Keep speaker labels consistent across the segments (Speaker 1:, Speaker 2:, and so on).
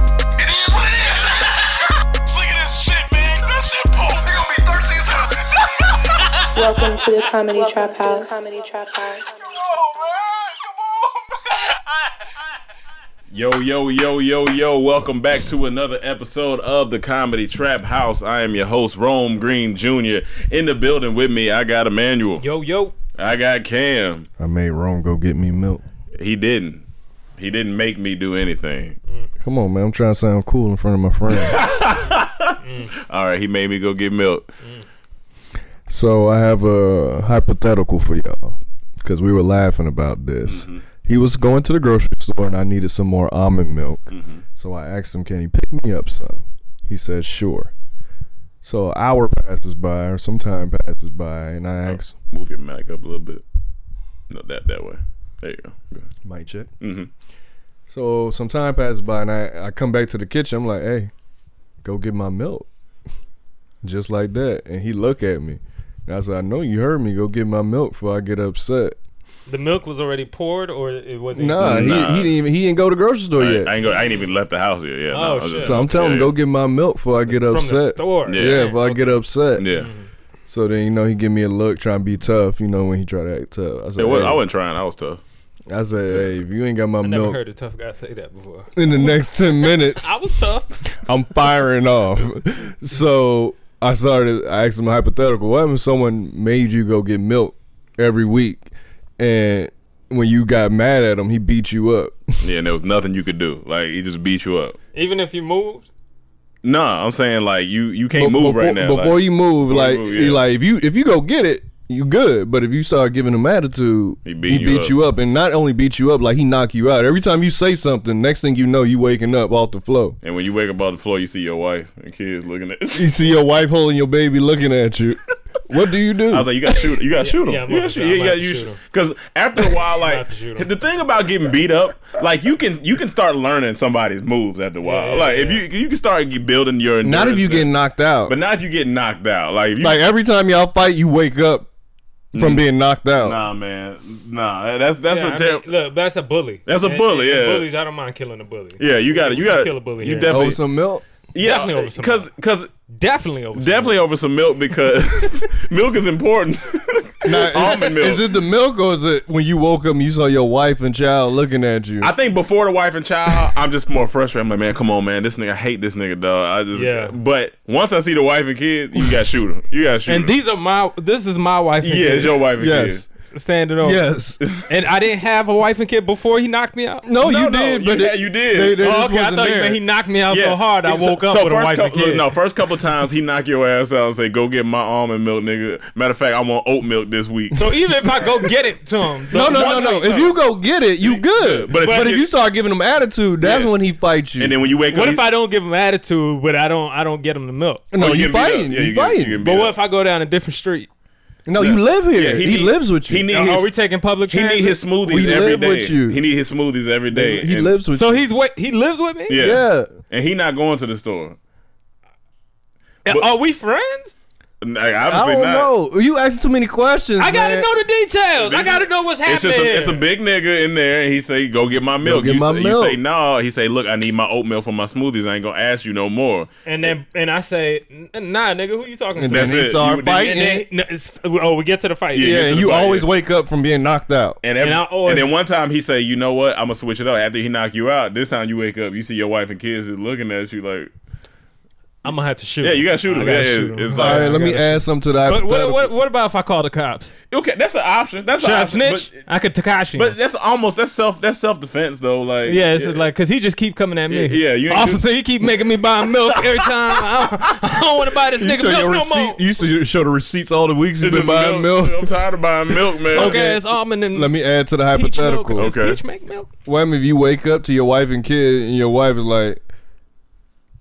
Speaker 1: is what it is. Look at this shit, man. That shit pulled. They gonna be thirsty as hell.
Speaker 2: Welcome to the Comedy Trap
Speaker 3: Welcome to the
Speaker 2: House.
Speaker 3: Comedy Trap House.
Speaker 1: oh, man. Come on.
Speaker 4: Yo, yo, yo, yo, yo. Welcome back to another episode of the Comedy Trap House. I am your host, Rome Green Jr. In the building with me, I got Emmanuel.
Speaker 5: Yo, yo.
Speaker 4: I got Cam.
Speaker 6: I made Rome go get me milk.
Speaker 4: He didn't. He didn't make me do anything.
Speaker 6: Come on, man. I'm trying to sound cool in front of my friends.
Speaker 4: All right, he made me go get milk.
Speaker 6: so I have a hypothetical for y'all because we were laughing about this. He was going to the grocery store and I needed some more almond milk. So I asked him, "Can he pick me up some?" He says, "Sure." So an hour passes by or some time passes by, and I ask,
Speaker 4: Move your mic up a little bit. No, that that way. There you go. Go ahead.
Speaker 6: "Mic check."
Speaker 4: Mm-hmm.
Speaker 6: So some time passes by, and I I come back to the kitchen. I'm like, "Hey, go get my milk," just like that. And he look at me, and I said, "I know you heard me. Go get my milk before I get upset."
Speaker 5: The milk was already poured, or it wasn't.
Speaker 6: Nah, he,
Speaker 4: Nah.
Speaker 6: he didn't even he didn't go to grocery store
Speaker 4: I,
Speaker 6: yet.
Speaker 4: I ain't go, I ain't even left the house yet. Yeah. no,
Speaker 5: Oh,
Speaker 4: I was
Speaker 5: shit.
Speaker 4: just-
Speaker 6: Oh, so I'm telling him,
Speaker 4: yeah,
Speaker 6: go get my milk before I get
Speaker 5: From the
Speaker 6: upset.
Speaker 5: store.
Speaker 6: Yeah,
Speaker 4: Yeah.
Speaker 6: before I get upset.
Speaker 4: Yeah.
Speaker 6: So then you know he give me a look, trying to be tough. You know when he try to act tough. I said,
Speaker 4: It was,
Speaker 6: "Hey,"
Speaker 4: I wasn't trying. I was tough.
Speaker 6: I said, hey, if you ain't got my
Speaker 5: I never
Speaker 6: milk
Speaker 5: heard a tough guy say that before.
Speaker 6: in the next ten minutes,
Speaker 5: I was tough.
Speaker 6: I'm firing off. So I started. I asked him a hypothetical. What if someone made you go get milk every week, and when you got mad at him, he beat you up?
Speaker 4: Yeah, and there was nothing you could do. Like he just beat you up.
Speaker 5: Even if you moved,
Speaker 4: Nah, I'm saying like you you
Speaker 6: But
Speaker 4: can't move
Speaker 6: before,
Speaker 4: right now.
Speaker 6: Before
Speaker 4: like,
Speaker 6: you move,
Speaker 4: before
Speaker 6: like
Speaker 4: you move,
Speaker 6: he
Speaker 4: yeah.
Speaker 6: like if you if you go get it, you good. But if you start giving him attitude,
Speaker 4: He beat you up.
Speaker 6: and not only beat you up, like he knock you out. Every time you say something, next thing you know, you waking up off the floor.
Speaker 4: And when you wake up on the floor, you see your wife and kids looking at.
Speaker 6: You see your wife holding your baby, looking at you. What do you do?
Speaker 4: I was like, you gotta shoot, you gotta shoot him.
Speaker 5: yeah, I'm
Speaker 4: you
Speaker 5: about
Speaker 4: gotta
Speaker 5: to-
Speaker 4: shoot,
Speaker 5: I'm
Speaker 4: you
Speaker 5: about
Speaker 4: gotta
Speaker 5: to
Speaker 4: use-
Speaker 5: shoot him.
Speaker 4: Cause after a while, like
Speaker 5: about to shoot him.
Speaker 4: the thing about getting beat up, like you can you can start learning somebody's moves after a while.
Speaker 5: yeah,
Speaker 4: like if
Speaker 5: yeah.
Speaker 4: you you can start ge- building your
Speaker 6: not if
Speaker 4: endurance
Speaker 6: you
Speaker 4: there.
Speaker 6: get knocked out.
Speaker 4: but not if you get knocked out. Like if you
Speaker 6: like every time y'all fight, you wake up from being knocked out.
Speaker 4: Mm.
Speaker 6: Oh,
Speaker 4: nah man, nah that's that's
Speaker 5: yeah,
Speaker 4: a
Speaker 5: I
Speaker 4: ter-
Speaker 5: mean, look, that's a bully.
Speaker 4: That's a bully, yeah.
Speaker 5: Bullies, I don't mind killing a bully.
Speaker 4: yeah you got to you got
Speaker 5: kill a bully
Speaker 4: You
Speaker 5: here.
Speaker 6: Over
Speaker 4: definitely
Speaker 6: some milk.
Speaker 4: Yeah,
Speaker 5: Definitely over some
Speaker 4: because because
Speaker 5: Definitely over. some
Speaker 4: definitely over some milk because milk is important.
Speaker 6: Now, is-
Speaker 4: Almond milk.
Speaker 6: Is it the milk or is it when you woke up and you saw your wife and child looking at you?
Speaker 4: I think before the wife and child, I'm just more frustrated. I'm like, man, come on, man, this nigga, I hate this nigga, dog. I just,
Speaker 5: Yeah.
Speaker 4: But once I see the wife and kids, you gotta shoot him. You gotta shoot
Speaker 5: And
Speaker 4: him.
Speaker 5: these are my. This is my wife. And
Speaker 4: yeah,
Speaker 5: kid
Speaker 4: it's your wife and
Speaker 6: Yes.
Speaker 4: kids.
Speaker 5: standing over.
Speaker 6: yes.
Speaker 5: And I didn't have a wife and kid before he knocked me out.
Speaker 6: No, you
Speaker 4: no,
Speaker 6: did.
Speaker 4: you
Speaker 6: but
Speaker 4: had-
Speaker 6: it-
Speaker 4: you did.
Speaker 6: They, they
Speaker 4: Oh,
Speaker 6: just
Speaker 4: okay, I
Speaker 6: wasn't
Speaker 4: thought you
Speaker 6: there.
Speaker 4: meant
Speaker 5: He knocked me out so hard I
Speaker 4: So-
Speaker 5: woke up
Speaker 4: so
Speaker 5: with a
Speaker 4: first
Speaker 5: wife and
Speaker 4: couple-
Speaker 5: kid.
Speaker 4: No, first couple times he knock your ass out and say, "Go get my almond milk, nigga." Matter of fact, I want oat milk this week.
Speaker 5: So even if I go get it to him,
Speaker 6: No,
Speaker 5: the
Speaker 6: no, no,
Speaker 5: one
Speaker 6: no.
Speaker 5: way-
Speaker 6: If you go get it, you good.
Speaker 4: But if
Speaker 6: But if,
Speaker 4: you get-
Speaker 6: you start giving him attitude, that's
Speaker 4: Yeah.
Speaker 6: when he fights you.
Speaker 4: and then when you wake
Speaker 5: What
Speaker 4: up,
Speaker 5: if I don't give him attitude, but I don't, I don't get him the milk?
Speaker 6: no,
Speaker 4: you getting
Speaker 6: you
Speaker 4: beat up.
Speaker 6: fighting.
Speaker 4: Yeah,
Speaker 6: you,
Speaker 4: you get- you
Speaker 6: fighting.
Speaker 4: getting beat
Speaker 5: But
Speaker 4: Yeah.
Speaker 5: what if I go down a different street?
Speaker 6: no, you live here.
Speaker 4: Yeah,
Speaker 6: he,
Speaker 4: need-
Speaker 6: lives with you.
Speaker 4: He need
Speaker 5: Are-
Speaker 4: his,
Speaker 5: are we taking public
Speaker 4: He need
Speaker 5: transit?
Speaker 4: his smoothies
Speaker 6: We
Speaker 4: every
Speaker 6: live
Speaker 4: day.
Speaker 6: with you.
Speaker 4: He need his smoothies every day.
Speaker 6: he
Speaker 4: and,
Speaker 6: lives with
Speaker 5: So
Speaker 6: you.
Speaker 5: he's what? He lives with me.
Speaker 4: Yeah.
Speaker 6: Yeah.
Speaker 4: and he not going to the store.
Speaker 5: And
Speaker 4: But-
Speaker 5: Are we friends?
Speaker 4: Like,
Speaker 6: I
Speaker 4: obviously
Speaker 6: don't
Speaker 4: not.
Speaker 6: know. You asking too many questions.
Speaker 5: I gotta
Speaker 6: man.
Speaker 5: know the details. I gotta know what's
Speaker 4: It's
Speaker 5: happening.
Speaker 4: just a, it's a big nigga in there, and he say, "Go get my milk."
Speaker 6: get
Speaker 4: you,
Speaker 6: my
Speaker 4: say,
Speaker 6: milk.
Speaker 4: you say no. He say, "Look, I need my oatmeal for my smoothies. I ain't gonna ask you no more."
Speaker 5: and then and I say, "N- Nah, nigga, who you talking
Speaker 6: And
Speaker 5: to?
Speaker 4: That's
Speaker 6: then
Speaker 4: it.
Speaker 6: he start
Speaker 4: You- then-
Speaker 6: fighting.
Speaker 5: And then, no, it's, oh, we get to the fight.
Speaker 4: Yeah,
Speaker 6: yeah,
Speaker 4: get to
Speaker 6: and
Speaker 4: the
Speaker 6: you
Speaker 4: fight,
Speaker 6: always
Speaker 4: yeah.
Speaker 6: wake up from being knocked out.
Speaker 4: And, every,
Speaker 5: And I
Speaker 4: and,
Speaker 5: always-
Speaker 4: then one time he say, "You know what? I'm gonna switch it up." After he knock you out, this time you wake up, you see your wife and kids is looking at you like,
Speaker 5: I'm gonna have to shoot.
Speaker 4: Yeah,
Speaker 5: him.
Speaker 4: you gotta shoot him.
Speaker 5: I gotta
Speaker 4: Yeah,
Speaker 5: shoot
Speaker 4: it-
Speaker 5: him.
Speaker 4: it's
Speaker 6: All
Speaker 4: like-
Speaker 6: right,
Speaker 4: I
Speaker 6: let me add something to the
Speaker 5: But what,
Speaker 6: hypothetical.
Speaker 5: what what about if I call the cops?
Speaker 4: "Okay, that's an option. That's
Speaker 5: Should
Speaker 4: an
Speaker 5: I
Speaker 4: option."
Speaker 5: snitch?
Speaker 4: But,
Speaker 5: I could Takashi.
Speaker 4: but
Speaker 5: But
Speaker 4: that's almost that's self that's self defense though. Like
Speaker 5: yeah, it's like because he just keep coming at me.
Speaker 4: Yeah, yeah, you ain't
Speaker 5: officer, he keep making me buy milk every time. I don't, I don't want to buy this
Speaker 6: you
Speaker 5: nigga
Speaker 6: show
Speaker 5: milk
Speaker 6: your
Speaker 5: no more.
Speaker 6: receipt. You used to show the receipts all the weeks
Speaker 4: It's
Speaker 6: you've been
Speaker 4: just
Speaker 6: buying milk.
Speaker 4: I'm tired of buying milk, man.
Speaker 5: Okay, it's almond and
Speaker 6: Let me add to the
Speaker 5: peach milk.
Speaker 6: hypothetical.
Speaker 5: Does
Speaker 4: Okay.
Speaker 5: peach make milk?
Speaker 6: What if you wake up to your wife and kid, and your wife is like,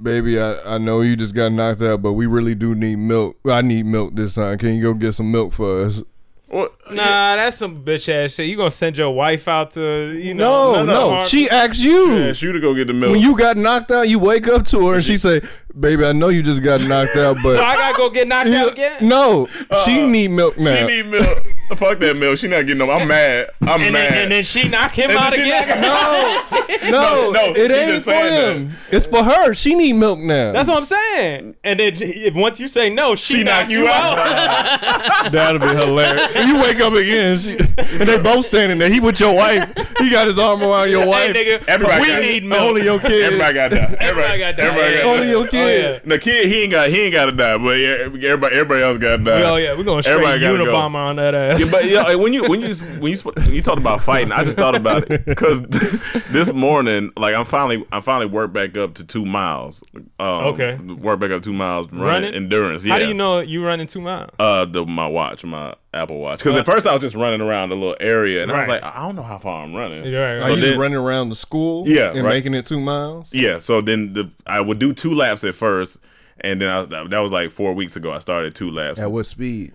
Speaker 6: "Baby, I, I know you just got knocked out, but we really do need milk. I need milk this time. Can you go get some milk for us?"
Speaker 4: What-
Speaker 5: Nah, that's some bitch ass shit. You gonna send your wife out to you know?
Speaker 6: No, no,
Speaker 5: harm-
Speaker 6: she asked you.
Speaker 4: Yeah, shoot to go get the milk.
Speaker 6: when you got knocked out, you wake up to her and she say, "Baby, I know you just got knocked out, but
Speaker 5: So I gotta go get knocked out again.
Speaker 6: no, she need milk now."
Speaker 4: Uh, she need milk. Fuck that milk. She not getting no. I'm mad. I'm
Speaker 5: And
Speaker 4: mad.
Speaker 5: then, and then she knock him
Speaker 4: And then
Speaker 5: out
Speaker 4: she knock
Speaker 5: again.
Speaker 4: him out. No,
Speaker 6: no,
Speaker 4: no,
Speaker 6: it
Speaker 4: she
Speaker 6: ain't
Speaker 4: just
Speaker 6: for
Speaker 4: saying
Speaker 6: him. It's for her. She need milk now.
Speaker 5: That's what I'm saying. And then if, once you say no, she,
Speaker 4: she knock you out.
Speaker 6: That'll be hilarious. And you wake up again, she, and they both standing there. He with your wife. He got his arm around your
Speaker 5: Hey,
Speaker 6: wife.
Speaker 5: nigga,
Speaker 4: Everybody
Speaker 5: we
Speaker 4: got-
Speaker 5: need milk. Oh,
Speaker 6: Only your kid.
Speaker 4: Everybody got that.
Speaker 5: Everybody got that.
Speaker 4: Everybody got
Speaker 6: Only your kid.
Speaker 4: The kid, he ain't got he ain't got to die, but yeah, everybody everybody else got to die.
Speaker 5: Oh yeah, we're going straight
Speaker 4: Everybody gotta go.
Speaker 5: Unabomber on that ass.
Speaker 4: Yeah, but yeah, when you when you when you sp- when you talked about fighting, I just thought about it because this morning, like I'm finally I finally worked back up to two miles. Um,
Speaker 5: Okay.
Speaker 4: worked back up two miles running,
Speaker 5: Running?
Speaker 4: endurance. Yeah.
Speaker 5: How do you know you running two miles?
Speaker 4: Uh, the, my watch, my Apple Watch. Because at first I was just running around a little area, and I was
Speaker 5: Uh, Right.
Speaker 4: like, I don't know how far I'm running.
Speaker 5: Yeah, right, right.
Speaker 6: Are
Speaker 4: So
Speaker 6: you
Speaker 4: then,
Speaker 6: running around the school?
Speaker 4: Yeah,
Speaker 6: and
Speaker 4: right.
Speaker 6: making it two miles.
Speaker 4: yeah. So then the I would do two laps at first, and then I, that was like four weeks ago. I started two laps.
Speaker 6: At what speed?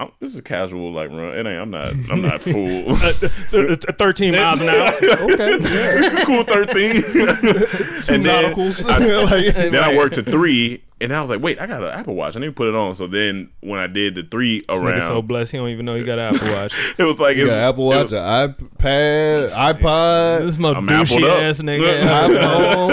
Speaker 4: I'm, this is a casual like run. It ain't. I'm not. I'm not fool.
Speaker 5: Thirteen miles an hour.
Speaker 6: Okay, yeah.
Speaker 4: cool thirteen. and then,
Speaker 6: Nauticals.
Speaker 4: I,
Speaker 6: Like-
Speaker 4: then I worked to three, and I was like, wait, I got an Apple Watch. I need to put it on. So then when I did the three around,
Speaker 5: Nigga so blessed he don't even know he got an Apple Watch.
Speaker 4: it was like
Speaker 6: You
Speaker 4: it's,
Speaker 6: got an Apple Watch,
Speaker 4: It was,
Speaker 6: an iPad, iPod,
Speaker 5: This mo
Speaker 4: I'm appled
Speaker 5: douchey
Speaker 4: up.
Speaker 5: ass nigga.
Speaker 6: iPhone,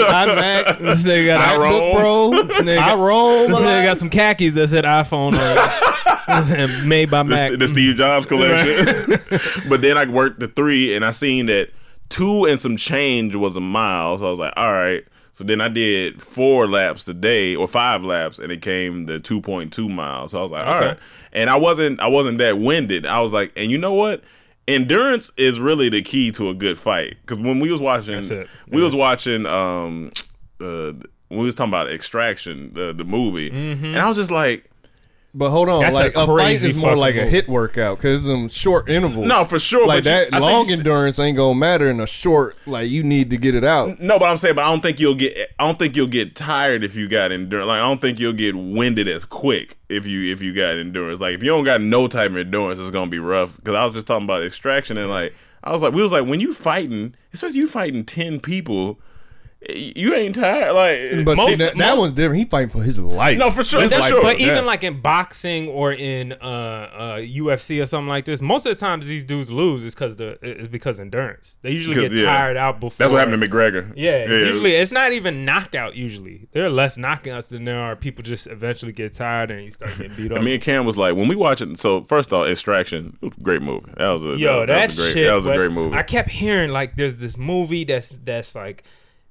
Speaker 6: iMac.
Speaker 5: this nigga got
Speaker 4: I
Speaker 5: an
Speaker 4: roll.
Speaker 5: iPhone.
Speaker 6: MacBook Pro,
Speaker 5: This nigga-
Speaker 6: iRoll.
Speaker 5: This nigga got some khakis that said iPhone on it. And made by Mac.
Speaker 4: the, the Steve Jobs collection. but then I worked the three, and I seen that two and some change was a mile. So I was like, all right. So then I did four laps today, or five laps, and it came the two point two miles. So I was like, all right. And I wasn't, I wasn't that winded. I was like, and you know what? Endurance is really the key to a good fight. Because when we was watching,
Speaker 5: it.
Speaker 4: we was watching. um uh, when we was talking about Extraction, the the movie,
Speaker 5: Mm-hmm.
Speaker 4: and I was just like,
Speaker 6: But hold on,
Speaker 5: That's a
Speaker 6: like a, fight
Speaker 5: crazy
Speaker 6: is more
Speaker 5: fucking
Speaker 6: like a
Speaker 5: move.
Speaker 6: hit workout because it's um short intervals.
Speaker 4: no, for sure,
Speaker 6: like
Speaker 4: but you-
Speaker 6: that
Speaker 4: I think
Speaker 6: long
Speaker 4: you st-
Speaker 6: endurance ain't gonna matter in a short. Like you need to get it out.
Speaker 4: No, but I'm saying, but I don't think you'll get. I don't think you'll get tired if you got endurance. Like I don't think you'll get winded as quick if you if you got endurance. Like if you don't got no type of endurance, it's gonna be rough. Because I was just talking about extraction and like I was like we was like when you fighting, especially you fighting ten people. you ain't tired. Like
Speaker 6: But see,
Speaker 4: most,
Speaker 6: that, that
Speaker 4: most-
Speaker 6: one's different. He fighting for his life.
Speaker 4: no, for sure,
Speaker 5: But,
Speaker 4: for
Speaker 5: that's-
Speaker 4: sure.
Speaker 5: but
Speaker 4: Yeah.
Speaker 5: even like in boxing or in uh, uh, UFC or something like this, most of the times these dudes lose is because the is because endurance. They usually get
Speaker 4: Because- yeah.
Speaker 5: tired out before.
Speaker 4: that's what happened to McGregor.
Speaker 5: Yeah, it's usually it's not even knockout. Usually there are less knockouts than there are people just eventually get tired and you start getting beat up.
Speaker 4: And me and Cam was like when we watch it. So first off, Extraction, it was a great movie. That was a
Speaker 5: Yo,
Speaker 4: that, that
Speaker 5: that,
Speaker 4: was a great,
Speaker 5: shit.
Speaker 4: That was a
Speaker 5: but
Speaker 4: great movie.
Speaker 5: I kept hearing like there's this movie that's that's like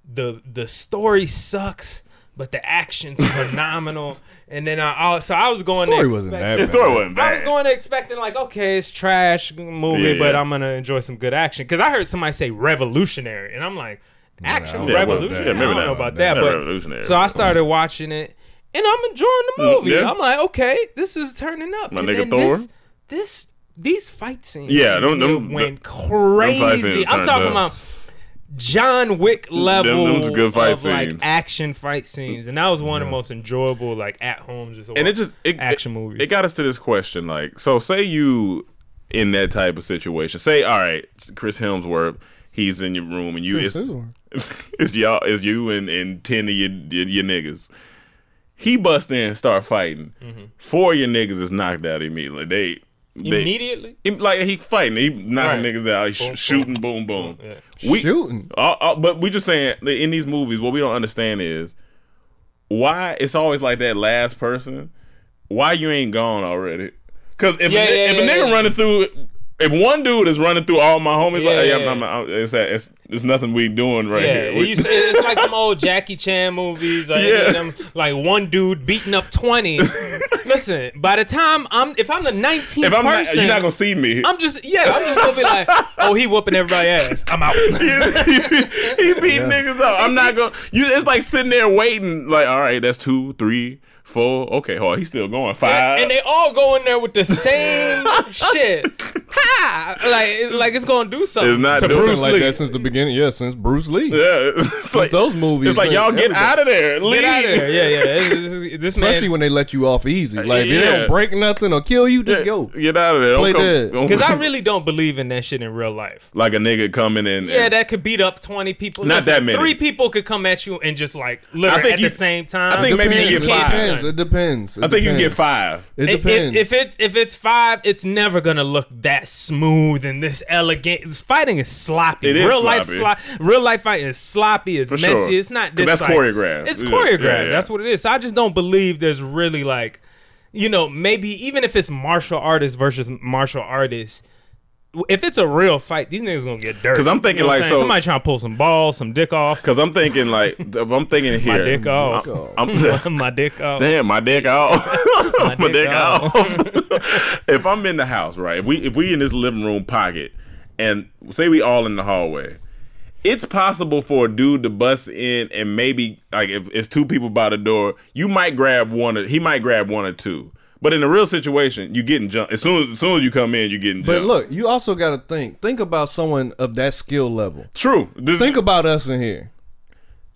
Speaker 5: the the story sucks, but the action's phenomenal. And then I I- so I was going. to
Speaker 6: Story wasn't
Speaker 5: expect-
Speaker 6: that
Speaker 4: the story wasn't
Speaker 5: I was
Speaker 4: bad.
Speaker 5: going to expecting like, okay, it's trash movie,
Speaker 4: Yeah, yeah.
Speaker 5: but I'm gonna enjoy some good action because I heard somebody say revolutionary, and I'm like, action
Speaker 6: don't know about
Speaker 5: revolutionary.
Speaker 6: that. Yeah,
Speaker 5: I
Speaker 6: maybe
Speaker 5: don't know
Speaker 6: not.
Speaker 5: about that,
Speaker 4: Not
Speaker 5: but
Speaker 4: revolutionary.
Speaker 5: so I started watching it, and I'm enjoying the
Speaker 4: Mm,
Speaker 5: movie.
Speaker 4: yeah.
Speaker 5: I'm like, okay, this is turning up.
Speaker 4: My
Speaker 5: and
Speaker 4: nigga
Speaker 5: then
Speaker 4: Thor.
Speaker 5: This, this these fight scenes,
Speaker 4: Yeah, them-
Speaker 5: it
Speaker 4: them-
Speaker 5: went
Speaker 4: fight scenes
Speaker 5: crazy. I'm
Speaker 4: turned
Speaker 5: talking
Speaker 4: up.
Speaker 5: about. John Wick level
Speaker 4: them's good fight
Speaker 5: of like
Speaker 4: scenes.
Speaker 5: action fight scenes, and that was one of the most enjoyable like at home just
Speaker 4: and it just it,
Speaker 5: action
Speaker 4: it,
Speaker 5: movies.
Speaker 4: It got us to this question. Like, so say you in that type of situation. Say, all right, Chris Hemsworth, he's in your room, and you it's, it's y'all, it's you and and ten of your your, your niggas. He bust in and start fighting.
Speaker 5: Mm-hmm.
Speaker 4: Four of your niggas is knocked out immediately. They. They,
Speaker 5: immediately.
Speaker 4: Im- like he fighting, he knocking
Speaker 5: Right.
Speaker 4: niggas out, he sh- shooting, boom, boom. We,
Speaker 6: Shooting.
Speaker 4: all- all- Uh, but we just saying like, in these movies, what we don't understand is why it's always like that last person. Why you ain't gone already? Because if
Speaker 5: Yeah,
Speaker 4: a, ni-
Speaker 5: yeah,
Speaker 4: if a
Speaker 5: yeah,
Speaker 4: nigga
Speaker 5: yeah.
Speaker 4: running through, if one dude is running through all my homies,
Speaker 5: Yeah,
Speaker 4: like hey,
Speaker 5: yeah,
Speaker 4: I'm, I'm, I'm- it's, it's there's nothing we doing right
Speaker 5: Yeah,
Speaker 4: here.
Speaker 5: it
Speaker 4: We-
Speaker 5: used to- it's like some old Jackie Chan movies. Like,
Speaker 4: Yeah.
Speaker 5: them, like one dude beating up twenty. Listen, by the time I'm, if I'm the nineteenth
Speaker 4: if I'm not,
Speaker 5: person,
Speaker 4: you're not gonna see me.
Speaker 5: I'm just yeah, I'm just gonna be like, oh, he whooping everybody ass. I'm out.
Speaker 4: he beat niggas up. I'm not gonna. You, it's like sitting there waiting. Like, all right, that's two, three, four. Okay, hold. on, He's still going five.
Speaker 5: and they all go in there with the same shit. Ha! Like, like it's gonna do something.
Speaker 4: It's not
Speaker 5: to
Speaker 4: doing
Speaker 5: Bruce
Speaker 6: Been like
Speaker 5: Lee.
Speaker 6: that since the beginning. Yeah, since Bruce Lee.
Speaker 4: yeah, it's like
Speaker 6: those movies,
Speaker 4: It's like
Speaker 6: like,
Speaker 4: y'all get
Speaker 6: everybody-
Speaker 4: out of there. Leave.
Speaker 5: Get out of there. Yeah, yeah. This, this, is- this
Speaker 6: Especially
Speaker 5: man's-
Speaker 6: when they let you off easy. Like if
Speaker 4: Yeah.
Speaker 6: they don't break nothing or kill you, just go.
Speaker 4: Get out of there. Don't
Speaker 6: Play
Speaker 4: come-
Speaker 6: dead.
Speaker 4: don't-
Speaker 5: because I really don't believe in that shit in real life.
Speaker 4: like a nigga coming in.
Speaker 5: Yeah,
Speaker 4: and-
Speaker 5: that could beat up twenty people.
Speaker 4: Not that many.
Speaker 5: Three people could come at you and just like literally
Speaker 4: I think
Speaker 5: at
Speaker 4: you-
Speaker 5: the same time.
Speaker 4: I think maybe you
Speaker 5: You
Speaker 4: get
Speaker 6: it
Speaker 5: can't-
Speaker 4: five.
Speaker 6: depends. It depends. It
Speaker 4: I think you can get
Speaker 6: depends.
Speaker 4: five.
Speaker 6: It
Speaker 5: If,
Speaker 6: depends.
Speaker 5: if it's if it's five, it's never gonna look that smooth and this elegant. This fighting is sloppy.
Speaker 4: It is
Speaker 5: real life
Speaker 4: sloppy.
Speaker 5: sli- real life fight is sloppy. It's
Speaker 4: For
Speaker 5: messy.
Speaker 4: sure.
Speaker 5: It's not
Speaker 4: 'Cause
Speaker 5: this.
Speaker 4: that's
Speaker 5: like-
Speaker 4: choreographed.
Speaker 5: It's
Speaker 4: Yeah,
Speaker 5: choreographed.
Speaker 4: yeah, yeah.
Speaker 5: That's what it is. So I just don't believe there's really like, you know, maybe even if it's martial artists versus martial artists. If it's a real fight, these niggas gonna get dirty.
Speaker 4: 'Cause I'm thinking
Speaker 5: You know what
Speaker 4: like,
Speaker 5: saying?
Speaker 4: so-
Speaker 5: somebody trying to pull some balls, some dick off.
Speaker 4: Cause I'm thinking like if I'm thinking here.
Speaker 5: dick off.
Speaker 4: I'm, I'm-
Speaker 5: my dick out.
Speaker 4: Damn, my dick off. Oh. my,
Speaker 5: dick
Speaker 4: dick off.
Speaker 5: off.
Speaker 4: if I'm in the house, right? If we if we in this living room pocket, and say we all in the hallway, it's possible for a dude to bust in and maybe like if it's two people by the door, you might grab one. Or, he might grab one or two. But in a real situation, you getting jumped as soon as, as soon as you come in, you getting
Speaker 6: But
Speaker 4: jumped.
Speaker 6: look, you also got to think. Think about someone of that skill level.
Speaker 4: true. This,
Speaker 6: Think about us in here.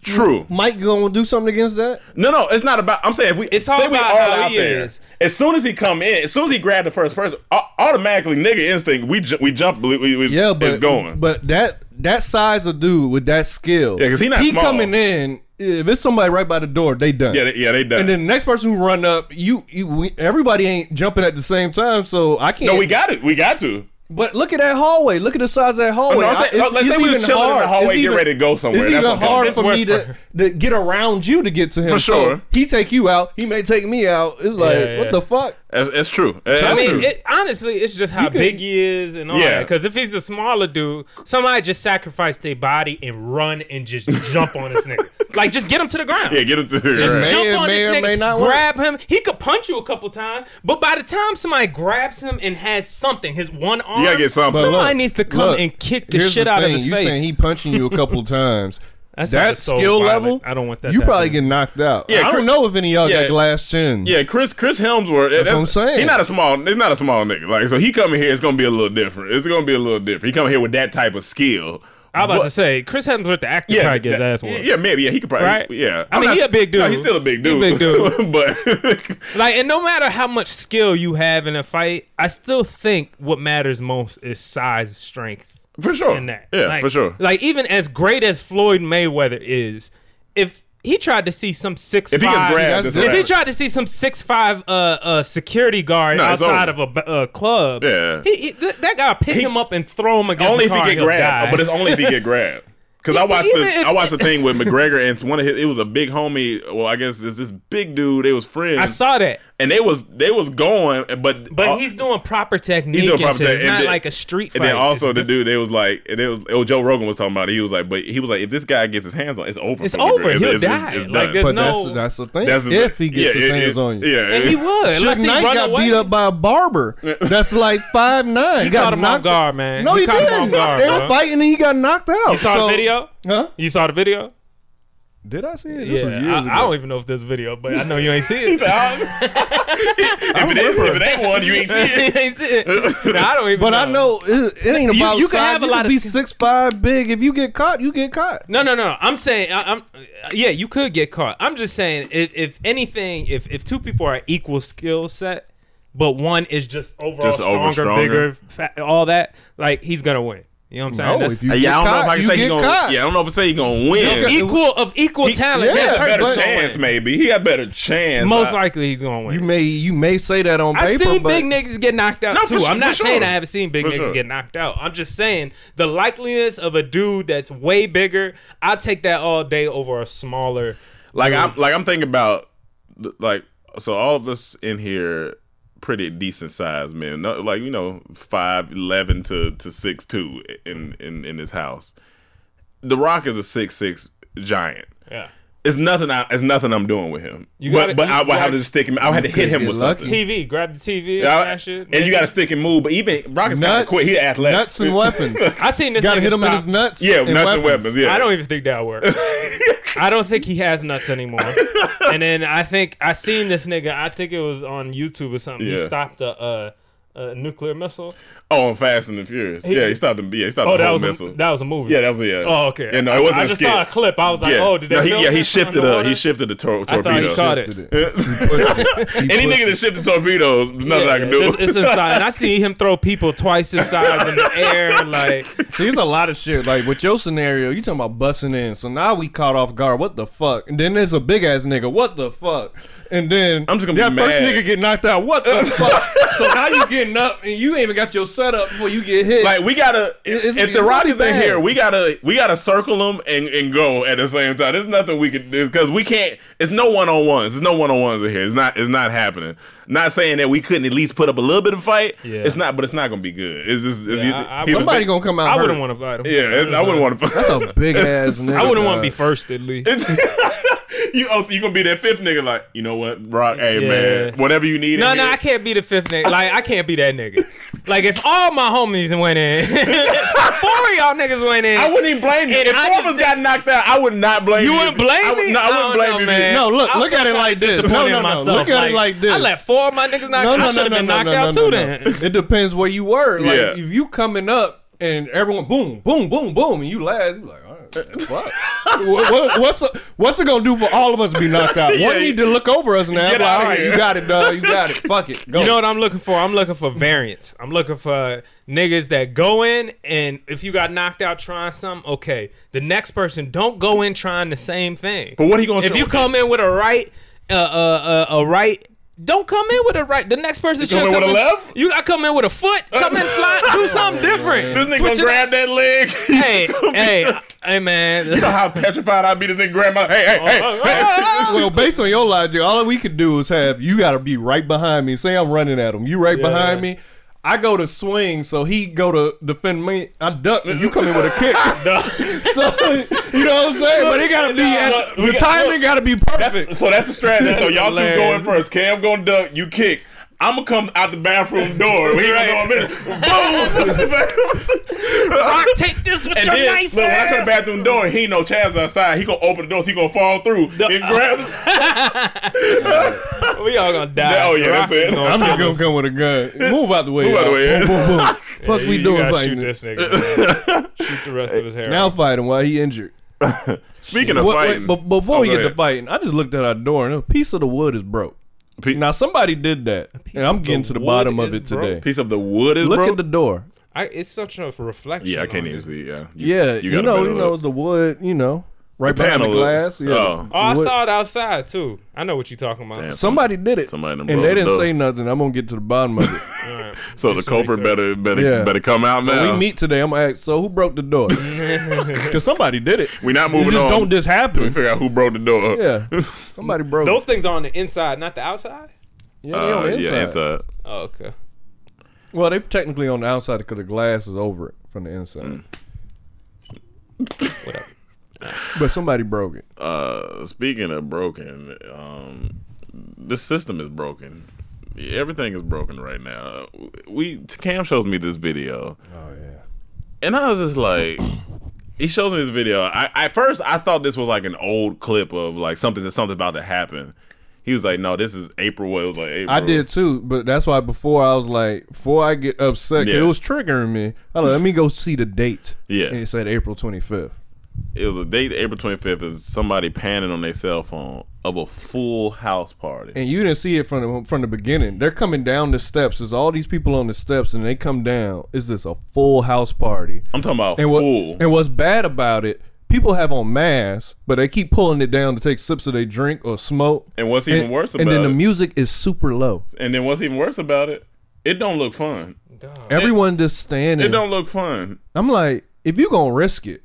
Speaker 4: true.
Speaker 6: Mike gonna do something against that?
Speaker 4: No, no, it's not about. I'm saying if we,
Speaker 5: It's
Speaker 4: say
Speaker 5: all
Speaker 4: we
Speaker 5: about
Speaker 4: all
Speaker 5: how
Speaker 4: out
Speaker 5: he
Speaker 4: there.
Speaker 5: is.
Speaker 4: As soon as he come in, as soon as he grabbed the first person, au- automatically nigga instinct, we ju- we jump, we, we,
Speaker 6: Yeah, but
Speaker 4: it's going.
Speaker 6: But that that size of dude with that skill.
Speaker 4: Yeah, 'cause he not
Speaker 6: he
Speaker 4: small.
Speaker 6: coming in. If it's somebody right by the door, they done.
Speaker 4: yeah, they, yeah, they done.
Speaker 6: And then the next person who run up, you, you we, everybody ain't jumping at the same time, so I can't.
Speaker 4: no, we got it. We got to.
Speaker 6: But look at that hallway. Look at the size of that hallway.
Speaker 4: Oh, no, I'm saying-
Speaker 6: I- it's-
Speaker 4: oh, let's
Speaker 6: it's
Speaker 4: say we was
Speaker 6: even
Speaker 4: chilling in the
Speaker 6: hard-
Speaker 4: hallway
Speaker 6: it's
Speaker 4: getting
Speaker 6: even-
Speaker 4: ready to go somewhere.
Speaker 6: It's
Speaker 4: That's
Speaker 6: even
Speaker 4: what I'm
Speaker 6: hard
Speaker 4: saying.
Speaker 6: for me
Speaker 5: It's
Speaker 6: to, to get around you to get to him.
Speaker 4: For
Speaker 6: So
Speaker 4: sure.
Speaker 6: he take you out. He may take me out. It's like
Speaker 5: Yeah, yeah.
Speaker 6: what the fuck?
Speaker 4: That's, that's true. That's
Speaker 5: I
Speaker 4: true.
Speaker 5: mean, it, honestly, it's just how
Speaker 6: could-
Speaker 5: big he is and all
Speaker 4: Yeah.
Speaker 5: that. Because if he's a smaller dude, somebody just sacrifice their body and run and just jump on this nigga. Like, just get him to the ground.
Speaker 4: yeah, get him to
Speaker 5: Just
Speaker 6: May
Speaker 5: jump
Speaker 6: or-
Speaker 5: on
Speaker 6: may
Speaker 5: this
Speaker 6: or
Speaker 5: nigga,
Speaker 6: may not work.
Speaker 5: grab him. He could punch you a couple times, but by the time somebody grabs him and has something, his one arm,
Speaker 4: gotta get something. But
Speaker 5: Somebody
Speaker 6: look,
Speaker 5: needs to come
Speaker 6: look,
Speaker 5: and kick the
Speaker 6: here's
Speaker 5: shit out
Speaker 6: thing.
Speaker 5: of his
Speaker 6: you
Speaker 5: face.
Speaker 6: saying he punching you a couple times.
Speaker 5: That's
Speaker 6: that
Speaker 5: just so
Speaker 6: skill
Speaker 5: violent.
Speaker 6: level,
Speaker 5: I don't want that
Speaker 6: You
Speaker 5: to
Speaker 6: probably
Speaker 5: happen.
Speaker 6: get knocked out.
Speaker 4: Yeah,
Speaker 6: Yeah, I
Speaker 4: Chris-
Speaker 6: don't know if any of y'all
Speaker 4: yeah.
Speaker 6: got glass chins.
Speaker 4: Yeah, Chris Chris Helmsworth. That's,
Speaker 6: what I'm saying.
Speaker 4: He's not a small. He's not a small nigga. Like so, he coming here. It's gonna be a little different. It's gonna be a little different. He coming here with that type of skill.
Speaker 5: I'm about
Speaker 4: But-
Speaker 5: to say, Chris Hemsworth, the actor, probably gets
Speaker 4: that-
Speaker 5: ass whooped.
Speaker 4: Yeah, maybe. Yeah, he could probably.
Speaker 5: Right?
Speaker 4: Yeah.
Speaker 5: I mean, he a big
Speaker 4: No,
Speaker 5: dude.
Speaker 4: he's still a big
Speaker 5: He a
Speaker 4: dude.
Speaker 5: big dude.
Speaker 4: but
Speaker 5: Like, and no matter how much skill you have in a fight, I still think what matters most is size, strength.
Speaker 4: for sure.
Speaker 5: than that.
Speaker 4: Yeah,
Speaker 5: Like-
Speaker 4: for sure.
Speaker 5: Like even as great as Floyd Mayweather is, if he tried to see some six,
Speaker 4: If he gets grabbed,
Speaker 6: that's
Speaker 4: it's
Speaker 6: if
Speaker 5: if he
Speaker 4: right.
Speaker 5: tried to see some six five uh, uh security guard
Speaker 4: No, it's
Speaker 5: outside of
Speaker 4: over.
Speaker 5: a bu- uh, club,
Speaker 4: Yeah.
Speaker 5: he, he, th- that guy pick
Speaker 4: He-
Speaker 5: him up and throw him against
Speaker 4: only
Speaker 5: the
Speaker 4: if he
Speaker 5: car,
Speaker 4: get
Speaker 5: he'll
Speaker 4: grabbed.
Speaker 5: die.
Speaker 4: But it's only if he get grabbed. Because I watched
Speaker 5: even
Speaker 4: the
Speaker 5: if-
Speaker 4: I watched the thing with McGregor and one of his it was a big homie. Well, I guess this this big dude. They was friends.
Speaker 5: I saw that.
Speaker 4: and they was they was going, but
Speaker 5: But
Speaker 4: uh,
Speaker 5: he's doing proper technique.
Speaker 4: doing
Speaker 5: and
Speaker 4: proper
Speaker 5: shit.
Speaker 4: tech-
Speaker 5: It's
Speaker 4: and
Speaker 5: not
Speaker 4: then-
Speaker 5: like a street fight.
Speaker 4: And then also
Speaker 5: it's,
Speaker 4: the dude, they was like, and it was oh, Joe Rogan was talking about. It. He was like, but he was like, if this guy gets his hands on, it, it's over.
Speaker 5: It's
Speaker 4: for McGregor.
Speaker 5: over. He'll die. Like,
Speaker 4: done.
Speaker 5: there's
Speaker 6: But
Speaker 5: no-
Speaker 6: that's that's the thing.
Speaker 4: That's the-
Speaker 6: if he gets
Speaker 4: yeah,
Speaker 6: his
Speaker 4: it-
Speaker 6: hands
Speaker 4: it-
Speaker 6: on you.
Speaker 4: yeah,
Speaker 5: and he
Speaker 4: it-
Speaker 5: would.
Speaker 6: Suge
Speaker 5: Unless he
Speaker 6: Knight
Speaker 5: run
Speaker 6: got
Speaker 5: away.
Speaker 6: beat up by a barber. That's like five nine.
Speaker 5: You caught him off guard, man.
Speaker 6: No,
Speaker 5: You
Speaker 6: he
Speaker 5: caught him
Speaker 6: didn't.
Speaker 5: off guard,
Speaker 6: they
Speaker 5: bro.
Speaker 6: were fighting and he got knocked out.
Speaker 5: You saw
Speaker 6: So-
Speaker 5: the video?
Speaker 6: Huh?
Speaker 5: You saw the video?
Speaker 6: Did I see it? This was
Speaker 5: I-
Speaker 6: years ago.
Speaker 5: I, don't even know if there's video, but I know you ain't see it.
Speaker 4: if it is, if it ain't one, you ain't see it.
Speaker 5: You ain't see it. Nah, I don't even.
Speaker 6: But I know it, it ain't
Speaker 5: You-
Speaker 6: about
Speaker 5: you
Speaker 6: you,
Speaker 5: can
Speaker 6: size.
Speaker 5: have a
Speaker 6: you
Speaker 5: lot
Speaker 6: can
Speaker 5: of
Speaker 6: be
Speaker 5: skin-
Speaker 6: six five big. If you get caught, you get caught.
Speaker 5: No, no, no. I'm saying, I, I'm yeah, you could get caught. I'm just saying, if, if anything, if if two people are equal skill set, but one is just overall
Speaker 4: Just
Speaker 5: stronger,
Speaker 4: over stronger.
Speaker 5: bigger, fa- all that, like he's gonna win. You know what I'm saying?
Speaker 6: No,
Speaker 5: That's-
Speaker 6: if you
Speaker 4: Yeah,
Speaker 6: get
Speaker 4: I don't know
Speaker 6: caught,
Speaker 4: if I can
Speaker 6: you
Speaker 4: say
Speaker 6: get
Speaker 4: he gonna.
Speaker 6: caught.
Speaker 4: Yeah, I don't know if I say he gonna win.
Speaker 5: equal of equal talent,
Speaker 6: yeah,
Speaker 5: yeah,
Speaker 4: He got a better
Speaker 6: Right.
Speaker 4: chance, maybe. He got a better chance.
Speaker 5: most
Speaker 4: I-
Speaker 5: likely he's gonna win.
Speaker 6: You may you may say that on
Speaker 5: I
Speaker 6: paper,
Speaker 5: seen
Speaker 6: but
Speaker 5: big niggas get knocked out
Speaker 4: No, for
Speaker 5: too.
Speaker 4: su-
Speaker 5: I'm not
Speaker 4: for
Speaker 5: saying
Speaker 4: sure.
Speaker 5: I haven't seen big
Speaker 4: For
Speaker 5: niggas
Speaker 4: sure.
Speaker 5: get knocked out. I'm just saying the likeliness of a dude that's way bigger, I take that all day over a smaller.
Speaker 4: Like I'm like I'm thinking about th- like so all of us in here pretty decent sized men. No, like you know five eleven to to six two in in in this house. The Rock is a six six giant.
Speaker 5: Yeah.
Speaker 4: It's nothing. I, it's nothing I'm doing with him.
Speaker 5: You
Speaker 4: but
Speaker 5: gotta-
Speaker 4: but
Speaker 5: you
Speaker 4: I would have
Speaker 5: gotta-
Speaker 4: to stick him. I would have to hit him
Speaker 6: get
Speaker 4: with
Speaker 6: lucky.
Speaker 4: something.
Speaker 5: TV, grab the TV and
Speaker 4: I-
Speaker 5: smash it.
Speaker 4: and you got to stick and move. But even Rock is kind of
Speaker 6: nuts,
Speaker 4: quick. He athletic.
Speaker 6: nuts and weapons.
Speaker 5: I seen this.
Speaker 6: Gotta
Speaker 5: nigga
Speaker 6: hit him in
Speaker 5: stop-
Speaker 6: his nuts.
Speaker 4: yeah, nuts and weapons. Yeah,
Speaker 5: I don't even think that works. I don't think he has nuts anymore. and then I think I seen this nigga. I think it was on YouTube or something. He
Speaker 4: Yeah.
Speaker 5: stopped a, a, a nuclear missile.
Speaker 4: Oh, and Fast and the Furious. yeah, he stopped him. Yeah, he stopped
Speaker 5: Oh,
Speaker 4: the
Speaker 5: that
Speaker 4: whole
Speaker 5: was
Speaker 4: missile.
Speaker 5: a, that was a movie.
Speaker 4: Yeah, that was yeah.
Speaker 5: Oh, okay.
Speaker 4: Yeah, no,
Speaker 5: I-
Speaker 4: it wasn't.
Speaker 5: I
Speaker 4: a
Speaker 5: just
Speaker 4: skit.
Speaker 5: saw a clip. I was like, oh, did they
Speaker 4: no, he,
Speaker 5: film
Speaker 4: yeah, he
Speaker 5: this from
Speaker 4: shifted. Uh,
Speaker 5: underwater?
Speaker 4: he shifted the tor-
Speaker 5: I thought he
Speaker 4: torpedo.
Speaker 5: caught
Speaker 6: Did
Speaker 5: it.
Speaker 6: it. He pushed it. He
Speaker 4: Any
Speaker 6: pushed
Speaker 4: nigga that shifted torpedoes, there's nothing
Speaker 5: Yeah,
Speaker 4: I can do.
Speaker 5: It's, it's inside. And I see him throw people twice his size in the air. Like,
Speaker 6: See, there's a lot of shit. Like with your scenario, you talking about busting in. So now we caught off guard. What the fuck? And then there's a big ass nigga. What the fuck? And then
Speaker 4: I'm just gonna
Speaker 6: that
Speaker 4: be
Speaker 6: first
Speaker 4: mad.
Speaker 6: nigga get knocked out. What the fuck? So now you getting up and you ain't even got your setup before you get hit.
Speaker 4: like we gotta.
Speaker 6: It's-
Speaker 4: if
Speaker 6: it's
Speaker 4: the
Speaker 6: gonna
Speaker 4: Rock
Speaker 6: be
Speaker 4: is in
Speaker 6: bad.
Speaker 4: here, we gotta we gotta circle them and, and go at the same time. There's nothing we could do because we can't. It's no one on ones. There's no one on ones in here. It's not. It's not happening. Not saying that we couldn't at least put up a little bit of fight.
Speaker 5: Yeah.
Speaker 4: It's not. But it's not gonna be good. It's just. It's,
Speaker 5: Yeah, I- I
Speaker 4: he's a
Speaker 6: somebody
Speaker 4: big-
Speaker 6: gonna come out.
Speaker 5: I
Speaker 6: hurt.
Speaker 5: wouldn't want to fight him.
Speaker 4: Yeah, it- I wouldn't want to.
Speaker 6: That's a big ass nigga.
Speaker 5: I wouldn't want
Speaker 6: dog.
Speaker 5: to be first at least.
Speaker 4: It's- you oh, so you gonna be that fifth nigga like you know what Rock hey man
Speaker 5: Yeah.
Speaker 4: whatever you need
Speaker 5: No,
Speaker 4: in
Speaker 5: no,
Speaker 4: here.
Speaker 5: I can't be the fifth nigga. Like, I can't be that nigga. Like, if all my homies went in, four of y'all niggas went in.
Speaker 4: I wouldn't even blame you
Speaker 5: And
Speaker 4: if
Speaker 5: I
Speaker 4: four of
Speaker 5: just
Speaker 4: us got knocked out I would not blame
Speaker 5: You
Speaker 4: you
Speaker 5: wouldn't blame
Speaker 4: I would,
Speaker 5: me?
Speaker 4: no I
Speaker 5: I
Speaker 4: wouldn't
Speaker 5: don't
Speaker 4: blame
Speaker 5: know,
Speaker 4: you
Speaker 5: man.
Speaker 6: No, look,
Speaker 5: I'm
Speaker 6: look at it like this.
Speaker 5: disappointed
Speaker 6: No,
Speaker 5: in
Speaker 6: no, no.
Speaker 5: myself.
Speaker 6: Look at it like this.
Speaker 5: I let four of my niggas knock
Speaker 6: No,
Speaker 5: out.
Speaker 6: no,
Speaker 5: I should
Speaker 6: no,
Speaker 5: have
Speaker 6: no,
Speaker 5: been
Speaker 6: no,
Speaker 5: knocked
Speaker 6: no,
Speaker 5: out
Speaker 6: no,
Speaker 5: too
Speaker 6: no.
Speaker 5: then.
Speaker 6: It depends where you were. Like
Speaker 4: Yeah.
Speaker 6: if you coming up and everyone boom, boom, boom, boom, and you last, you like, all right, fuck. what, what, what's what's it gonna do for all of us to be knocked out?
Speaker 4: Yeah,
Speaker 6: One need to look over us and act
Speaker 4: get
Speaker 6: like,
Speaker 4: out
Speaker 6: all
Speaker 4: of
Speaker 6: right,
Speaker 4: here."
Speaker 6: you got it, dog, you got it. Fuck it, go.
Speaker 5: You know what I'm looking for? I'm looking for variants. I'm looking for niggas that go in and if you got knocked out trying something, okay. The next person don't go in trying the same thing.
Speaker 4: But what he gonna
Speaker 5: If
Speaker 4: try-
Speaker 5: you come in with a right, uh, uh, uh, a right. Don't come in with a right. The next person should
Speaker 4: come in with a left?
Speaker 5: You I come in with a foot. Come in flat. Do something different.
Speaker 4: this nigga
Speaker 5: Switch
Speaker 4: gonna
Speaker 5: it up.
Speaker 4: grab that leg
Speaker 5: Hey, hey, hey, man.
Speaker 4: how petrified I'd be to think grandma hey hey
Speaker 5: Oh,
Speaker 4: hey, hey.
Speaker 6: well, based on your logic, all we could do is have you got to be right behind me. Say I'm running at him, you right behind me. I go to swing, so he go to defend me. I duck, and you come in with a kick. so you know what I'm saying? But it gotta be at,
Speaker 4: No, we
Speaker 6: the
Speaker 4: got-
Speaker 6: timing.
Speaker 4: look,
Speaker 6: Gotta be perfect.
Speaker 4: That's, so that's the strategy so
Speaker 5: That's
Speaker 4: y'all two going
Speaker 5: hilarious.
Speaker 4: first Cam gonna duck you kick I'm gonna come out the bathroom door we ain't gonna know a minute boom
Speaker 5: Rock, take this with
Speaker 4: And
Speaker 5: your
Speaker 4: then,
Speaker 5: nice
Speaker 4: look, when I come to the
Speaker 5: ass.
Speaker 4: bathroom door, he ain't no Chaz outside. He gonna open the door, so he gonna fall through and grab.
Speaker 5: We all gonna die.
Speaker 4: oh yeah, that's
Speaker 5: Rock is
Speaker 4: it.
Speaker 5: gonna-
Speaker 6: I'm just gonna come with a gun. Move out the way.
Speaker 4: Move out the
Speaker 6: y'all.
Speaker 4: way.
Speaker 6: Boom, boom, boom. Fuck, we
Speaker 5: you, you
Speaker 6: doing
Speaker 5: gotta
Speaker 6: fighting
Speaker 5: shoot
Speaker 6: this.
Speaker 5: this nigga. man. shoot the rest of his hair.
Speaker 6: Now fighting while he injured.
Speaker 4: Speaking of
Speaker 6: What- wait,
Speaker 4: fighting,
Speaker 6: but before
Speaker 4: Oh,
Speaker 6: we
Speaker 4: go
Speaker 6: get to
Speaker 4: ahead.
Speaker 6: fighting, I just looked at our door and a piece of the wood is broke.
Speaker 4: Pe-
Speaker 6: Now somebody did that, and I'm
Speaker 5: of
Speaker 6: getting
Speaker 5: the
Speaker 6: to the
Speaker 5: wood
Speaker 6: bottom of
Speaker 5: is
Speaker 6: it
Speaker 5: broke?
Speaker 6: today.
Speaker 4: piece of the wood is
Speaker 6: Look
Speaker 4: broke.
Speaker 6: at the door.
Speaker 5: I it's such a reflection.
Speaker 4: Yeah, I can't
Speaker 5: on
Speaker 4: even
Speaker 5: it.
Speaker 4: see. Yeah,
Speaker 6: Yeah, you,
Speaker 4: got a
Speaker 6: know,
Speaker 4: better
Speaker 6: you know
Speaker 4: look.
Speaker 6: the wood, you know, right
Speaker 4: The
Speaker 6: behind the
Speaker 4: panel look.
Speaker 6: glass. Yeah.
Speaker 4: Oh.
Speaker 5: Oh, I
Speaker 6: Wood.
Speaker 5: saw it outside too. I know what you're talking about.
Speaker 4: Damn.
Speaker 6: Somebody did it,
Speaker 4: Somebody done
Speaker 6: and
Speaker 4: broke
Speaker 6: they
Speaker 4: the
Speaker 6: didn't
Speaker 4: door.
Speaker 6: say nothing. I'm gonna get to the bottom of it.
Speaker 5: All right.
Speaker 4: So the
Speaker 5: Do some
Speaker 4: culprit
Speaker 5: research.
Speaker 4: better better
Speaker 6: Yeah.
Speaker 4: better come out now.
Speaker 6: When we meet today, I'm gonna ask. So who broke the door? Because somebody did it.
Speaker 4: We not
Speaker 6: It
Speaker 4: moving
Speaker 6: just
Speaker 4: on.
Speaker 6: Don't just
Speaker 4: Till we
Speaker 6: happen.
Speaker 4: figure out who broke the door.
Speaker 6: Yeah, somebody broke.
Speaker 5: Those
Speaker 6: it.
Speaker 5: things are on the inside, not the outside.
Speaker 6: Yeah, they
Speaker 4: Uh,
Speaker 6: on the inside.
Speaker 4: yeah, inside.
Speaker 5: Oh, okay.
Speaker 6: Well, they technically on the outside because the glass is over it from the inside.
Speaker 4: Mm.
Speaker 5: Whatever.
Speaker 6: But somebody broke it.
Speaker 4: Uh, speaking of broken, um, this system is broken. Everything is broken right now. We Cam shows me this video,
Speaker 6: Oh yeah.
Speaker 4: and I was just like, he shows me this video. I at first I thought this was like an old clip of like something that something about to happen. He was like, "No, this is April." What it was like April.
Speaker 6: I did too, but that's why before I was like, before I get upset, 'cause
Speaker 4: Yeah.
Speaker 6: it was triggering me. I was like, let me go see the date.
Speaker 4: Yeah.
Speaker 6: and it said April 25th.
Speaker 4: It was a date, April twenty fifth, is somebody panning on their cell phone of a full house party.
Speaker 6: and you didn't see it from the, from the beginning. They're coming down the steps. There's all these people on the steps, and they come down. Is this a full house party?
Speaker 4: I'm talking about
Speaker 6: And what
Speaker 4: full.
Speaker 6: and what's bad about it? People have on masks, but they keep pulling it down to take sips of their drink or smoke.
Speaker 4: And what's even worse
Speaker 6: and then
Speaker 4: about
Speaker 6: the
Speaker 4: it-
Speaker 6: music is super low.
Speaker 4: And then what's even worse about it, it don't look fun.
Speaker 6: Everyone just standing.
Speaker 4: It don't look fun.
Speaker 6: I'm like, if you gonna risk it,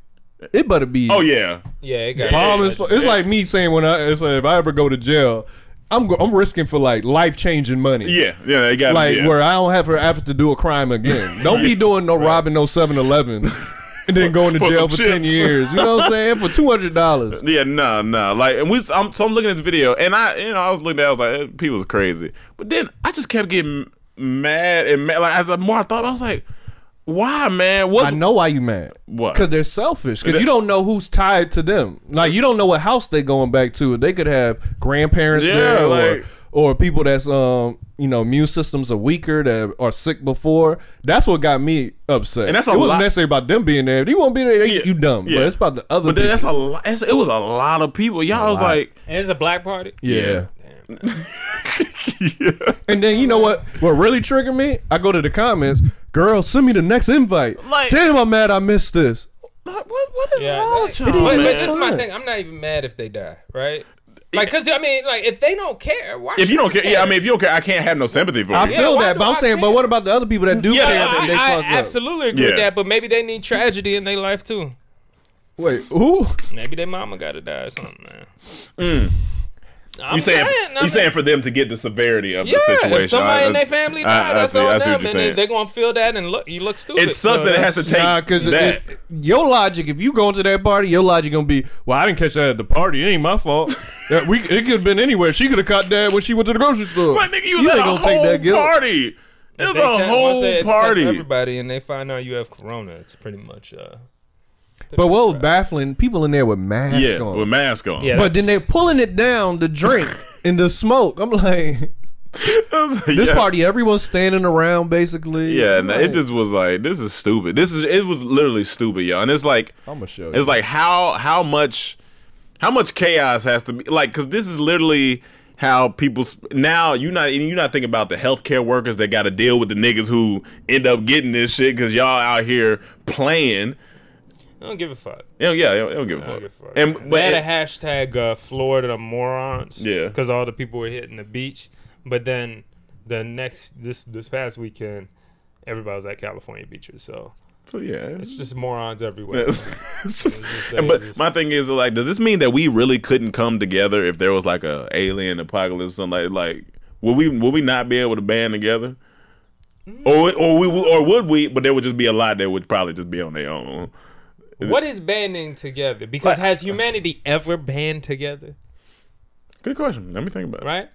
Speaker 6: it better be.
Speaker 4: Oh yeah.
Speaker 5: Yeah, it got.
Speaker 6: Bomb as fu- it's like me saying when I it's like if I ever go to jail, I'm go, I'm risking for like life changing money.
Speaker 4: Yeah, yeah, they got
Speaker 6: like
Speaker 4: yeah.
Speaker 6: where I don't have her ever to do a crime again. Don't be doing no robbing no 7-Eleven and then going to
Speaker 4: For
Speaker 6: jail
Speaker 4: some
Speaker 6: for ten
Speaker 4: chips.
Speaker 6: years. You know what I'm saying? For two hundred dollars.
Speaker 4: yeah, no, no. Like, and we, I'm, so I'm looking at this video, and I, you know, I was looking at, it, I was like, eh, people are crazy. But then I just kept getting mad and mad. Like, as the more I thought, I was like, why, man? What?
Speaker 6: I know why you mad.
Speaker 4: Why?
Speaker 6: Because they're selfish. Because
Speaker 4: That-
Speaker 6: you don't know who's tied to them. Like you don't know what house they going back to. They could have grandparents
Speaker 4: Yeah,
Speaker 6: there, or,
Speaker 4: like-
Speaker 6: or people that's um you know immune systems are weaker that are sick before. That's what got me upset.
Speaker 4: And that's a
Speaker 6: it wasn't
Speaker 4: lot-
Speaker 6: necessarily about them being there. If you won't be there, they-
Speaker 4: Yeah,
Speaker 6: you dumb.
Speaker 4: yeah.
Speaker 6: But it's about the other.
Speaker 4: But then that's
Speaker 6: people.
Speaker 4: a lot. That's, it was a lot of people. Y'all was like,
Speaker 5: And it's a black party.
Speaker 6: yeah. And then you know what? What really triggered me? I go to the comments. Girl, send me the next invite.
Speaker 4: Like-
Speaker 6: Damn, I'm mad I missed this.
Speaker 4: what, what is
Speaker 5: Yeah,
Speaker 4: wrong
Speaker 5: like,
Speaker 4: with
Speaker 5: but,
Speaker 4: y'all,
Speaker 5: but
Speaker 4: man?
Speaker 5: this is my thing. I'm not even mad if they die, right? Like, cause I mean, like, if they don't care, why?
Speaker 4: If you
Speaker 5: should
Speaker 4: don't care, yeah, I mean, if you don't care, I can't have no sympathy for
Speaker 6: I
Speaker 4: you.
Speaker 5: Yeah,
Speaker 6: feel
Speaker 5: why
Speaker 6: that,
Speaker 5: do
Speaker 6: but I'm
Speaker 5: I
Speaker 6: saying, but
Speaker 5: care?
Speaker 6: what about the other people that do
Speaker 4: Yeah,
Speaker 6: care
Speaker 5: I,
Speaker 6: that they
Speaker 5: I
Speaker 6: fuck up?
Speaker 5: absolutely agree with
Speaker 4: Yeah.
Speaker 5: that, but maybe they need tragedy in their life too.
Speaker 6: Wait, who?
Speaker 5: Maybe their mama gotta die or something, man. I'm
Speaker 4: Mm. You saying,
Speaker 5: I
Speaker 4: you
Speaker 5: mean-
Speaker 4: saying for them to get the severity of
Speaker 5: yeah,
Speaker 4: the situation.
Speaker 5: if somebody
Speaker 4: I-
Speaker 5: in their
Speaker 4: I-
Speaker 5: family
Speaker 4: I-
Speaker 5: died,
Speaker 4: I
Speaker 5: that's
Speaker 4: see- I
Speaker 5: on
Speaker 4: see what
Speaker 5: them,
Speaker 4: you're
Speaker 5: and they,
Speaker 4: saying.
Speaker 5: they're gonna feel that and look, you look stupid.
Speaker 4: It sucks
Speaker 5: So
Speaker 4: that it has to
Speaker 5: that's-
Speaker 4: take
Speaker 6: Nah, because
Speaker 4: that.
Speaker 6: your logic, if you going to that party, your logic gonna be, well, I didn't catch that at the party. It ain't my fault. That we, it could have been anywhere. She could have caught that when she went to the grocery store.
Speaker 4: Right, nigga, you was at a
Speaker 6: ain't
Speaker 4: whole party. It was
Speaker 5: They te-
Speaker 4: a
Speaker 5: once they
Speaker 4: whole
Speaker 5: test
Speaker 4: party.
Speaker 5: Everybody, and they find out you have corona. It's pretty much. Uh,
Speaker 6: But what was baffling? People in there with masks
Speaker 4: Yeah,
Speaker 6: on.
Speaker 4: with mask on.
Speaker 5: Yeah,
Speaker 6: but then they're
Speaker 5: that's-
Speaker 6: pulling it down the drink and the smoke. I'm like, this
Speaker 4: Yeah.
Speaker 6: party, everyone's standing around basically.
Speaker 4: Yeah,
Speaker 6: I'm
Speaker 4: no,
Speaker 6: like,
Speaker 4: it just was like this is stupid. This is it was literally stupid, y'all. And it's like
Speaker 6: I'ma show you.
Speaker 4: It's like how how much how much chaos has to be like because this is literally how people sp- now you not and you not thinking about the healthcare workers that got to deal with the niggas who end up getting this shit because y'all out here playing.
Speaker 5: I don't give a fuck.
Speaker 4: You know, yeah, they don't, they don't give a fuck.
Speaker 5: Give a fuck.
Speaker 4: And
Speaker 5: they
Speaker 4: but
Speaker 5: had
Speaker 4: it-
Speaker 5: a hashtag uh, Florida morons.
Speaker 4: Yeah.
Speaker 5: because all the people were hitting the beach. But then the next this this past weekend, everybody was at California beaches. So
Speaker 4: so yeah, it's-
Speaker 5: it's just morons everywhere.
Speaker 4: It's just-
Speaker 5: just
Speaker 4: and but
Speaker 5: dangerous.
Speaker 4: my thing is like, does this mean that we really couldn't come together if there was like a alien apocalypse or something like like would we would we not be able to band together? Or or we or would we? But there would just be a lot that would probably just be on their own.
Speaker 5: what is banding together? Because has humanity ever band together?
Speaker 4: Good question. Let me think about it.
Speaker 5: Right.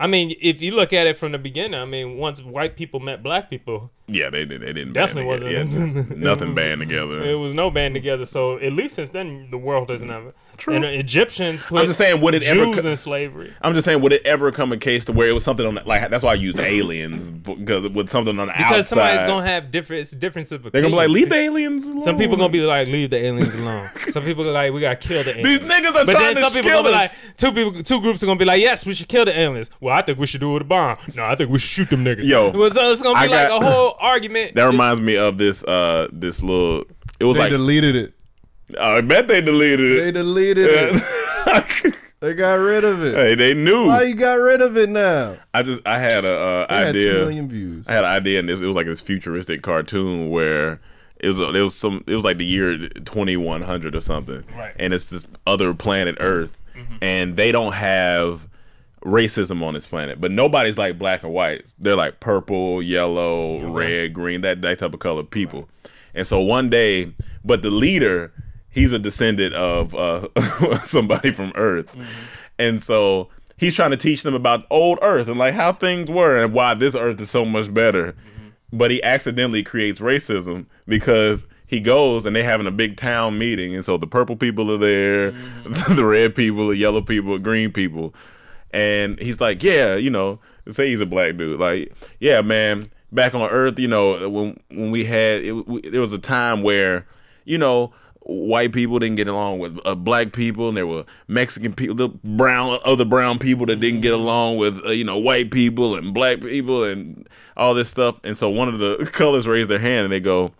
Speaker 5: I mean, if you look at it from the beginning, I mean, once white people met black people,
Speaker 4: Yeah, they did. They didn't
Speaker 5: Definitely
Speaker 4: band together.
Speaker 5: wasn't.
Speaker 4: Yeah,
Speaker 5: It
Speaker 4: nothing
Speaker 5: was-
Speaker 4: band together.
Speaker 5: It was no band together, so at least since then the world has never. True. And Egyptians put
Speaker 4: I'm just saying, would it ever
Speaker 5: Jews
Speaker 4: co-
Speaker 5: in slavery?
Speaker 4: I'm just saying, would it ever come a case to where it was something on the- like that's why I use aliens because with something on the outside
Speaker 5: Because somebody's gonna have different it's difference of opinion.
Speaker 4: they're gonna be like leave the aliens. Alone.
Speaker 5: Some people gonna be like leave the aliens alone. some people are like we gotta kill the aliens.
Speaker 4: These niggas are
Speaker 5: but
Speaker 4: trying
Speaker 5: then
Speaker 4: to
Speaker 5: some people
Speaker 4: kill
Speaker 5: gonna be
Speaker 4: us.
Speaker 5: like two people two groups are gonna be like yes we should kill the aliens. Well, I think we should do it with a bomb. No, I think we should shoot them niggas.
Speaker 4: Yo,
Speaker 5: Well, so it's gonna be
Speaker 4: I
Speaker 5: like
Speaker 4: got-
Speaker 5: a whole argument.
Speaker 4: That reminds me of this uh this little it was
Speaker 6: They
Speaker 4: like
Speaker 6: deleted it.
Speaker 4: I bet they
Speaker 6: They
Speaker 4: deleted
Speaker 6: deleted it.
Speaker 4: it.
Speaker 6: They got rid of it.
Speaker 4: hey, they knew.
Speaker 6: Why you got rid of it now?
Speaker 4: I just I had a uh,
Speaker 6: They had
Speaker 4: idea.
Speaker 6: two million views.
Speaker 4: I had an idea, and it was, it was like this futuristic cartoon where it was it was some it was like the year twenty one hundred or something,
Speaker 5: Right.
Speaker 4: And it's this other planet Earth, and they don't have racism on this planet, but nobody's like black or white. They're like purple, yellow, red, green, that that type of color people. And so one day, but the leader, he's a descendant of uh, somebody from Earth, and so he's trying to teach them about old Earth and like how things were and why this Earth is so much better. But he accidentally creates racism because he goes and they're having a big town meeting, and so the purple people are there, the red people, the yellow people, the green people, and he's like, yeah, you know, say he's a black dude, like, yeah, man, back on Earth, you know, when when we had, it, we, there was a time where, you know, white people didn't get along with uh, black people, and there were Mexican people, the brown, other brown people that didn't get along with, uh, you know, white people and black people and all this stuff, and so one of the colors raised their hand and they go,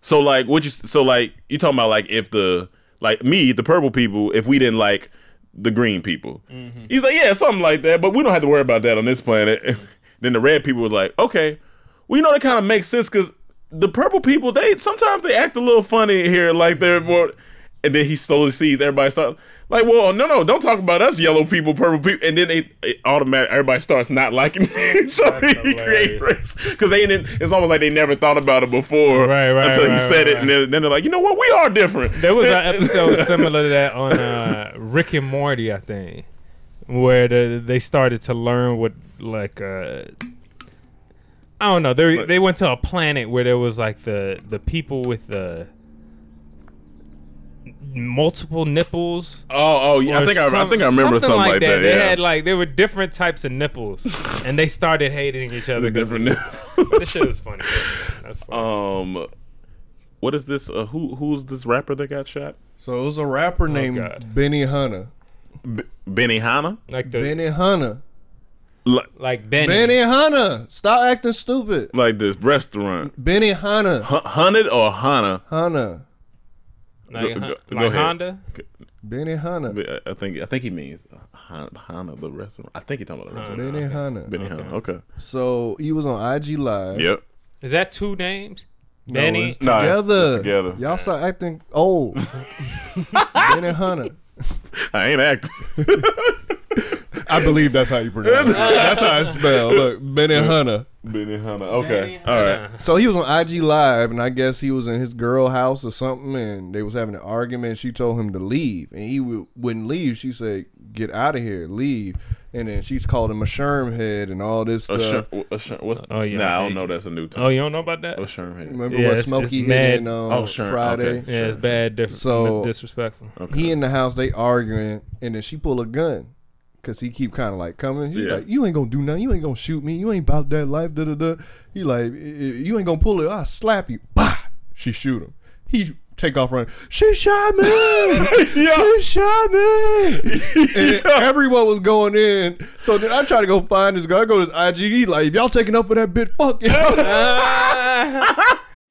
Speaker 4: so like what you so like you talking about like if the like me the purple people if we didn't like the green people. He's like yeah something like that, but we don't have to worry about that on this planet. then the red people were like okay, well you know that kind of makes sense because the purple people they sometimes they act a little funny here like they're more. And then he slowly sees everybody start like, well, no, no, don't talk about us, yellow people, purple people. And then they it automatic everybody starts not liking each other. He creates race because they didn't. It's almost like they never thought about it before
Speaker 5: Right, right,
Speaker 4: until he
Speaker 5: right,
Speaker 4: said
Speaker 5: right,
Speaker 4: it, and then, then they're like, you know what, we are different.
Speaker 5: There was an episode similar to that on uh, Rick and Morty, I think, where the, they started to learn what like uh, I don't know. They they went to a planet where there was like the the people with the multiple nipples.
Speaker 4: Oh, oh, yeah, I
Speaker 5: or
Speaker 4: think I, I
Speaker 5: some-
Speaker 4: think I remember something, like, that.
Speaker 5: They
Speaker 4: yeah.
Speaker 5: had like they were different types of nipples, and they started hating each other.
Speaker 4: the
Speaker 5: 'cause-
Speaker 4: different.
Speaker 5: This shit was funny. That's funny.
Speaker 4: um, what is this? Uh, who who's this rapper that got shot?
Speaker 6: So it was a rapper named
Speaker 5: God.
Speaker 6: Benny Hunter.
Speaker 4: B- Benny Hanna.
Speaker 5: like the
Speaker 6: Benny Hunter.
Speaker 4: Like,
Speaker 5: like Benny.
Speaker 6: Benny Hunter. Stop acting stupid.
Speaker 4: like this restaurant.
Speaker 6: Benny Hunter.
Speaker 4: H- hunted or Hana?
Speaker 6: Hunter.
Speaker 5: like,
Speaker 4: Go- go- go
Speaker 5: like
Speaker 4: ahead.
Speaker 5: Honda.
Speaker 6: Benny Hunter.
Speaker 4: I- I think I think he means Han- Hana the restaurant. I think he's talking about the restaurant.
Speaker 6: Benny Hunter.
Speaker 4: Benny Hanna. Okay.
Speaker 6: So he was on IG Live.
Speaker 4: Yep.
Speaker 5: Is that two names?
Speaker 6: No,
Speaker 5: Benny.
Speaker 6: it's
Speaker 4: Nah, it's- it's
Speaker 6: together.
Speaker 4: together.
Speaker 6: Y'all start acting old. Benny Hunter.
Speaker 4: I ain't acting.
Speaker 6: I believe that's how you pronounce it. That's how I spell. Look, Benny Hunter.
Speaker 4: Benny Hanna. Okay. All right.
Speaker 6: So he was on IG Live, and I guess he was in his girl house or something, and they was having an argument. She told him to leave, and he w- wouldn't leave. She said, "Get out of here, leave." And then she's called him a sherm head and all this
Speaker 4: A
Speaker 6: stuff.
Speaker 4: shir- a shir- what's,
Speaker 5: Oh, yeah.
Speaker 4: Nah, I don't know. That's a new term.
Speaker 5: oh, you don't know about that?
Speaker 4: A shirm head.
Speaker 6: Remember
Speaker 5: Yeah,
Speaker 6: what
Speaker 5: it's-
Speaker 6: Smokey
Speaker 5: it's
Speaker 6: hit in
Speaker 5: mad-
Speaker 6: on
Speaker 4: Oh, sure,
Speaker 6: Friday?
Speaker 4: okay.
Speaker 5: yeah, it's bad. Diff-
Speaker 6: So-
Speaker 5: disrespectful.
Speaker 6: He in the house, they arguing, and then she pull a gun. Cause he keep kind of like coming. He
Speaker 4: Yeah.
Speaker 6: like, you ain't gonna do nothing. You ain't gonna shoot me. You ain't about that life. Da da da. He like, "I- I- you ain't gonna pull it. I will slap you. Bah. She shoot him. He take off running. She shot me. She shot me. And everyone was going in. So then I try to go find this guy. I go to his IG. He like, if y'all taking up for that bit, fuck it.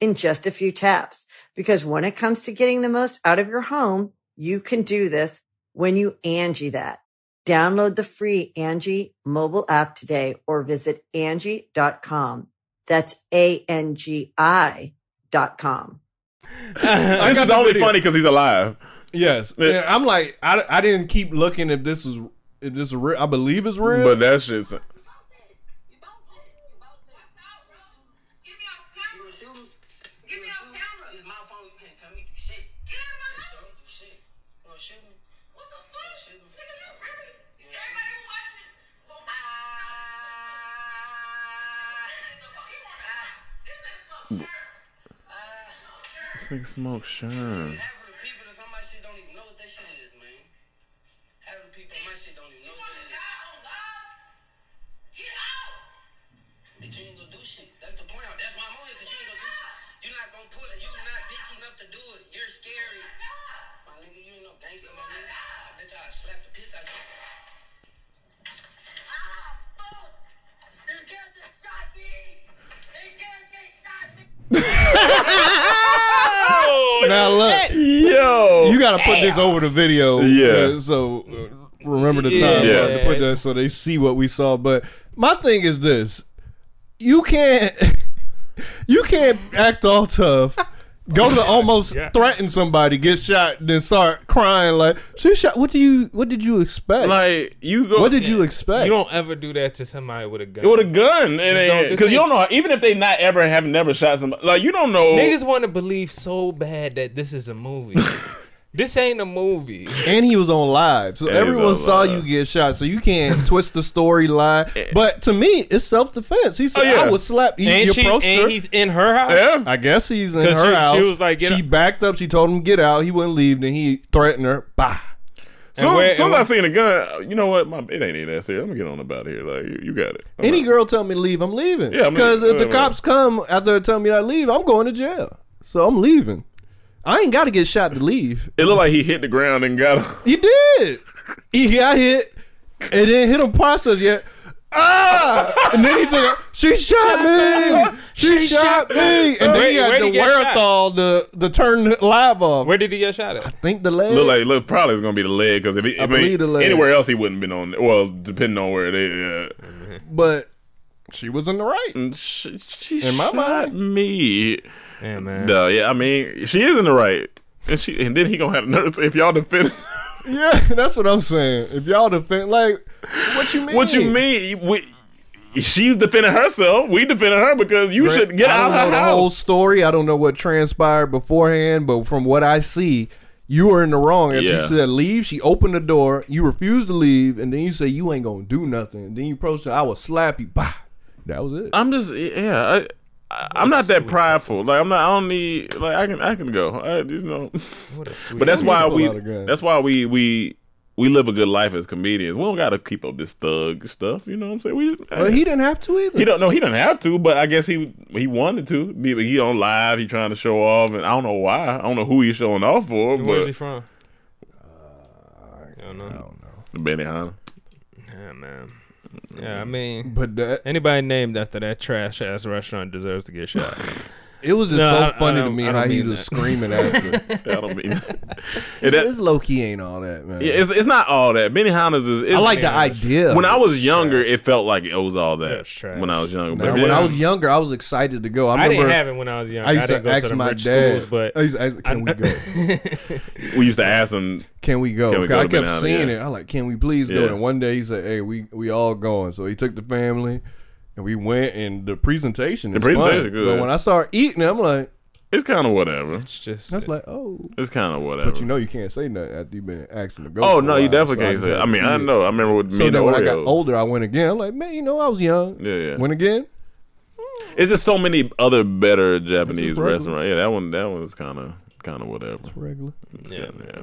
Speaker 7: in just a few taps. Because when it comes to getting the most out of your home, you can do this when you Angie that. Download the free Angie mobile app today or visit Angie.com. That's A-N-G-I dot com.
Speaker 4: This is only funny because he's alive.
Speaker 6: Yes,
Speaker 4: Yeah.
Speaker 6: And I'm like I, I didn't keep looking if this was if this real. I believe it's real.
Speaker 4: But that shit's. Big smoke, sure.
Speaker 6: now look,
Speaker 4: Yo,
Speaker 6: you got to put this over the video.
Speaker 4: Yeah.
Speaker 6: uh, so uh, remember the time uh,
Speaker 4: Yeah.
Speaker 6: to put that so they see what we saw. But my thing is this: you can't you can't act all tough. Go to almost threaten somebody, get shot, then start crying like she shot. What do you? What did you expect?
Speaker 4: like you go.
Speaker 6: what did you expect?
Speaker 5: You don't ever do that to somebody with a gun.
Speaker 4: with a gun, and
Speaker 5: don't- this
Speaker 4: because you
Speaker 5: ain't-
Speaker 4: don't know, even if they not ever have never shot somebody, like you don't know.
Speaker 5: Niggas want to believe so bad that this is a movie. this ain't a movie.
Speaker 6: and he was on live, so
Speaker 4: And he was
Speaker 6: everyone
Speaker 4: on
Speaker 6: saw
Speaker 4: live.
Speaker 6: you get shot. So you can't twist the story line. But to me, it's self defense. He said,
Speaker 4: Eh. Oh, yeah.
Speaker 6: "I would slap he,
Speaker 5: And,
Speaker 6: your
Speaker 5: she,
Speaker 6: approached her.
Speaker 5: and he's in her house.
Speaker 4: yeah,
Speaker 6: I guess he's in
Speaker 5: 'Cause
Speaker 6: her
Speaker 5: she- she
Speaker 6: house.
Speaker 5: was like, "Get
Speaker 6: she
Speaker 5: out."
Speaker 6: backed up. She told him get out. He wouldn't leave. Then he threatened her. Bah.
Speaker 4: soon,
Speaker 5: where-
Speaker 4: soon
Speaker 5: and
Speaker 4: as I seen a gun, uh, you know what? My, it ain't even ass here. I'm gonna get on about here. Like you, you got it. I'm
Speaker 6: Any
Speaker 4: out.
Speaker 6: girl tell me to leave, I'm leaving.
Speaker 4: Yeah, I'm
Speaker 6: because
Speaker 4: leaving.
Speaker 6: if the
Speaker 4: Yeah,
Speaker 6: cops come after they tell me I leave, I'm going to jail. So I'm leaving. I ain't got to get shot to leave.
Speaker 4: It looked like he hit the ground and got.
Speaker 6: He did. He got hit. It didn't hit him process yet. Ah! And then he took. a- She shot me. She, shot, me. And then
Speaker 5: Where-
Speaker 6: he had
Speaker 5: where'd he
Speaker 6: the
Speaker 5: get shot?
Speaker 6: wherewithal to to turn live off.
Speaker 5: Where did he get shot at?
Speaker 6: I think the leg.
Speaker 4: Look like look probably it's gonna be the leg because if he, I mean,
Speaker 6: believe the leg.
Speaker 4: anywhere else he wouldn't been on. Well, depending on where uh, it is. Yeah.
Speaker 6: but she was in the right.
Speaker 4: And Mm, She, she
Speaker 6: In my
Speaker 4: shot
Speaker 6: mind.
Speaker 4: me.
Speaker 5: Yeah, man.
Speaker 4: Duh, yeah, I mean she is in the right, and she and then he gonna have the nerves if y'all defend.
Speaker 6: Yeah, that's what I'm saying. If y'all defend, like, what you mean?
Speaker 4: What you mean? We, she's defending herself. We defending her because you should get
Speaker 6: I
Speaker 4: out of
Speaker 6: don't know
Speaker 4: her
Speaker 6: the whole
Speaker 4: house.
Speaker 6: story. I don't know what transpired beforehand, but from what I see, you were in the wrong. And
Speaker 4: Yeah.
Speaker 6: she said leave. She opened the door. You refused to leave, and then you say you ain't gonna do nothing. then you approached her. I will slap you. Bah. That was it.
Speaker 4: I'm just yeah. I, I, I'm not that prideful. Like I'm not. I don't need. Like I can. I can go. I you know. But that's why
Speaker 6: Pull
Speaker 4: we.
Speaker 6: out a gun.
Speaker 4: That's why we we. We live a good life as comedians. We don't got to keep up this thug stuff. You know what I'm saying? We,
Speaker 6: But he didn't have to either.
Speaker 4: He don't know. He doesn't have to, but I guess he he wanted to. Be- He on live. He trying to show off, and I don't know why. I don't know who he's showing off for.
Speaker 5: Where's he
Speaker 4: But
Speaker 5: from?
Speaker 6: Uh,
Speaker 5: I don't know.
Speaker 4: Benihana.
Speaker 5: Yeah, man. Yeah, I mean,
Speaker 6: but that
Speaker 5: anybody named after that trash ass restaurant deserves to get shot.
Speaker 6: it was just
Speaker 5: No, I-
Speaker 6: so
Speaker 5: I
Speaker 6: funny to
Speaker 5: don't-
Speaker 6: me
Speaker 5: I don't
Speaker 6: how he
Speaker 5: mean
Speaker 6: was
Speaker 5: that.
Speaker 6: screaming after.
Speaker 4: I don't mean. And that-
Speaker 6: This low key ain't all that, man.
Speaker 4: yeah, it's it's not all that. Benihana's is. It's,
Speaker 6: I like the idea.
Speaker 4: When I was younger, it felt like it was all that.
Speaker 5: That's trash.
Speaker 4: When I was younger,
Speaker 6: Now,
Speaker 4: but
Speaker 6: when
Speaker 4: then-
Speaker 6: I was younger, I was excited to go. I
Speaker 5: I,
Speaker 6: remember
Speaker 5: didn't have it when I was young.
Speaker 6: I
Speaker 5: I,
Speaker 6: used
Speaker 5: didn't
Speaker 6: to
Speaker 5: go
Speaker 6: ask
Speaker 5: to the
Speaker 6: my
Speaker 5: rich
Speaker 6: dad.
Speaker 5: schools, but
Speaker 6: I used to ask, can we go?
Speaker 4: we used to ask them.
Speaker 6: Can we go?
Speaker 4: Can we
Speaker 6: 'Cause
Speaker 4: go
Speaker 6: I
Speaker 4: to
Speaker 6: kept
Speaker 4: Banana?
Speaker 6: seeing
Speaker 4: Yeah.
Speaker 6: it. I like, can we please go?
Speaker 4: Yeah.
Speaker 6: And one day he said, "Hey, we we all going." So he took the family, and we went. And the presentation is
Speaker 4: presentation
Speaker 6: fun.
Speaker 4: good.
Speaker 6: But when I start eating, I'm like,
Speaker 4: It's kind of whatever.
Speaker 5: it's just
Speaker 6: that's like, oh.
Speaker 4: It's kind of whatever.
Speaker 6: But you know, you can't say nothing after you've been asking to go. for
Speaker 4: oh
Speaker 6: a
Speaker 4: no, you
Speaker 6: while.
Speaker 4: definitely
Speaker 6: So
Speaker 4: can't
Speaker 6: just
Speaker 4: say.
Speaker 6: had
Speaker 4: I
Speaker 6: to
Speaker 4: mean, I
Speaker 6: eat it.
Speaker 4: know. I remember with
Speaker 6: So
Speaker 4: me and
Speaker 6: then when I got
Speaker 4: Oreos.
Speaker 6: older, I went again. I'm like, man, you know, I was young.
Speaker 4: Yeah, yeah.
Speaker 6: Went again.
Speaker 4: It's just so many other better Japanese
Speaker 6: regular.
Speaker 4: restaurants. Yeah, that one. That one's kind of kind of whatever.
Speaker 6: Regular.
Speaker 4: Yeah, yeah.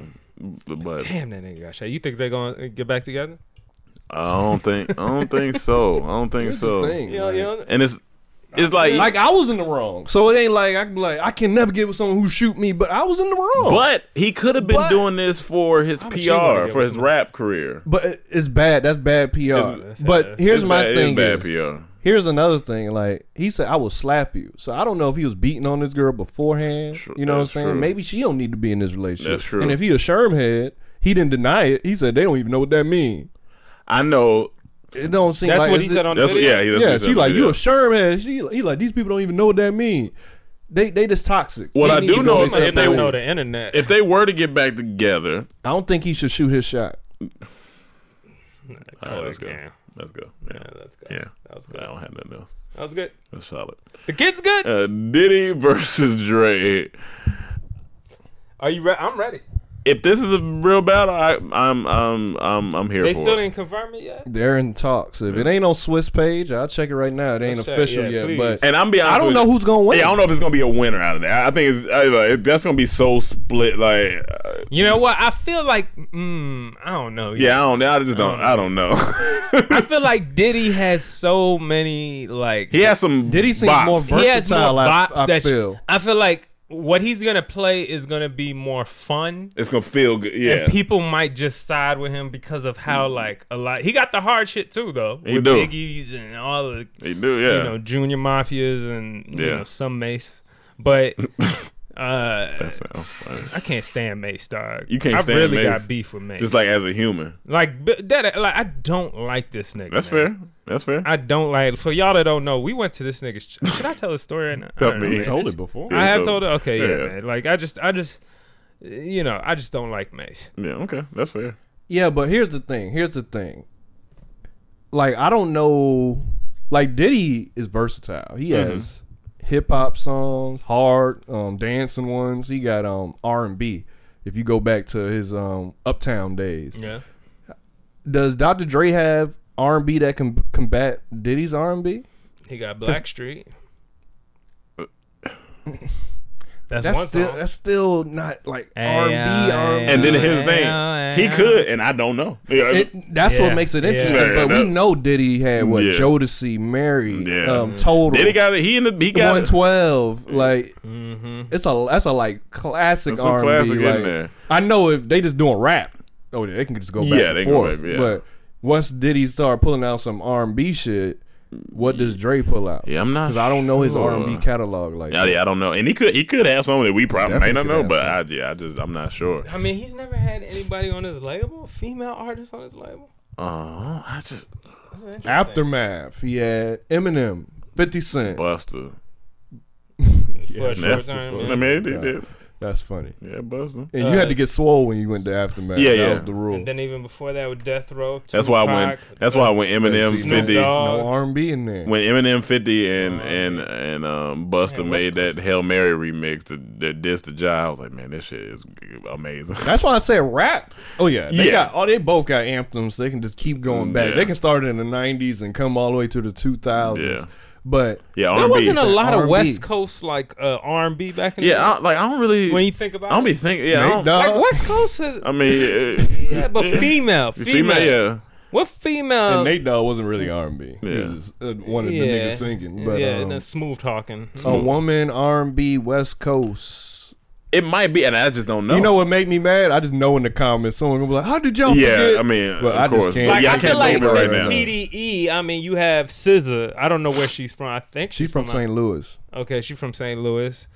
Speaker 4: But
Speaker 5: damn that nigga got shot. You think they're gonna get back together?
Speaker 4: I don't think I don't think so. I don't think so.
Speaker 6: Thing.
Speaker 5: You know, you know,
Speaker 4: And it's it's like,
Speaker 6: Like I was in the wrong, so it ain't like I can be like I can never get with someone who shoot me, but I was in the wrong.
Speaker 4: but he could have been
Speaker 6: But-
Speaker 4: doing this for his
Speaker 5: would you wanna
Speaker 4: PR
Speaker 5: get
Speaker 4: for
Speaker 5: with
Speaker 4: his
Speaker 5: somebody?
Speaker 4: rap career.
Speaker 6: But it- it's bad. That's bad PR.
Speaker 5: that's-
Speaker 6: but
Speaker 5: that's-
Speaker 6: here's
Speaker 4: It's
Speaker 6: my
Speaker 4: bad,
Speaker 6: thing.
Speaker 4: It's bad
Speaker 6: is,
Speaker 4: PR.
Speaker 6: here's another thing. Like he said, I will slap you. So I don't know if he was beating on this girl beforehand.
Speaker 4: True,
Speaker 6: you know what I'm
Speaker 4: that's
Speaker 6: saying?
Speaker 4: true.
Speaker 6: Maybe she don't need to be in this relationship.
Speaker 4: That's true.
Speaker 6: And if he a sherm head, he didn't deny it. He said they don't even know what that means.
Speaker 4: I know
Speaker 6: it don't seem
Speaker 5: That's
Speaker 6: like
Speaker 5: what
Speaker 6: it's
Speaker 5: he
Speaker 6: the-
Speaker 5: said on the
Speaker 4: That's what,
Speaker 5: video.
Speaker 4: yeah, he- that's what
Speaker 6: Yeah,
Speaker 4: he
Speaker 6: she
Speaker 4: said.
Speaker 6: like you
Speaker 4: Yeah.
Speaker 6: a Sherman. She he like these people don't even know what that mean. They they just toxic.
Speaker 4: What
Speaker 6: They
Speaker 4: I
Speaker 6: need
Speaker 4: do
Speaker 6: to
Speaker 4: know
Speaker 6: go
Speaker 4: is
Speaker 6: their
Speaker 4: if they
Speaker 6: separate
Speaker 5: know
Speaker 6: ways.
Speaker 5: the internet.
Speaker 4: If they were to get back together,
Speaker 6: I don't think he should shoot his shot.
Speaker 4: all right, let's go.
Speaker 5: Oh, Yeah.
Speaker 4: Let's go. Yeah,
Speaker 5: that's good.
Speaker 4: yeah.
Speaker 5: That was good.
Speaker 4: I don't have nothing else.
Speaker 5: That was good.
Speaker 4: That's solid.
Speaker 5: The kid's good.
Speaker 4: Uh, Diddy versus Dre.
Speaker 5: Are you ready? I'm ready.
Speaker 4: If this is a real battle, I, I'm I'm I'm I'm here
Speaker 5: They
Speaker 4: for
Speaker 5: still
Speaker 4: it.
Speaker 5: didn't confirm it yet.
Speaker 6: They're in talks. If it ain't on Swiss page, I'll check it right now. It ain't
Speaker 5: Let's check,
Speaker 6: official
Speaker 5: yeah,
Speaker 6: yet.
Speaker 5: please.
Speaker 6: But
Speaker 4: And I'm be honest.
Speaker 6: I don't
Speaker 4: with
Speaker 6: know
Speaker 4: you.
Speaker 6: who's gonna win.
Speaker 4: Yeah, I don't know if it's gonna be a winner out of that. I I think it's I, like, that's gonna be so split. Like, uh,
Speaker 5: You know what? I feel like, mm, I don't know.
Speaker 4: yeah, I don't. I just don't. I don't know.
Speaker 5: I feel like Diddy has so many like
Speaker 4: he has some.
Speaker 6: Diddy seems
Speaker 4: bops.
Speaker 6: more
Speaker 5: he has more
Speaker 6: versatile, I-
Speaker 5: bops
Speaker 6: I
Speaker 5: that you-
Speaker 6: feel.
Speaker 5: I feel like what he's gonna play is gonna be more fun.
Speaker 4: It's gonna feel good. Yeah, Mm.
Speaker 5: And people might just side with him because of how like a lot he got the hard shit too though.
Speaker 4: He
Speaker 5: with
Speaker 4: do.
Speaker 5: Biggie's and all the
Speaker 4: they do. Yeah,
Speaker 5: you know junior mafias and you
Speaker 4: Yeah.
Speaker 5: know some Mace, but uh,
Speaker 4: that sounds funny.
Speaker 5: I can't stand Mace dog.
Speaker 4: You can't
Speaker 5: I
Speaker 4: stand
Speaker 5: really
Speaker 4: Mace.
Speaker 5: got beef with Mace.
Speaker 4: Just like as a human,
Speaker 5: like b- that like I don't like this nigga.
Speaker 4: that's
Speaker 5: man.
Speaker 4: fair. That's fair.
Speaker 5: I don't like for y'all that don't know. We went to this nigga's. ch- Should I tell the story? Right now? I don't know,
Speaker 4: me.
Speaker 5: man.
Speaker 4: Told
Speaker 5: It's-
Speaker 4: it before.
Speaker 5: I
Speaker 4: Yeah,
Speaker 5: have
Speaker 4: told
Speaker 5: told it. Okay, yeah,
Speaker 4: Yeah.
Speaker 5: man. Like I just, I just, you know, I just don't like Mace.
Speaker 4: yeah, okay, that's fair.
Speaker 6: Yeah, but here's the thing. Here's the thing. Like I don't know. Like Diddy is versatile. He has hip hop songs, hard, um, dancing ones. He got um R and B. If you go back to his um Uptown days,
Speaker 5: Yeah.
Speaker 6: does Dr. Dre have R and B that can combat Diddy's R and B?
Speaker 5: He got Blackstreet. That's, one
Speaker 6: That's still
Speaker 5: song.
Speaker 6: that's still not like
Speaker 5: Hey,
Speaker 6: R
Speaker 5: uh,
Speaker 6: and B.
Speaker 4: And then here's the
Speaker 5: Yeah,
Speaker 4: thing: he
Speaker 5: yeah.
Speaker 4: could, and I don't know. Yeah,
Speaker 6: It, that's
Speaker 5: Yeah.
Speaker 6: what makes it
Speaker 5: Yeah.
Speaker 6: interesting.
Speaker 4: Yeah,
Speaker 6: but
Speaker 4: that-
Speaker 6: we know Diddy had what
Speaker 4: Yeah.
Speaker 6: Jodeci, Mary,
Speaker 4: Yeah.
Speaker 6: um, Total.
Speaker 4: Diddy got it. He in the he got
Speaker 6: one
Speaker 4: it.
Speaker 6: twelve. Like it's a that's a like classic
Speaker 4: That's some
Speaker 6: R and
Speaker 4: classic
Speaker 6: B.
Speaker 4: in
Speaker 6: Like
Speaker 4: there.
Speaker 6: I know if they just doing rap, oh they can just go back
Speaker 4: Yeah,
Speaker 6: and
Speaker 4: they go
Speaker 6: forth.
Speaker 4: back, yeah.
Speaker 6: But once Diddy started pulling out some R and B shit, what does Dre pull out?
Speaker 4: Yeah, I'm not
Speaker 6: 'Cause I don't know his
Speaker 4: sure.
Speaker 6: R and B catalog. Like
Speaker 4: Yeah, yeah, I don't know. And he could he could have something that we probably may
Speaker 6: Definitely
Speaker 4: not
Speaker 6: could
Speaker 4: know,
Speaker 6: have
Speaker 4: but I, yeah, I just I'm not sure.
Speaker 5: I mean, he's never had anybody on his label, female artist on his label.
Speaker 4: Uh, I just
Speaker 6: aftermath, he had Eminem, Fifty Cent.
Speaker 4: Buster.
Speaker 5: for a short
Speaker 4: That's
Speaker 5: time.
Speaker 4: I
Speaker 5: man.
Speaker 4: mean, he did.
Speaker 6: That's funny.
Speaker 4: Yeah, Buster.
Speaker 6: And you had to get swole when you went to aftermath.
Speaker 4: Uh, Yeah,
Speaker 6: that
Speaker 4: yeah.
Speaker 6: was the rule.
Speaker 5: And then even before that, with Death Row.
Speaker 4: That's why when
Speaker 5: Tupac,
Speaker 4: that's why when Eminem
Speaker 6: Snoop
Speaker 4: fifty
Speaker 6: no
Speaker 5: Dogg.
Speaker 6: R and B in there.
Speaker 4: when Eminem fifty and and and um Buster
Speaker 5: Man, West
Speaker 4: made that Hail Mary remix to that diss to Jai, I was like, man, this shit is amazing.
Speaker 6: That's why I said rap. Oh yeah, they
Speaker 4: Yeah. Mm,
Speaker 6: got oh they both got anthems. They can just keep going back.
Speaker 4: Yeah.
Speaker 6: They can start in the '90s and come all the way to the 2000s.
Speaker 4: Yeah.
Speaker 6: But
Speaker 4: yeah,
Speaker 5: There
Speaker 4: R&B.
Speaker 5: wasn't a lot of
Speaker 6: R&B.
Speaker 5: West Coast like uh, R and B back in the day.
Speaker 4: yeah, I, like I don't really
Speaker 5: When you think about
Speaker 4: I don't
Speaker 5: it.
Speaker 4: be thinking. Yeah, I,
Speaker 6: Nate
Speaker 4: don't,
Speaker 6: Dogg.
Speaker 5: Like West Coast is,
Speaker 4: I mean, uh,
Speaker 5: yeah, but female, female,
Speaker 4: female, yeah.
Speaker 5: What female?
Speaker 6: and Nate Dogg wasn't really R&B. He
Speaker 4: Yeah.
Speaker 6: was just, uh, one of the
Speaker 5: yeah,
Speaker 6: niggas singing. But
Speaker 5: yeah,
Speaker 6: um,
Speaker 5: and then smooth talking.
Speaker 4: Mm.
Speaker 6: a woman R&B West Coast.
Speaker 4: It might be, and I just don't know.
Speaker 6: You know what made me mad? I just know in the comments someone gonna be like, "How did y'all?"
Speaker 4: Yeah,
Speaker 6: forget?"
Speaker 4: I mean,
Speaker 6: But
Speaker 4: of
Speaker 6: I just
Speaker 4: course.
Speaker 6: can't.
Speaker 4: But
Speaker 5: Like,
Speaker 4: yeah,
Speaker 5: I,
Speaker 4: I
Speaker 5: feel
Speaker 4: can't
Speaker 5: like
Speaker 4: name it right
Speaker 5: since
Speaker 4: now.
Speaker 5: TDE, I mean, you have SZA. I don't know where she's from. I think
Speaker 6: she's from St. Louis.
Speaker 5: Okay, she's from St. Louis.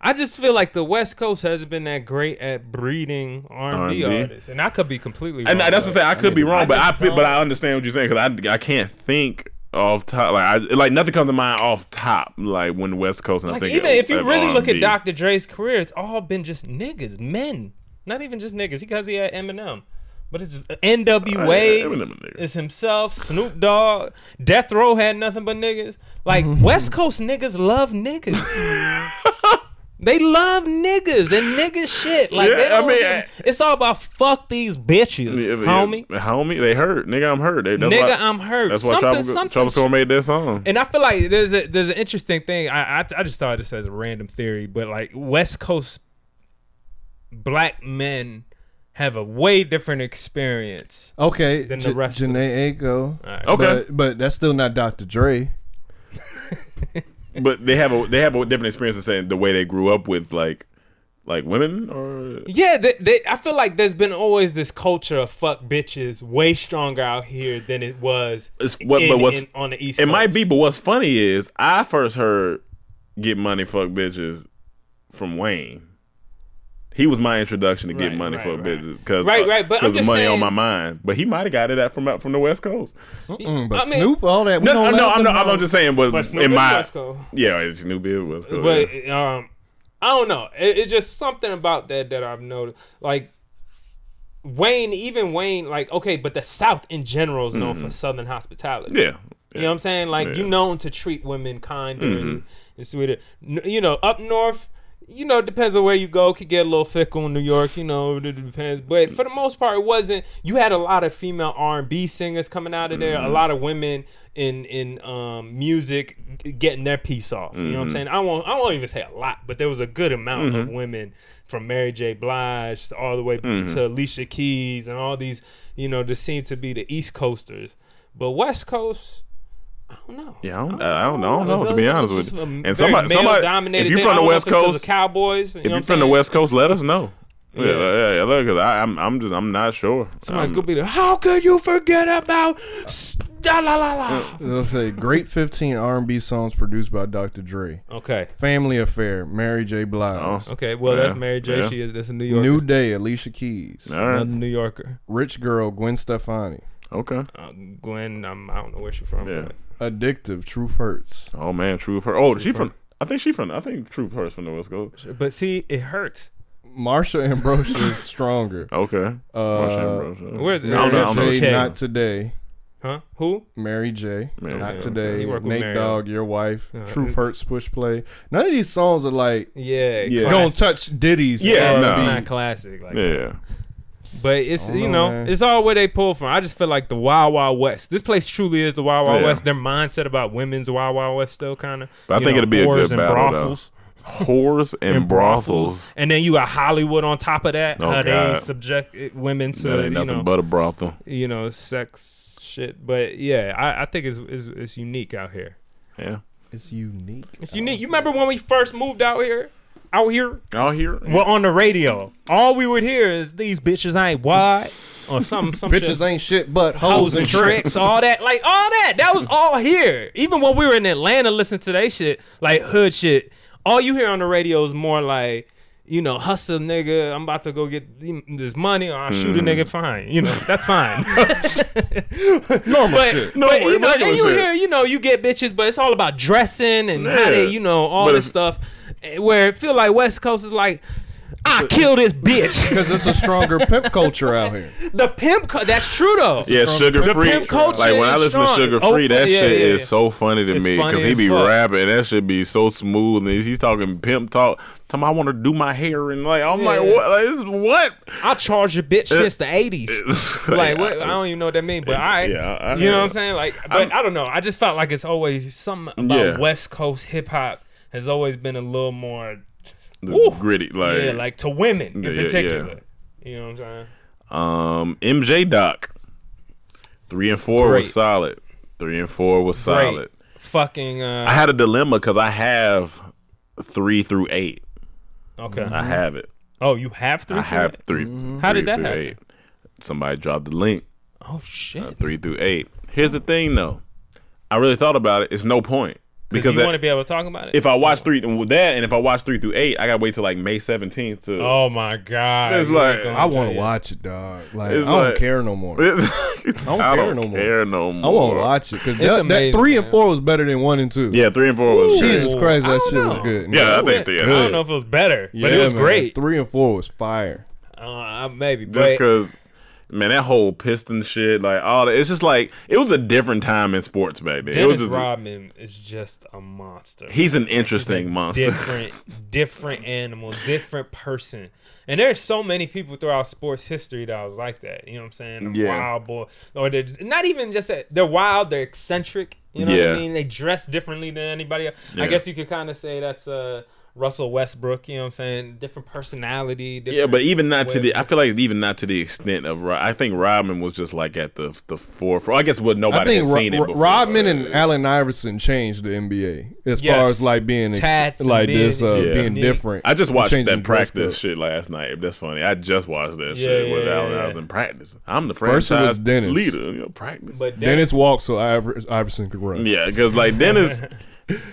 Speaker 5: I just feel like the West Coast hasn't been that great at breeding R and B
Speaker 4: R&B.
Speaker 5: artists, and I could be completely wrong.
Speaker 4: And that's what I'm
Speaker 5: but-
Speaker 4: saying. I could be wrong, but I
Speaker 5: just
Speaker 4: feel, but
Speaker 5: don't-
Speaker 4: I understand what you're saying because I, I can't think off top. Like I, like nothing comes to mind off top. Like when West Coast and
Speaker 5: Like,
Speaker 4: I think
Speaker 5: even
Speaker 4: of-
Speaker 5: if you
Speaker 4: of
Speaker 5: really look at
Speaker 4: R&B.
Speaker 5: Dr. Dre's career, it's all been just niggas, men. Not even just niggas. Because he had Eminem. But it's
Speaker 4: Uh, Eminem a
Speaker 5: NWA.
Speaker 4: nigga.
Speaker 5: It's himself, Snoop Dogg. Death Row had nothing but niggas. Like, West Coast niggas love niggas. they love niggas and niggas shit. Like,
Speaker 4: Yeah,
Speaker 5: they
Speaker 4: I
Speaker 5: don't
Speaker 4: mean,
Speaker 5: give-
Speaker 4: I-
Speaker 5: it's all about fuck these bitches,
Speaker 4: Yeah, yeah.
Speaker 5: homie.
Speaker 4: homie, they hurt, nigga. I'm hurt. They, that's
Speaker 5: Nigga,
Speaker 4: why,
Speaker 5: I'm hurt.
Speaker 4: That's why
Speaker 5: Something-
Speaker 4: Travis
Speaker 5: something-
Speaker 4: Travis Scott made that song.
Speaker 5: And I feel like there's a there's an interesting thing. I, I I just thought this as a random theory, but like West Coast black men have a way different experience.
Speaker 6: Okay,
Speaker 5: Than the
Speaker 6: J-
Speaker 5: rest of
Speaker 6: Janae Aiko.
Speaker 4: Okay.
Speaker 6: but, but that's still not Dr. Dre.
Speaker 4: but they have a they have a different experience in saying the way they grew up with like like women or
Speaker 5: Yeah, they, they, I feel like there's been always this culture of fuck bitches way stronger out here than it was
Speaker 4: It's what-
Speaker 5: in-
Speaker 4: but what's-
Speaker 5: in- on the east.
Speaker 4: it might
Speaker 5: Coast.
Speaker 4: be. But what's funny is I first heard "Get Money, Fuck Bitches" from Wayne. He was my introduction to get
Speaker 5: Right,
Speaker 4: money
Speaker 5: right,
Speaker 4: for a
Speaker 5: right.
Speaker 4: business because
Speaker 5: Right, right, but I'm
Speaker 4: the
Speaker 5: just
Speaker 4: uh, money on
Speaker 5: saying-
Speaker 4: my mind. But he might have got it out from out from the West Coast.
Speaker 3: Mm, but
Speaker 5: I mean-
Speaker 3: Snoop, all that. We
Speaker 4: No,
Speaker 3: don't
Speaker 4: no,
Speaker 3: let
Speaker 4: no, I'm
Speaker 3: them
Speaker 4: not.
Speaker 3: know.
Speaker 4: I'm just saying. But,
Speaker 5: But Snoop
Speaker 4: in
Speaker 5: is
Speaker 4: my
Speaker 5: West Coast.
Speaker 4: yeah, it's Snoop is West Coast. Oh, yeah.
Speaker 5: But um, I don't know. It, it's just something about that that I've noticed. Like Wayne, even Wayne, like okay, but the South in general is known for Southern hospitality.
Speaker 4: Mm. yeah,
Speaker 5: You know what I'm saying? Like you known to treat women kinder and, and sweeter. N- you know, up north, you know, it depends on where you go. Could get a little fickle in New York. You know, it depends. But for the most part, it wasn't. You had a lot of female R&B singers coming out of there. A lot of women in in um, music g- getting their piece off. You know what I'm saying? I won't. I won't even say a lot, but there was a good amount of women from Mary J. Blige to all the way to Alicia Keys and all these. You know, just seem to be the East Coasters. But West Coast, I don't know.
Speaker 4: Yeah, I don't, I don't, I don't know. To be honest with you,
Speaker 5: and somebody, somebody,
Speaker 4: if you're from the West Coast,
Speaker 5: Cowboys, you
Speaker 4: if you're from the West Coast, let us know. Yeah,
Speaker 5: Yeah.
Speaker 4: yeah, yeah. Look, cause I, I'm, I'm just, I'm not sure.
Speaker 5: somebody's
Speaker 4: I'm-
Speaker 5: gonna be there. How could you forget about s- da la la la?
Speaker 6: They'll say great 15 R&B songs produced by Dr. Dre.
Speaker 5: Okay,
Speaker 6: Family Affair, Mary J. Blige,
Speaker 4: Oh.
Speaker 5: okay. Well,
Speaker 4: Yeah,
Speaker 5: that's Mary J.
Speaker 4: yeah.
Speaker 5: She is. That's a New
Speaker 4: Oh,
Speaker 5: Yorker.
Speaker 6: New Day, Alicia Keys,
Speaker 4: All
Speaker 5: another
Speaker 4: right.
Speaker 5: New Yorker.
Speaker 6: Rich Girl, Gwen Stefani,
Speaker 4: Okay.
Speaker 5: Uh, Gwen, um, I don't know where she's from.
Speaker 4: Yeah.
Speaker 5: but-
Speaker 6: Addictive, Truth Hurts.
Speaker 4: Oh man, True First. Oh, she from. I think she from. I think True First from the West Coast.
Speaker 5: But see, it hurts.
Speaker 6: Marsha Ambrosia is stronger.
Speaker 4: Okay. Uh,
Speaker 5: Where's
Speaker 4: I don't know, I don't know.
Speaker 6: Mary J.
Speaker 5: Okay.
Speaker 6: Not today.
Speaker 5: Huh? Who?
Speaker 6: Mary J.
Speaker 4: Mary
Speaker 6: not
Speaker 4: J,
Speaker 6: today.
Speaker 5: You work with
Speaker 6: Nate
Speaker 5: Mary.
Speaker 6: Dogg, your wife. Truth Hurts, Push Play. None of these songs are like
Speaker 5: Yeah.
Speaker 4: Uh, Yeah.
Speaker 6: don't
Speaker 5: classic.
Speaker 6: touch Diddy's.
Speaker 4: Yeah,
Speaker 5: It's
Speaker 4: no.
Speaker 5: not classic. Like,
Speaker 4: Yeah.
Speaker 5: But it's
Speaker 6: don't
Speaker 5: you
Speaker 6: know,
Speaker 5: know,
Speaker 6: man.
Speaker 5: it's all where they pull from. I just feel like the Wild Wild West. This place truly is the Wild Wild
Speaker 4: Yeah.
Speaker 5: West. Their mindset about women's Wild Wild West still kind of.
Speaker 4: But I think it'd be a good battle, though. Whores and, brothels.
Speaker 5: and then you got Hollywood on top of that.
Speaker 4: Oh,
Speaker 5: how they
Speaker 4: God.
Speaker 5: subject it- women
Speaker 4: That
Speaker 5: to you
Speaker 4: ain't nothing
Speaker 5: know,
Speaker 4: but a brothel.
Speaker 5: you know, sex shit. But yeah, I, I think it's, it's it's unique out here.
Speaker 4: Yeah.
Speaker 6: It's unique.
Speaker 5: It's unique. You remember when we first moved out here? Out here,
Speaker 4: Out here.
Speaker 5: well, on the radio, all we would hear is these bitches ain't wide or some some shit.
Speaker 6: Bitches ain't shit but hoes
Speaker 5: hoes
Speaker 6: and
Speaker 5: and
Speaker 6: tricks.
Speaker 5: Oh, tricks, all that, like all that. That was all here. Even when we were in Atlanta, listening to that shit, like hood shit. All you hear on the radio is more like, you know, hustle, nigga. I'm about to go get this money, or I will shoot a
Speaker 4: Mm.
Speaker 5: nigga. Fine, you know, that's fine.
Speaker 4: normal
Speaker 5: but but you know,
Speaker 4: regular
Speaker 5: then you
Speaker 4: shit.
Speaker 5: hear, you know, you get bitches, but it's all about dressing and how they,
Speaker 4: Yeah.
Speaker 5: you know, all
Speaker 4: But
Speaker 5: this
Speaker 4: it's-
Speaker 5: stuff. eh, Where it feel like West Coast is like, I kill this bitch.
Speaker 6: Because it's a stronger pimp culture out here.
Speaker 5: the pimp, co- that's true though.
Speaker 4: Yeah, sugar free.
Speaker 5: pimp culture
Speaker 4: Like when I
Speaker 5: is
Speaker 4: listen
Speaker 5: strong.
Speaker 4: to sugar free,
Speaker 5: Oprah-
Speaker 4: that
Speaker 5: yeah,
Speaker 4: shit
Speaker 5: yeah,
Speaker 4: is
Speaker 5: yeah.
Speaker 4: so funny to
Speaker 5: It's
Speaker 4: me
Speaker 5: funny
Speaker 4: because he
Speaker 5: as
Speaker 4: be
Speaker 5: fuck.
Speaker 4: rapping. That should be so smooth, and he's talking pimp talk. Tell me I want to do my hair and like I'm like
Speaker 5: Yeah.
Speaker 4: what? Like, this is what?
Speaker 5: I charged a bitch
Speaker 4: Uh,
Speaker 5: since the 80s.
Speaker 4: It's
Speaker 5: like what? I don't even know what that means, but I,
Speaker 4: yeah, I- I
Speaker 5: you know
Speaker 4: heard
Speaker 5: what I'm
Speaker 4: it.
Speaker 5: saying? Like, but I'm, I do not know. I just felt like it's always something about
Speaker 4: Yeah.
Speaker 5: West Coast hip hop has always been a little more,
Speaker 4: The gritty. Like,
Speaker 5: yeah, like to women
Speaker 4: Yeah,
Speaker 5: in
Speaker 4: yeah, yeah.
Speaker 5: particular. You know what I'm saying?
Speaker 4: um MJ Doc. Three and four
Speaker 5: Great.
Speaker 4: was solid. Three and four was
Speaker 5: Great.
Speaker 4: solid.
Speaker 5: Fucking
Speaker 4: I
Speaker 5: uh,
Speaker 4: had a dilemma because I have three through eight.
Speaker 5: okay.
Speaker 4: I have it.
Speaker 5: oh, you have three. Mm-hmm.
Speaker 4: I have 3
Speaker 5: How
Speaker 4: three
Speaker 5: did that
Speaker 4: through
Speaker 5: happen?
Speaker 4: eight. Somebody dropped the link.
Speaker 5: Oh shit!
Speaker 4: uh, three through eight. Here's the thing, though. I really thought about it. It's no point
Speaker 5: because
Speaker 4: because
Speaker 5: you
Speaker 4: that-
Speaker 5: want to be able to talk about it.
Speaker 4: if I watch three with that, and if I watch three through eight, I gotta wait till like May seventeenth to.
Speaker 5: oh my god!
Speaker 4: It's
Speaker 5: you ain't
Speaker 4: like-
Speaker 5: gonna
Speaker 6: I want
Speaker 5: tell
Speaker 6: to
Speaker 5: you.
Speaker 6: watch it, dog. Like
Speaker 4: It's
Speaker 6: I don't
Speaker 4: like-
Speaker 6: care no more.
Speaker 4: It's- it's-
Speaker 6: I don't care no more.
Speaker 4: care no
Speaker 6: I
Speaker 4: more.
Speaker 6: want to watch it because that,
Speaker 5: amazing,
Speaker 6: that three and
Speaker 5: man.
Speaker 6: four was better than one and two.
Speaker 4: Yeah, three and four was.
Speaker 6: Jesus
Speaker 4: great.
Speaker 6: Christ, that
Speaker 5: I don't
Speaker 6: shit was
Speaker 5: know.
Speaker 6: good.
Speaker 4: Yeah, I think three.
Speaker 5: I
Speaker 4: Yeah.
Speaker 5: don't know if it was better, but it
Speaker 6: Yeah,
Speaker 5: was
Speaker 6: man,
Speaker 5: great.
Speaker 6: Three and four was fire.
Speaker 5: Uh, maybe,
Speaker 4: just
Speaker 5: but
Speaker 4: because man that whole piston shit like all that it's just like it was a different time in sports back then it was
Speaker 5: Dennis
Speaker 4: just
Speaker 5: Rodman is just a monster.
Speaker 4: he's an interesting monster
Speaker 5: different, different animal, different person. And there's so many people throughout sports history that was like that. You know what I'm saying? The
Speaker 4: Yeah.
Speaker 5: Wild boy, or they're not even just that. They're wild. They're eccentric. You know
Speaker 4: Yeah.
Speaker 5: what I mean? They dress differently than anybody else.
Speaker 4: Yeah.
Speaker 5: I guess you could kind of say that's uh, Russell Westbrook. You know what I'm saying? Different personality. Different
Speaker 4: yeah but even not to
Speaker 5: ways
Speaker 4: the i feel like even not to the extent of Ro- i think rodman was just like at the the forefront i guess what nobody
Speaker 6: I think
Speaker 4: had seen
Speaker 6: Ro-
Speaker 4: it
Speaker 6: Ro-
Speaker 4: before
Speaker 6: Rodman
Speaker 4: Uh,
Speaker 6: and Allen Iverson changed the NBA as
Speaker 5: Yes.
Speaker 6: far as like being ex-
Speaker 5: Tats and
Speaker 6: like this, uh,
Speaker 5: being-
Speaker 4: Yeah.
Speaker 6: being different.
Speaker 4: I just
Speaker 6: and
Speaker 4: watched
Speaker 6: changing
Speaker 4: that
Speaker 6: dress
Speaker 4: practice
Speaker 6: code.
Speaker 4: shit last night. That's funny. I just watched that
Speaker 5: Yeah,
Speaker 4: shit
Speaker 5: yeah,
Speaker 4: with
Speaker 5: yeah,
Speaker 4: Allen. I
Speaker 5: yeah.
Speaker 4: was in practice. I'm the
Speaker 6: First it was
Speaker 4: franchise
Speaker 6: Dennis.
Speaker 4: leader. You know, practice.
Speaker 5: But
Speaker 6: Dennis walked so Iver- Iverson could run.
Speaker 4: Yeah, because like Dennis,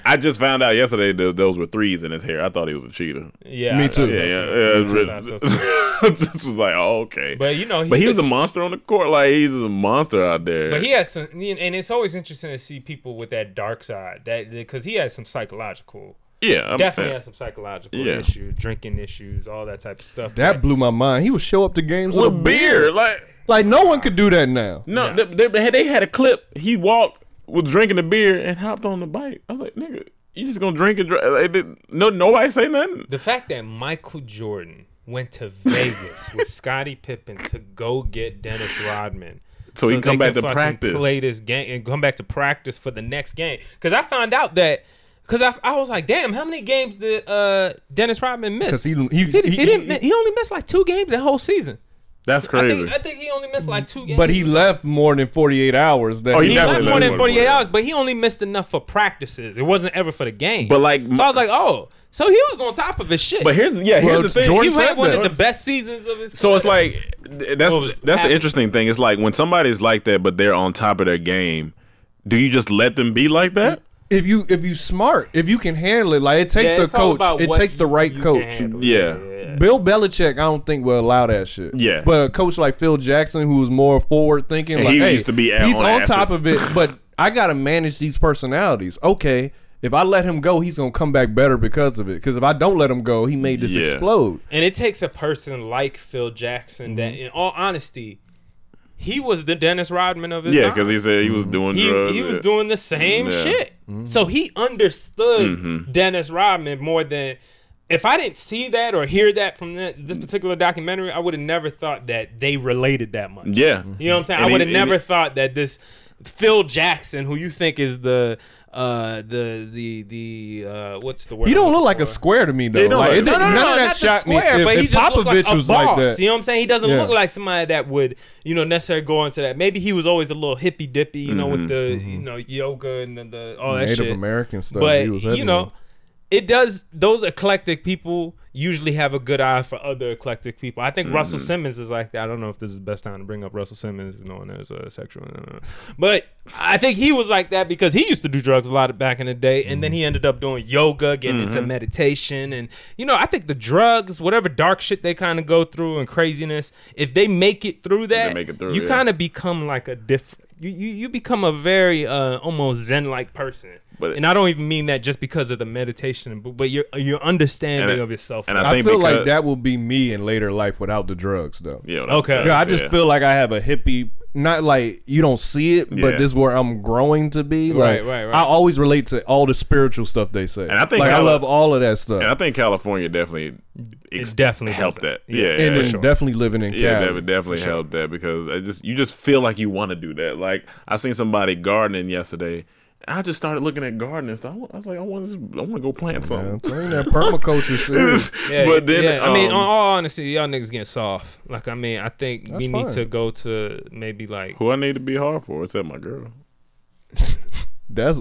Speaker 4: I just found out yesterday that those were threes in his hair. I thought he was a cheater.
Speaker 5: Yeah,
Speaker 6: Me
Speaker 5: I- I
Speaker 6: too.
Speaker 5: thought
Speaker 4: Yeah,
Speaker 5: so,
Speaker 4: yeah.
Speaker 5: too.
Speaker 4: yeah.
Speaker 5: Me too, I thought so, too.
Speaker 4: this was like, oh, okay.
Speaker 5: But you know, he
Speaker 4: but he was a
Speaker 5: just-
Speaker 4: monster on the court. Like he's a monster out there.
Speaker 5: But he has some, and it's always interesting to see people with that dark side, that because he has some psychological,
Speaker 4: yeah, I'm-
Speaker 5: definitely has some psychological
Speaker 4: Yeah.
Speaker 5: issues, drinking issues, all that type of stuff.
Speaker 6: That blew my mind. He would show up to games with, a
Speaker 4: with beer. Like
Speaker 6: Like no one could do that now.
Speaker 4: no, they, they, they had a clip. He walked was drinking a beer and hopped on the bike. I was like, nigga, you just gonna drink and drive? Like, they- no, nobody say nothing.
Speaker 5: the fact that Michael Jordan went to Vegas with Scottie Pippen to go get Dennis Rodman.
Speaker 4: So he can come
Speaker 5: they
Speaker 4: back to
Speaker 5: fucking
Speaker 4: practice.
Speaker 5: Play this game and come back to practice for the next game. Because I found out that because I, I was like, damn, how many games did uh, Dennis Rodman miss?
Speaker 6: 'Cause he-
Speaker 5: he,
Speaker 6: he- he-
Speaker 5: didn't
Speaker 6: he-
Speaker 5: he only missed like two games that whole season.
Speaker 4: That's
Speaker 5: I
Speaker 4: crazy.
Speaker 5: think, I think he only missed like two games.
Speaker 6: But he left more than 48 hours. That
Speaker 4: Oh, he
Speaker 5: He
Speaker 4: definitely
Speaker 5: left more than
Speaker 4: left.
Speaker 5: 48 hours, but he only missed enough for practices. It wasn't ever for the game.
Speaker 4: But, like,
Speaker 5: so I was like, oh, so he was on top of his shit.
Speaker 4: but here's yeah,
Speaker 6: Well,
Speaker 4: here's the thing.
Speaker 6: Jordan
Speaker 5: he
Speaker 6: said
Speaker 5: had one of
Speaker 6: that.
Speaker 5: the best seasons of his.
Speaker 4: So it's
Speaker 5: career.
Speaker 4: like th- that's
Speaker 5: What was
Speaker 4: that's the
Speaker 5: happening?
Speaker 4: interesting thing. It's like when somebody's like that, but they're on top of their game. Do you just let them be like that?
Speaker 6: if you if you smart, if you can handle it, like it takes
Speaker 5: Yeah,
Speaker 6: a
Speaker 5: it's all
Speaker 6: coach.
Speaker 5: about
Speaker 6: It
Speaker 5: what
Speaker 6: takes the
Speaker 5: you-
Speaker 6: right
Speaker 5: you can
Speaker 6: coach.
Speaker 5: handle.
Speaker 4: Yeah.
Speaker 6: Bill Belichick, I don't think will allow that shit.
Speaker 4: Yeah.
Speaker 6: but a coach like Phil Jackson, who's more forward thinking,
Speaker 4: And
Speaker 6: like
Speaker 4: he
Speaker 6: hey,
Speaker 4: used to be at-
Speaker 6: he's
Speaker 4: on
Speaker 6: on,
Speaker 4: acid.
Speaker 6: top of it. But I gotta manage these personalities. Okay, if I let him go, he's gonna come back better because of it. Because if I don't let him go, he may just
Speaker 4: Yeah.
Speaker 6: explode.
Speaker 5: and it takes a person like Phil Jackson that,
Speaker 4: Mm-hmm.
Speaker 5: in all honesty, he was the Dennis Rodman of his
Speaker 4: Yeah,
Speaker 5: time.
Speaker 4: because he said he was doing
Speaker 5: he,
Speaker 4: drugs.
Speaker 5: he was
Speaker 4: yeah.
Speaker 5: doing the same
Speaker 4: Yeah. Mm-hmm.
Speaker 5: shit.
Speaker 6: Mm-hmm.
Speaker 5: So he understood Dennis Rodman more than if I didn't see that or hear that from the, this particular documentary, I would have never thought that they related that much.
Speaker 4: Yeah,
Speaker 5: You know what I'm saying?
Speaker 4: And
Speaker 5: I would have
Speaker 4: he-
Speaker 5: never
Speaker 4: and
Speaker 5: thought that this Phil Jackson, who you think is the uh the the the uh what's the word?
Speaker 6: He
Speaker 5: I'm
Speaker 6: don't look
Speaker 5: looking
Speaker 6: like a
Speaker 5: for?
Speaker 6: square to me though.
Speaker 4: They don't
Speaker 6: Like,
Speaker 4: look-
Speaker 6: it didn't-
Speaker 4: No, no,
Speaker 6: none of that
Speaker 5: not the
Speaker 6: shot
Speaker 5: square,
Speaker 6: me. If,
Speaker 5: but he
Speaker 6: if
Speaker 5: just looked
Speaker 6: Popovich
Speaker 5: like a
Speaker 6: was
Speaker 5: boss,
Speaker 6: like that,
Speaker 5: You know what I'm saying? He doesn't
Speaker 6: Yeah.
Speaker 5: look like somebody that would, you know, necessarily go into that. Maybe he was always a little hippy dippy, you know, with the you know yoga and the, the all that
Speaker 6: Mm-hmm. Native
Speaker 5: shit.
Speaker 6: American stuff.
Speaker 5: But
Speaker 6: he was
Speaker 5: you
Speaker 6: heavy
Speaker 5: know,
Speaker 6: on.
Speaker 5: it does. Those eclectic people usually have a good eye for other eclectic people. I think Russell
Speaker 4: Mm-hmm.
Speaker 5: Simmons is like that. I don't know if this is the best time to bring up Russell Simmons, knowing there's a sexual, but I think he was like that because he used to do drugs a lot back in the day, and then
Speaker 4: Mm-hmm.
Speaker 5: he ended up doing yoga, getting into meditation, and you know, I think the drugs, whatever dark shit they kind of go through and craziness, if they make it through that,
Speaker 4: make it through,
Speaker 5: you
Speaker 4: yeah.
Speaker 5: kind of become like a different. You, you, you become a very uh, almost zen like person,
Speaker 4: But-
Speaker 5: and I don't even mean that just because of the meditation, but, but your your understanding
Speaker 4: And I-
Speaker 5: of yourself.
Speaker 4: and I
Speaker 6: I,
Speaker 4: think
Speaker 6: feel like
Speaker 4: because-
Speaker 6: that will be me in later life without the drugs though.
Speaker 4: Yeah. what
Speaker 5: Okay.
Speaker 4: I'm
Speaker 6: Yeah, I
Speaker 4: saying,
Speaker 6: just feel like I have a hippie. Not like you don't see it, but
Speaker 4: Yeah.
Speaker 6: this is where I'm growing to be. Like,
Speaker 5: Right, right, right.
Speaker 6: I always relate to all the spiritual stuff they say.
Speaker 4: And I think
Speaker 6: like, I
Speaker 4: Cal-
Speaker 6: love all of that stuff.
Speaker 4: And I think California definitely ex-
Speaker 5: It definitely
Speaker 4: helped
Speaker 5: does
Speaker 4: that.
Speaker 5: that.
Speaker 4: Yeah,
Speaker 6: and
Speaker 4: yeah,
Speaker 6: then definitely living in
Speaker 4: Yeah,
Speaker 6: Cali.
Speaker 4: that would definitely help that because I just you just feel like you want to do that. Like I seen somebody gardening yesterday. I just started looking at gardening stuff. I wa- I was like, I want to, I want to go plant
Speaker 6: I'm
Speaker 4: something.
Speaker 6: saying that permaculture serious.
Speaker 5: Yeah,
Speaker 4: but then,
Speaker 5: yeah. I mean, uh,
Speaker 4: um,
Speaker 5: on all honesty, y'all niggas getting soft. Like, I mean, I think we need
Speaker 6: fine.
Speaker 5: to go to maybe like
Speaker 4: who I need to be hard for except my girl.
Speaker 6: That's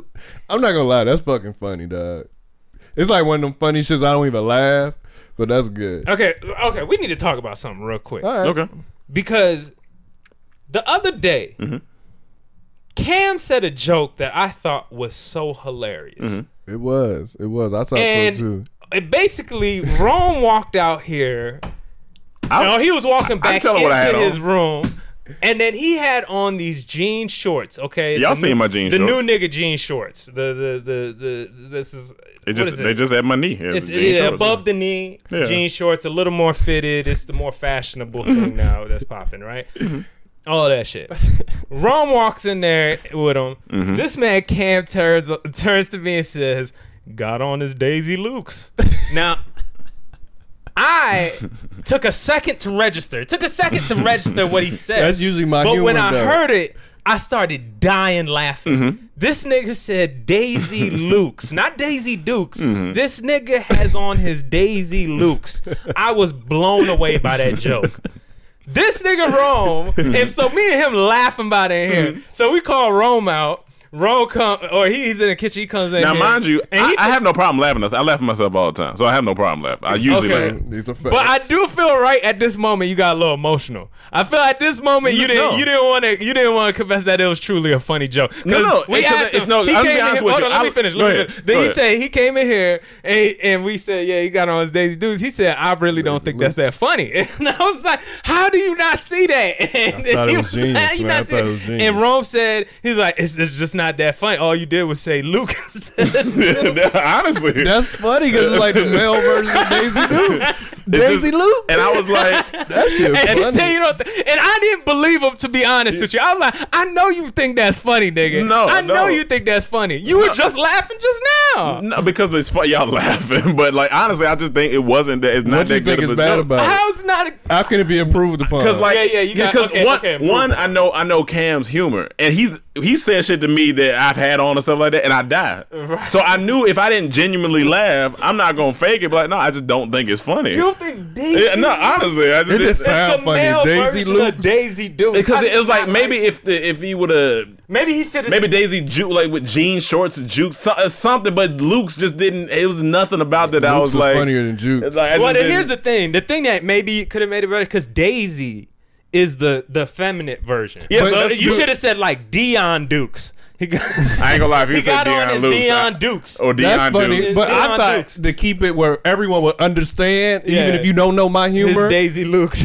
Speaker 6: I'm not gonna lie, that's fucking funny, dog. It's like one of them funny shits I don't even laugh, but that's good.
Speaker 5: okay, okay. We need to talk about something real quick
Speaker 6: All right.
Speaker 4: Okay,
Speaker 5: Oh, because the other day,
Speaker 4: Mm-hmm.
Speaker 5: Cam said a joke that I thought was so hilarious.
Speaker 4: Mm-hmm.
Speaker 6: It was. It was. I thought
Speaker 5: And-
Speaker 6: so too.
Speaker 5: It basically, Rome walked out here.
Speaker 4: I-
Speaker 5: no, he was walking
Speaker 4: I- I
Speaker 5: back
Speaker 4: tell
Speaker 5: into
Speaker 4: him what I had
Speaker 5: his
Speaker 4: on.
Speaker 5: room, and then he had on these jean shorts. Okay,
Speaker 4: Y'all
Speaker 5: The
Speaker 4: seen
Speaker 5: new-
Speaker 4: my jean
Speaker 5: the
Speaker 4: shorts.
Speaker 5: new nigga jean shorts. The the the the, this is
Speaker 4: it
Speaker 5: what
Speaker 4: just
Speaker 5: is
Speaker 4: they just at my knee.
Speaker 5: it's
Speaker 4: jean
Speaker 5: yeah,
Speaker 4: shorts.
Speaker 5: above the knee
Speaker 4: Yeah.
Speaker 5: jean shorts, a little more fitted. It's the more fashionable thing now that's popping, right?
Speaker 4: Mm-hmm.
Speaker 5: All that shit. Rome walks in there with him.
Speaker 4: Mm-hmm.
Speaker 5: This man Cam turns turns to me and says, "Got on his Daisy Luke's." now, I took a second to register. It took a second to register what he said.
Speaker 6: That's usually my
Speaker 5: But when
Speaker 6: humor,
Speaker 5: I
Speaker 6: though. Mm-hmm.
Speaker 5: heard it, I started dying laughing. This nigga said Daisy Luke's, not Daisy Dukes.
Speaker 6: Mm-hmm.
Speaker 5: This nigga has on his Daisy Luke's. I was blown away by that joke.
Speaker 6: Mm-hmm.
Speaker 5: This nigga Rome, and so me and him laughing about it here. So we call Rome out. Roll come or he's in the kitchen. He comes in.
Speaker 4: Now,
Speaker 5: here,
Speaker 4: mind you,
Speaker 5: and
Speaker 4: I,
Speaker 5: he
Speaker 4: I have no problem laughing. at us. I laugh at myself all the time, so I have no problem laughing. I usually
Speaker 5: Okay.
Speaker 4: laugh.
Speaker 6: These are
Speaker 5: But I
Speaker 6: facts.
Speaker 5: do feel right at this moment. You got a little emotional. I feel at this moment you
Speaker 4: No.
Speaker 5: didn't you didn't want to you didn't want to confess that it was truly a funny joke. 'Cause
Speaker 4: No, no,
Speaker 5: we
Speaker 4: it's 'cause
Speaker 5: asked
Speaker 4: it's-
Speaker 5: him.
Speaker 4: no,
Speaker 5: he
Speaker 4: I'll be
Speaker 5: came in
Speaker 4: honest
Speaker 5: here-
Speaker 4: with
Speaker 5: hold
Speaker 4: you.
Speaker 5: on, let
Speaker 4: I
Speaker 5: me
Speaker 4: was-
Speaker 5: finish.
Speaker 4: go
Speaker 5: Let me
Speaker 4: ahead.
Speaker 5: finish. Then
Speaker 4: Go
Speaker 5: he
Speaker 4: ahead.
Speaker 5: said he came in here and, and we said yeah he got on his daisy dudes. He said I really don't think that's that funny. And I was like, how do you not see that? And,
Speaker 6: thought
Speaker 5: he
Speaker 6: it was
Speaker 5: like,
Speaker 6: genius,
Speaker 5: "How you
Speaker 6: man.
Speaker 5: not
Speaker 6: I
Speaker 5: see
Speaker 6: thought
Speaker 5: that?"
Speaker 6: it was
Speaker 5: And
Speaker 6: genius.
Speaker 5: Rome said he's like it's, it's just not that funny. All you did was say Lucas.
Speaker 4: Honestly,
Speaker 3: That's funny because it's like the male version of Daisy Dukes.
Speaker 4: It's
Speaker 3: Daisy
Speaker 4: just-
Speaker 3: Dukes.
Speaker 4: And I was like,
Speaker 6: That shit
Speaker 5: And he
Speaker 6: funny.
Speaker 5: said, you know, th- and I didn't believe him to be honest with you. I was like, I know you think that's funny, nigga.
Speaker 4: No,
Speaker 5: I know
Speaker 4: no.
Speaker 5: you think that's funny. You were just laughing just now.
Speaker 4: no, because it's fun. Y'all laughing, but like honestly, I just think it wasn't that. It's not
Speaker 6: What
Speaker 4: that
Speaker 6: you think
Speaker 4: good of
Speaker 6: is
Speaker 4: a
Speaker 6: bad
Speaker 4: joke.
Speaker 6: about it?
Speaker 5: How's not? A,
Speaker 6: How can it be improved upon?
Speaker 4: Because like
Speaker 5: Yeah, yeah, you got-
Speaker 4: because
Speaker 5: okay,
Speaker 4: one,
Speaker 5: okay, improve
Speaker 4: one
Speaker 5: it.
Speaker 4: I know I know Cam's humor, and he's he said shit to me that I've had on and stuff like that, and I died. So I knew if I didn't genuinely laugh, I'm not gonna fake it. But like, no, I just don't think it's funny.
Speaker 5: you don't think Daisy?
Speaker 4: Yeah, no, honestly, I just
Speaker 6: It
Speaker 4: it's-
Speaker 6: just sounds
Speaker 5: the
Speaker 6: funny.
Speaker 5: male
Speaker 6: Daisy
Speaker 5: version of
Speaker 6: Loops.
Speaker 5: Daisy Dukes.
Speaker 4: because
Speaker 5: I-
Speaker 4: it was like maybe if the, if he would have
Speaker 5: maybe he should have.
Speaker 4: maybe Daisy juke like with jean shorts and juke so- uh, something, but Luke's just didn't. It was nothing about that. I
Speaker 6: Luke's
Speaker 4: was
Speaker 6: was
Speaker 4: like
Speaker 6: funnier than Juke's.
Speaker 4: it's like, I
Speaker 5: Well,
Speaker 4: just
Speaker 5: then here's the
Speaker 4: didn't-
Speaker 5: thing. The thing that maybe could have made it better because Daisy is the the feminine version.
Speaker 4: Yeah,
Speaker 5: so
Speaker 4: so
Speaker 5: you
Speaker 4: Duke-
Speaker 5: should have said like Dion Dukes. He got,
Speaker 4: I ain't gonna lie. If you
Speaker 5: he
Speaker 4: said
Speaker 5: got on
Speaker 4: Deion
Speaker 5: his
Speaker 4: Luke,
Speaker 5: Dion Dukes.
Speaker 4: or Deion
Speaker 6: That's funny,
Speaker 4: Dukes,
Speaker 6: but
Speaker 5: Deion
Speaker 6: I thought
Speaker 5: Dukes.
Speaker 6: to keep it where everyone would understand,
Speaker 5: Yeah.
Speaker 6: even if you don't know my
Speaker 5: His
Speaker 6: humor.
Speaker 5: Daisy Lukes.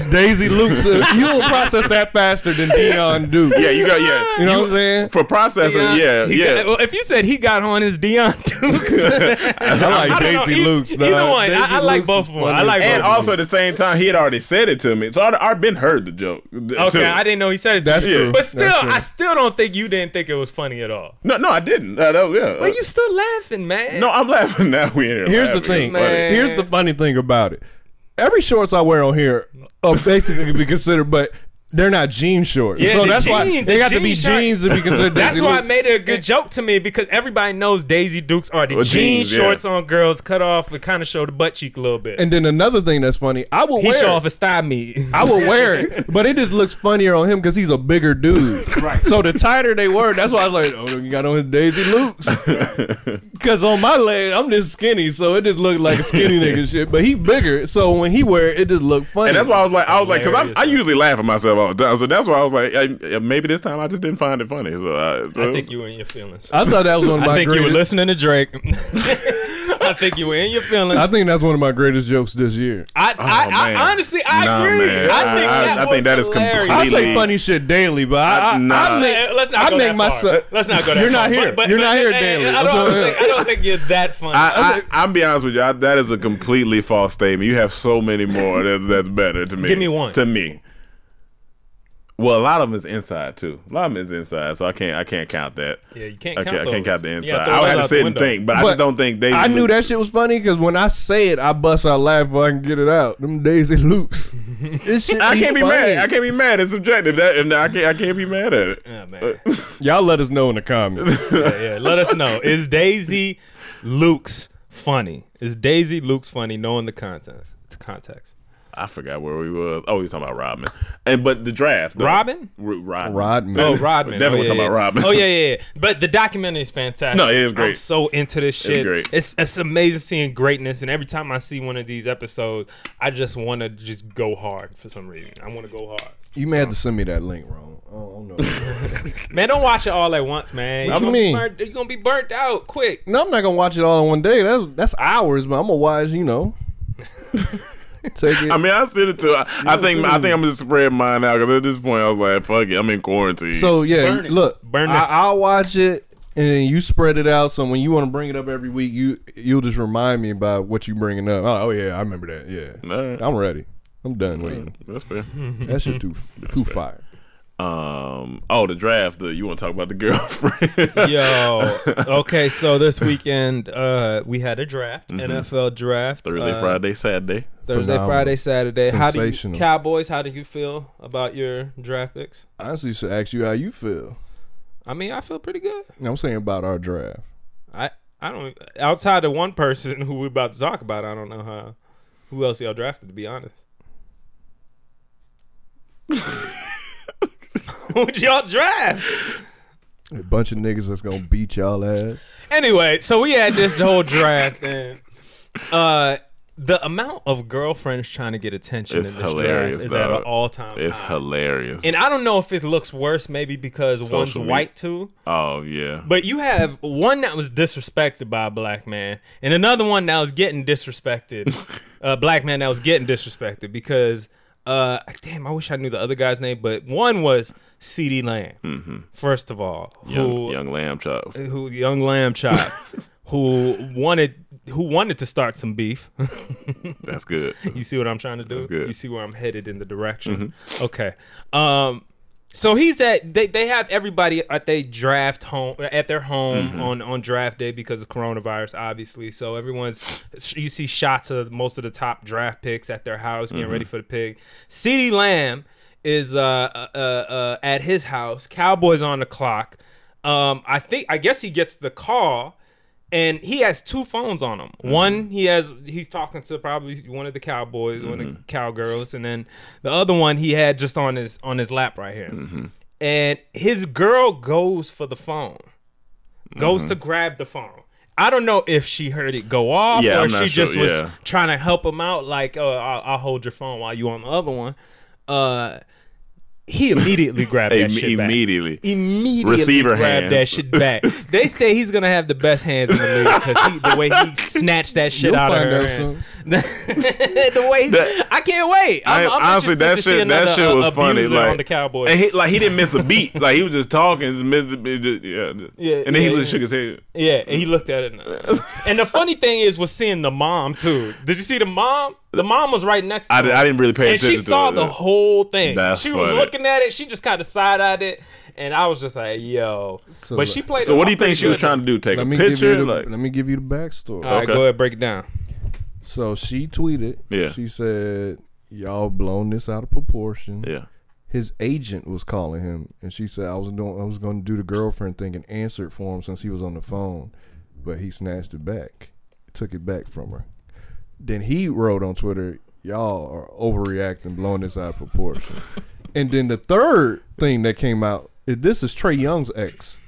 Speaker 6: Daisy Lukes, uh, you will process that faster than Dion Duke.
Speaker 4: yeah, you got yeah.
Speaker 6: You know what I'm saying?
Speaker 4: for processing, yeah,
Speaker 5: He
Speaker 4: yeah.
Speaker 5: got- well, if you said he got on his Dion Dukes,
Speaker 6: I like
Speaker 5: don't know.
Speaker 6: Daisy
Speaker 5: E-
Speaker 6: Lukes.
Speaker 5: either
Speaker 6: dog.
Speaker 5: one. I-
Speaker 6: Daisy
Speaker 5: I like
Speaker 6: Lukes
Speaker 5: both
Speaker 6: is
Speaker 5: of them. I
Speaker 6: funny as
Speaker 5: like
Speaker 6: fuck.
Speaker 4: and also at the same time, he had already said it to me, so I, I been heard the joke.
Speaker 5: okay, I didn't know he said it. To
Speaker 6: That's
Speaker 5: you.
Speaker 6: true.
Speaker 5: But still,
Speaker 6: That's true.
Speaker 5: I still don't think you didn't think it was funny at all.
Speaker 4: No, no, I didn't. Uh, that- yeah.
Speaker 5: But you still laughing, man.
Speaker 4: no, I'm laughing now. We in here.
Speaker 6: Here's
Speaker 4: laughing.
Speaker 6: the thing.
Speaker 4: It's funny.
Speaker 6: Here's the funny thing about it. Every shorts I wear on here are basically to be considered, but they're not jean shorts.
Speaker 5: Yeah,
Speaker 6: so
Speaker 5: the
Speaker 6: that's why
Speaker 5: jean- the
Speaker 6: they got to be
Speaker 5: jean shirt-
Speaker 6: jeans to be considered.
Speaker 5: That's
Speaker 6: Daisy
Speaker 5: why I
Speaker 6: Lukes.
Speaker 5: made it a good joke to me because everybody knows Daisy Dukes are the
Speaker 4: Well,
Speaker 5: jean
Speaker 4: jeans, yeah.
Speaker 5: shorts on girls cut off and kind of show the butt cheek a little bit.
Speaker 6: And then another thing that's funny, I will
Speaker 5: he
Speaker 6: wear.
Speaker 5: show
Speaker 6: it.
Speaker 5: off his thigh meat.
Speaker 6: I would wear it, but it just looks funnier on him because he's a bigger dude. Right. So the tighter they were, that's why I was like, "Oh, you got on his Daisy Lukes." Because on my leg, I'm just skinny, so it just looked like a skinny nigga shit. But he bigger, so when he wear it, it just looked funny.
Speaker 4: And that's why I was like, I was like, because I
Speaker 5: Hilarious.
Speaker 4: usually laugh at myself all the time. So that's why I was like, I, uh, maybe this time I just didn't find it funny. So I, so
Speaker 5: I
Speaker 4: it
Speaker 5: think
Speaker 4: was-
Speaker 5: you were in your feelings.
Speaker 6: I thought that was one of my.
Speaker 5: I think you were
Speaker 6: greatest-
Speaker 5: listening to Drake. I think you were in your feelings.
Speaker 6: I think that's one of my greatest jokes this year.
Speaker 5: I,
Speaker 4: Oh,
Speaker 5: I,
Speaker 4: man.
Speaker 5: I honestly, I
Speaker 4: Nah,
Speaker 5: agree.
Speaker 4: man.
Speaker 5: I think
Speaker 4: I-
Speaker 5: that,
Speaker 4: I- I
Speaker 5: was
Speaker 4: think that is
Speaker 5: hilarious.
Speaker 4: completely-
Speaker 6: I say
Speaker 4: Really?
Speaker 6: funny shit daily, but I,
Speaker 4: I-
Speaker 6: I,
Speaker 4: nah.
Speaker 6: I make,
Speaker 5: Eh, Let's not
Speaker 6: I
Speaker 5: go
Speaker 6: make
Speaker 5: that
Speaker 6: my
Speaker 5: far. Let's not go that
Speaker 6: You're
Speaker 5: far.
Speaker 6: not here.
Speaker 5: But- but-
Speaker 6: You're
Speaker 5: but-
Speaker 6: not here,
Speaker 5: eh, eh,
Speaker 6: Daily.
Speaker 5: I
Speaker 6: I'm
Speaker 5: don't,
Speaker 6: talking-
Speaker 5: think, I don't think you're that funny.
Speaker 4: I, I, I'm be honest with you. I, that is a completely false statement. You have so many more. That's that's better to me.
Speaker 5: Give me one.
Speaker 4: to me. Well, a lot of them is inside too. A lot of them is inside, so I can't I can't count that.
Speaker 5: Yeah, you can't
Speaker 4: I
Speaker 5: count
Speaker 4: can't, I
Speaker 5: those.
Speaker 4: can't count the inside.
Speaker 5: Yeah, throw
Speaker 4: I would
Speaker 5: those
Speaker 4: have to
Speaker 5: out the
Speaker 4: sit and
Speaker 5: window.
Speaker 4: think, but, I
Speaker 6: But
Speaker 4: just don't think they.
Speaker 6: I knew that shit was funny because when I say it, I bust out laugh before I can get it out. Them Daisy Lukes. This shit
Speaker 4: I can't be
Speaker 6: funny.
Speaker 4: mad. I can't be mad. It's subjective. That and I can't. I can't be mad at it.
Speaker 5: Yeah, Oh, man.
Speaker 6: Y'all let us know in the comments.
Speaker 5: yeah, yeah. Let us know. Is Daisy Luke's funny? Is Daisy Luke's funny? Knowing the context. The context.
Speaker 4: I forgot where we was. Oh, we were talking about Rodman. And but the draft. though.
Speaker 5: Robin?
Speaker 4: R- Rodman.
Speaker 6: Rodman.
Speaker 5: Oh,
Speaker 6: Oh,
Speaker 5: Rodman.
Speaker 4: Definitely
Speaker 5: oh, yeah,
Speaker 4: talking
Speaker 5: yeah.
Speaker 4: about Rodman.
Speaker 5: Oh yeah, yeah, yeah. But the documentary is fantastic.
Speaker 4: No, it is
Speaker 5: I'm
Speaker 4: great.
Speaker 5: so into this shit.
Speaker 4: great.
Speaker 5: It's it's amazing seeing greatness, and every time I see one of these episodes, I just want to just go hard for some reason. I want to go hard.
Speaker 6: you may have to send me that link, wrong. I don't know.
Speaker 5: Man, don't watch it all at once, man.
Speaker 6: What
Speaker 5: You're
Speaker 6: you
Speaker 5: gonna be
Speaker 6: mean?
Speaker 5: burnt- you're gonna be burnt out quick.
Speaker 6: no, I'm not gonna watch it all in one day. That's that's hours, but I'm gonna watch. You know, take it.
Speaker 4: I mean, I said it too. I, I think. I think I'm just spread mine out because at this point I was like, "Fuck it, I'm in quarantine."
Speaker 6: so yeah,
Speaker 5: Burn it.
Speaker 6: look,
Speaker 5: Burn
Speaker 6: I,
Speaker 5: it.
Speaker 6: I'll watch it. And then you spread it out, so when you want to bring it up every week, you you'll just remind me about what you bringing up. Oh, oh, yeah, I remember that. Yeah,
Speaker 4: All right.
Speaker 6: I'm ready. I'm
Speaker 4: Mm-hmm.
Speaker 6: done waiting.
Speaker 4: that's fair.
Speaker 6: That shit too too fire.
Speaker 4: Um. Oh, the draft. The, you want to talk about the girlfriend?
Speaker 5: Yo, okay, so this weekend uh, we had a draft, NFL draft.
Speaker 4: Mm-hmm. Thursday,
Speaker 5: uh,
Speaker 4: Friday, Saturday.
Speaker 5: Thursday,
Speaker 6: Phenomenal.
Speaker 5: Friday, Saturday. How do you,
Speaker 6: Sensational.
Speaker 5: Cowboys? How do you feel about your draft picks?
Speaker 6: I honestly should ask you how you feel.
Speaker 5: I mean, I feel pretty good.
Speaker 6: I'm saying about our draft.
Speaker 5: I I don't outside of one person who we're about to talk about. I don't know how who else y'all drafted. To be honest, who'd y'all draft?
Speaker 6: A bunch of niggas that's gonna beat y'all ass.
Speaker 5: Anyway, so we had this whole draft, and uh, the amount of girlfriends trying to get attention
Speaker 4: It's
Speaker 5: in this
Speaker 4: hilarious,
Speaker 5: draft is at
Speaker 4: dog.
Speaker 5: an all-time
Speaker 4: It's
Speaker 5: high.
Speaker 4: hilarious.
Speaker 5: uh, And I don't know if it looks worse, maybe because one's
Speaker 4: media.
Speaker 5: white too.
Speaker 4: oh yeah.
Speaker 5: But you have one that was disrespected by a black man, and another one that was getting disrespected, a black man that was getting disrespected because, uh, damn, I wish I knew the other guy's name, but one was C.D. Lamb, first of all,
Speaker 4: Mm-hmm. young,
Speaker 5: who
Speaker 4: young lamb chops.
Speaker 5: who young lamb chop, who wanted who wanted to start some beef.
Speaker 4: That's good.
Speaker 5: You see what I'm trying to do?
Speaker 4: good.
Speaker 5: You see where I'm headed in the direction. Okay. Um so he's at they, they have everybody at they draft home at their home on on draft day because of coronavirus obviously. So everyone's you see shots of most of the top draft picks at their house getting ready for the pick. CeeDee Lamb is uh, uh, uh, uh, at his house. Cowboys on the clock. Um, I think I guess he gets the call and he has two phones on him.
Speaker 4: Mm-hmm.
Speaker 5: One he has he's talking to probably one of the cowboys, one
Speaker 4: Mm-hmm.
Speaker 5: of the cowgirls, and then the other one he had just on his on his lap right here.
Speaker 4: Mm-hmm.
Speaker 5: And his girl goes for the phone, goes
Speaker 4: Mm-hmm.
Speaker 5: to grab the phone. I don't know if she heard it go off
Speaker 4: Yeah,
Speaker 5: or
Speaker 4: I'm
Speaker 5: she
Speaker 4: not sure,
Speaker 5: just was
Speaker 4: yeah.
Speaker 5: trying to help him out, like oh, I'll, I'll hold your phone while you on the other one. Uh, he immediately grabbed that
Speaker 4: Im-
Speaker 5: shit back
Speaker 4: immediately.
Speaker 5: immediately
Speaker 4: Receiver
Speaker 5: grab
Speaker 4: hands.
Speaker 5: that shit back. they say he's gonna have the best hands in the league because the way he snatched that shit
Speaker 6: You'll
Speaker 5: out of
Speaker 6: find
Speaker 5: her.
Speaker 6: out
Speaker 5: and- the way
Speaker 4: That-
Speaker 5: I can't wait.
Speaker 4: I-
Speaker 5: I'm, I'm
Speaker 4: honestly,
Speaker 5: interested
Speaker 4: that
Speaker 5: to see
Speaker 4: shit,
Speaker 5: another,
Speaker 4: that shit was
Speaker 5: uh,
Speaker 4: funny.
Speaker 5: abuser
Speaker 4: Like
Speaker 5: on the Cowboys.
Speaker 4: and he, like he didn't miss a beat. like he was just talking, just missed, the- missed the- yeah.
Speaker 5: Yeah,
Speaker 4: And then
Speaker 5: yeah,
Speaker 4: he
Speaker 5: yeah.
Speaker 4: just shook his head.
Speaker 5: yeah, and he looked at it. And, and the funny thing is, was seeing the mom too. Did you see the mom? The mom was right next to
Speaker 4: I,
Speaker 5: him.
Speaker 4: did, I didn't really pay
Speaker 5: and
Speaker 4: attention.
Speaker 5: she saw
Speaker 4: to
Speaker 5: the
Speaker 4: it.
Speaker 5: whole thing.
Speaker 4: That's
Speaker 5: she was
Speaker 4: funny.
Speaker 5: looking at it. She just kind of side eyed it, and I was just like, "Yo!" but she played.
Speaker 4: So
Speaker 5: it
Speaker 4: what
Speaker 5: off
Speaker 4: do you
Speaker 5: pretty
Speaker 4: think she was
Speaker 5: good.
Speaker 4: trying to do? Take
Speaker 6: Let
Speaker 4: a
Speaker 6: me give you
Speaker 4: picture?
Speaker 6: the,
Speaker 4: Like
Speaker 6: let me give you the backstory.
Speaker 5: All right,
Speaker 4: Okay.
Speaker 5: go ahead, break it down.
Speaker 6: So she tweeted.
Speaker 4: Yeah.
Speaker 6: She said, "Y'all blown this out of proportion."
Speaker 4: yeah.
Speaker 6: His agent was calling him, and she said, "I was doing, I was going to do the girlfriend thing and answer it for him since he was on the phone, but he snatched it back, took it back from her." Then he wrote on Twitter, "Y'all are overreacting, blowing this out of proportion." and then the third thing that came out, is this is Trey Young's ex.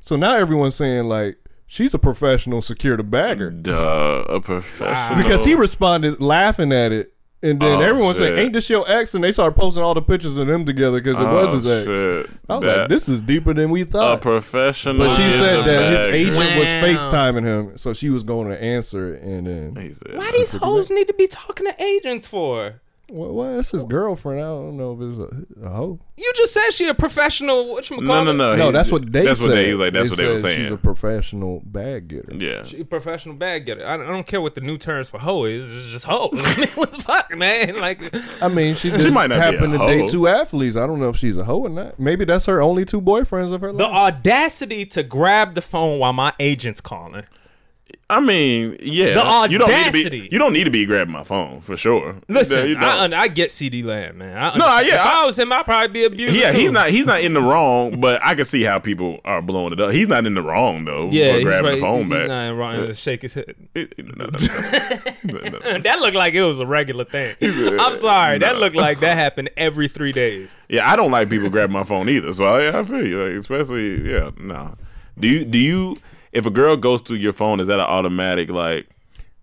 Speaker 6: So now everyone's saying like she's a professional, secure the bagger
Speaker 4: Duh, a professional.
Speaker 6: because he responded laughing at it, and then
Speaker 4: Oh,
Speaker 6: everyone said,
Speaker 4: shit.
Speaker 6: "Ain't this your ex?" And they started posting all the pictures of them together because it was
Speaker 4: Oh,
Speaker 6: his ex.
Speaker 4: shit.
Speaker 6: I was like,
Speaker 4: That-
Speaker 6: "This is deeper than we
Speaker 4: a
Speaker 6: thought."
Speaker 4: professional.
Speaker 6: but she
Speaker 4: is
Speaker 6: said
Speaker 4: a
Speaker 6: that his
Speaker 4: bagger.
Speaker 6: agent was
Speaker 5: Wow.
Speaker 6: FaceTiming him, so she was going to answer it, and then
Speaker 4: He said,
Speaker 5: Why these hoes need to be talking to agents for?
Speaker 6: well, well, that's his girlfriend. I don't know if it's a, a hoe.
Speaker 5: You just said she a professional. What you
Speaker 4: No, no, no.
Speaker 6: No,
Speaker 4: Oh, he-
Speaker 6: that's what they.
Speaker 4: That's
Speaker 6: said.
Speaker 4: what they. He was like, that's
Speaker 6: They
Speaker 4: what they were
Speaker 6: said
Speaker 4: saying.
Speaker 6: She's a professional bag getter.
Speaker 4: yeah.
Speaker 5: She a professional bag getter. I don't, I don't care what the new terms for hoe is. It's just hoe. what the fuck, man? Like,
Speaker 6: I mean, she, just
Speaker 4: might not be a
Speaker 6: happened to
Speaker 4: hoe.
Speaker 6: date two athletes. I don't know if she's a hoe or not. Maybe that's her only two boyfriends of her
Speaker 5: the
Speaker 6: life.
Speaker 5: audacity to grab the phone while my agent's calling.
Speaker 4: I mean, yeah.
Speaker 5: The
Speaker 4: You don't need to
Speaker 5: audacity.
Speaker 4: be. You don't need to be grabbing my phone for sure.
Speaker 5: Listen,
Speaker 4: you
Speaker 5: I,
Speaker 4: don't.
Speaker 5: un- I get CD Lamb, man. I
Speaker 4: No,
Speaker 5: understand.
Speaker 4: yeah,
Speaker 5: If I,
Speaker 4: I-
Speaker 5: was him, I'd probably be abused.
Speaker 4: yeah,
Speaker 5: too.
Speaker 4: he's not. He's not in the wrong, but I can see how people are blowing it up. He's not in the wrong though.
Speaker 5: Yeah,
Speaker 4: for
Speaker 5: he's
Speaker 4: grabbing
Speaker 5: right.
Speaker 4: the phone
Speaker 5: he's
Speaker 4: back.
Speaker 5: not wrong. He'll Shake his head.
Speaker 4: It- it- no, no, no, no. No, no.
Speaker 5: That looked like it was a regular thing. I'm sorry. That
Speaker 4: No.
Speaker 5: looked like that happened every three days.
Speaker 4: Yeah, I don't like people grabbing my phone either. So I, I feel you, like, especially yeah. No, do you do you? If a girl goes through your phone, is that an automatic like?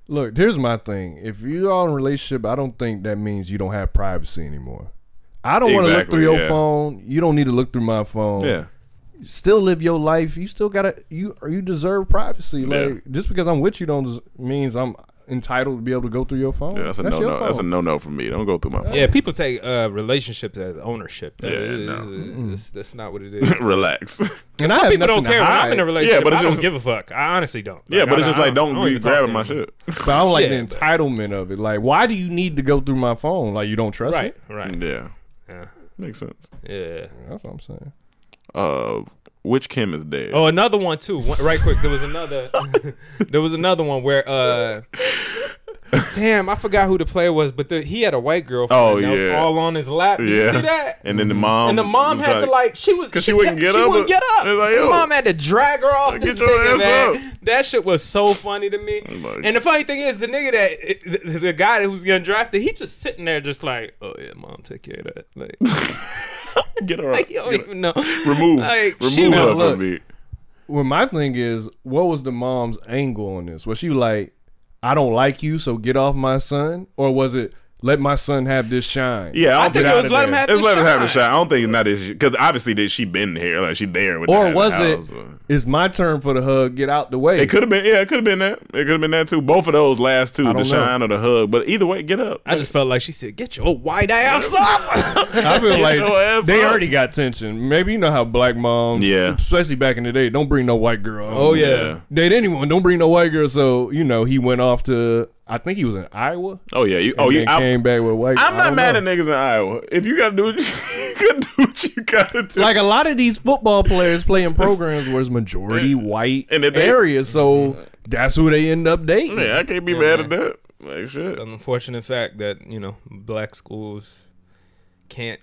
Speaker 6: Look, here's my thing. If you are in a relationship, I don't think that means you don't have privacy anymore. I don't want to look
Speaker 4: Exactly,
Speaker 6: through your
Speaker 4: yeah.
Speaker 6: phone. You don't need to look through my
Speaker 5: Oh.
Speaker 6: phone.
Speaker 4: Yeah,
Speaker 6: Still live your life. You still gotta you you deserve privacy.
Speaker 4: Yeah.
Speaker 6: Like just because I'm with you don't des- means I'm entitled to be able to go through your phone.
Speaker 4: yeah that's a no
Speaker 6: your
Speaker 4: no. That's a no no for me. Don't go through my phone.
Speaker 5: Yeah, people take uh, relationships as ownership. That
Speaker 4: Yeah,
Speaker 5: is-
Speaker 4: no.
Speaker 5: is- that's not what it is.
Speaker 4: Relax.
Speaker 6: and I
Speaker 5: Some
Speaker 6: have
Speaker 5: people don't
Speaker 6: nothing to
Speaker 5: care. When I'm
Speaker 6: hide,
Speaker 5: in a relationship,
Speaker 4: Yeah, but it's
Speaker 5: I don't
Speaker 4: just-
Speaker 5: give a fuck. I honestly don't.
Speaker 4: yeah, but it's just like don't, be
Speaker 5: even talk
Speaker 4: grabbing
Speaker 5: to
Speaker 4: my
Speaker 5: them.
Speaker 4: shit.
Speaker 6: but I don't like
Speaker 5: Yeah,
Speaker 6: the entitlement of it. Like, why do you need to go through my phone? Like, you don't trust
Speaker 5: Right,
Speaker 6: me.
Speaker 5: right.
Speaker 4: Yeah,
Speaker 5: Yeah.
Speaker 4: makes sense.
Speaker 5: yeah.
Speaker 6: That's what I'm saying.
Speaker 4: Uh, which Kim is dead?
Speaker 5: Oh, another one too. One, right quick, there was another. there was another one where, uh damn, I forgot who the player was, but the, he had a white girlfriend.
Speaker 4: Oh,
Speaker 5: that was
Speaker 4: yeah.
Speaker 5: all on his lap. Did
Speaker 4: yeah.
Speaker 5: You see that?
Speaker 4: And then the mom.
Speaker 5: and the mom
Speaker 4: was
Speaker 5: had to like she was
Speaker 4: Um, 'Cause she wouldn't
Speaker 5: kept-
Speaker 4: get
Speaker 5: she
Speaker 4: up.
Speaker 5: Wouldn't get up.
Speaker 4: It's like,
Speaker 5: the
Speaker 4: yo.
Speaker 5: mom had to drag her off.
Speaker 4: Like,
Speaker 5: this
Speaker 4: get your
Speaker 5: nigga,
Speaker 4: ass
Speaker 5: man.
Speaker 4: up.
Speaker 5: That shit was so funny to me.
Speaker 4: Like-
Speaker 5: and the funny thing is, the nigga that the, the guy who's getting drafted, he just sitting there, just like, oh yeah, mom, take care of that. Like,
Speaker 4: Get her
Speaker 5: I
Speaker 4: up.
Speaker 5: don't
Speaker 4: Get her-
Speaker 5: even know.
Speaker 4: Remove,
Speaker 5: Like, she
Speaker 4: remove her
Speaker 5: was-
Speaker 4: from
Speaker 3: look.
Speaker 4: me.
Speaker 3: Well, my thing is, what was the mom's angle on this? Was she like, "I don't like you, so get off my son," or was it, "Let my son have this shine"?
Speaker 4: Yeah, I, don't
Speaker 5: I think
Speaker 4: get
Speaker 5: it
Speaker 4: out
Speaker 5: was
Speaker 4: of
Speaker 5: let him
Speaker 4: there.
Speaker 5: have
Speaker 4: It's
Speaker 5: the
Speaker 4: let him have the
Speaker 5: shine.
Speaker 4: shot. I don't think it's not this because obviously that she been here, like she there with.
Speaker 3: Or
Speaker 4: the
Speaker 3: was
Speaker 4: house.
Speaker 3: it? Is my turn for the hug? Get out the way.
Speaker 4: It could have been. Yeah, it could have been that. It could have been that too. Both of those last two,
Speaker 3: I
Speaker 4: the
Speaker 3: don't know.
Speaker 4: shine or the hug. But either way, get up.
Speaker 5: I just felt like she said, "Get your white ass up."
Speaker 3: I feel like
Speaker 4: your ass
Speaker 3: they
Speaker 4: up.
Speaker 3: already got tension. Maybe you know how black moms,
Speaker 4: Yeah.
Speaker 3: especially back in the day, don't bring no white girl.
Speaker 5: Oh, yeah. Yeah.
Speaker 3: date anyone, don't bring no white girl. So you know he went off to, I think he was in Iowa.
Speaker 4: Oh yeah. You,
Speaker 3: and
Speaker 4: oh you.
Speaker 3: then
Speaker 4: I,
Speaker 3: came back with a white.
Speaker 4: I'm
Speaker 3: I
Speaker 4: not
Speaker 3: don't
Speaker 4: mad
Speaker 3: know.
Speaker 4: at niggas in Iowa. If you gotta do what you, you gotta do what you gotta do.
Speaker 3: Like a lot of these football players play in programs where it's majority white
Speaker 4: And if they-
Speaker 3: area, so that's who they end up dating.
Speaker 4: yeah, I can't be mad at that. Like shit.
Speaker 5: it's an unfortunate fact that you know black schools can't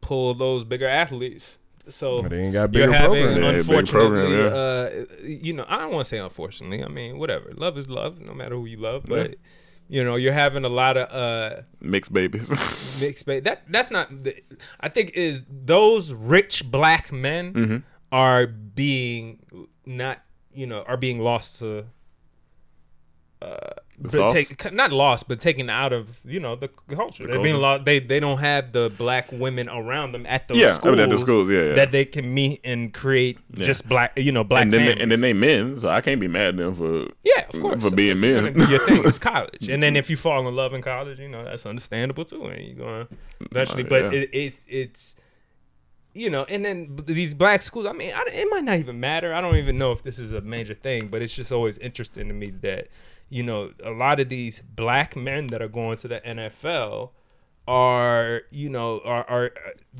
Speaker 5: pull those bigger athletes. So
Speaker 3: They ain't got
Speaker 5: you're
Speaker 3: bigger
Speaker 5: having
Speaker 3: programs.
Speaker 4: They ain't big
Speaker 5: unfortunately,
Speaker 4: program,
Speaker 5: uh, you know, I don't want to say unfortunately. I mean, whatever. Love is love, no matter who you love. But
Speaker 4: Yeah.
Speaker 5: you know, you're having a lot of uh,
Speaker 4: Mixed babies.
Speaker 5: mixed ba- that that's not the, i think is those rich black men
Speaker 3: Mm-hmm.
Speaker 5: are being not you know are being lost to but
Speaker 4: sauce?
Speaker 5: take, not lost but taken out of you know the culture they're being lost they they don't have the black women around them at those
Speaker 4: Yeah, I
Speaker 5: schools,
Speaker 4: mean, at the schools, yeah, yeah.
Speaker 5: that they can meet and create just black you know black
Speaker 4: and then they,
Speaker 5: families.
Speaker 4: and then they men, so I can't be mad at them for
Speaker 5: yeah, of course.
Speaker 4: for being
Speaker 5: It's
Speaker 4: men.
Speaker 5: gonna be Your thing is college, and then if you fall in love in college, you know that's understandable too, and you're going to eventually.
Speaker 4: Uh,
Speaker 5: but
Speaker 4: yeah.
Speaker 5: it, it it's you know, and then b- these black schools. I mean, I, it might not even matter. I don't even know if this is a major thing, but it's just always interesting to me that you know a lot of these black men that are going to the NFL are you know are are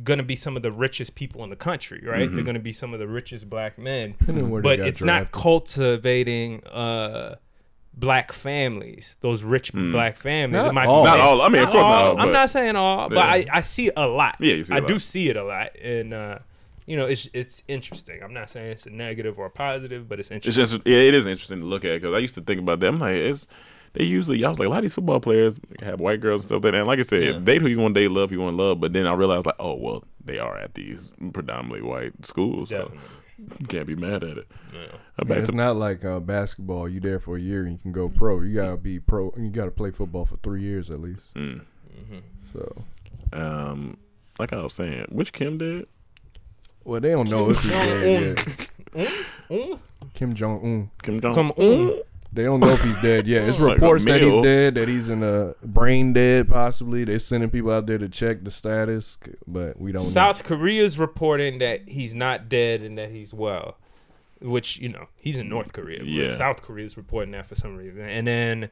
Speaker 5: going to be some of the richest people in the country right
Speaker 4: Mm-hmm.
Speaker 5: they're going to be some of the richest black men
Speaker 3: on where they
Speaker 5: but
Speaker 3: got
Speaker 5: it's not
Speaker 3: drafted.
Speaker 5: cultivating uh black families, those rich black families.
Speaker 3: Not
Speaker 5: It might be
Speaker 3: all.
Speaker 4: Hmm. Not
Speaker 5: mixed.
Speaker 4: all. I mean, of course not all,
Speaker 5: I'm
Speaker 4: but-
Speaker 5: not saying all, but I,
Speaker 4: Yeah.
Speaker 5: I see a lot.
Speaker 4: Yeah, you see
Speaker 5: I
Speaker 4: a
Speaker 5: do
Speaker 4: lot.
Speaker 5: see it a lot, and uh, you know, it's it's interesting. I'm not saying it's a negative or a positive, but it's
Speaker 4: It's
Speaker 5: interesting.
Speaker 4: just yeah, it is interesting to look at because I used to think about that. I'm like, it's they usually I was like a lot of these football players have white girls and stuff like that. And like I said, date who you want to date, love who you want to love. But then I realized like, oh well, they are at these predominantly white schools, so
Speaker 5: Definitely.
Speaker 4: you can't be mad at it. Uh,
Speaker 6: Man,
Speaker 4: Back
Speaker 6: it's
Speaker 4: to
Speaker 6: not like uh, basketball. You there for a year and you can go pro. You gotta be pro. You gotta play football for three years at least.
Speaker 4: Mm. Mm-hmm.
Speaker 6: So,
Speaker 4: um, like I was saying, which Kim did?
Speaker 6: well, they don't know if he's dead yet.
Speaker 5: Mm,
Speaker 6: Kim Jong Un.
Speaker 4: Kim Jong.
Speaker 5: Come
Speaker 4: Hmm.
Speaker 5: on.
Speaker 6: They don't know if he's dead yet. It's
Speaker 4: Like a
Speaker 6: reports that
Speaker 4: meal.
Speaker 6: he's dead, that he's in a brain dead possibly. They're sending people out there to check the status, c- but we don't
Speaker 5: South Korea's reporting that he's not dead and that he's well, which you know he's in North Korea. but
Speaker 4: Yeah.
Speaker 5: South Korea's reporting that for some reason, and then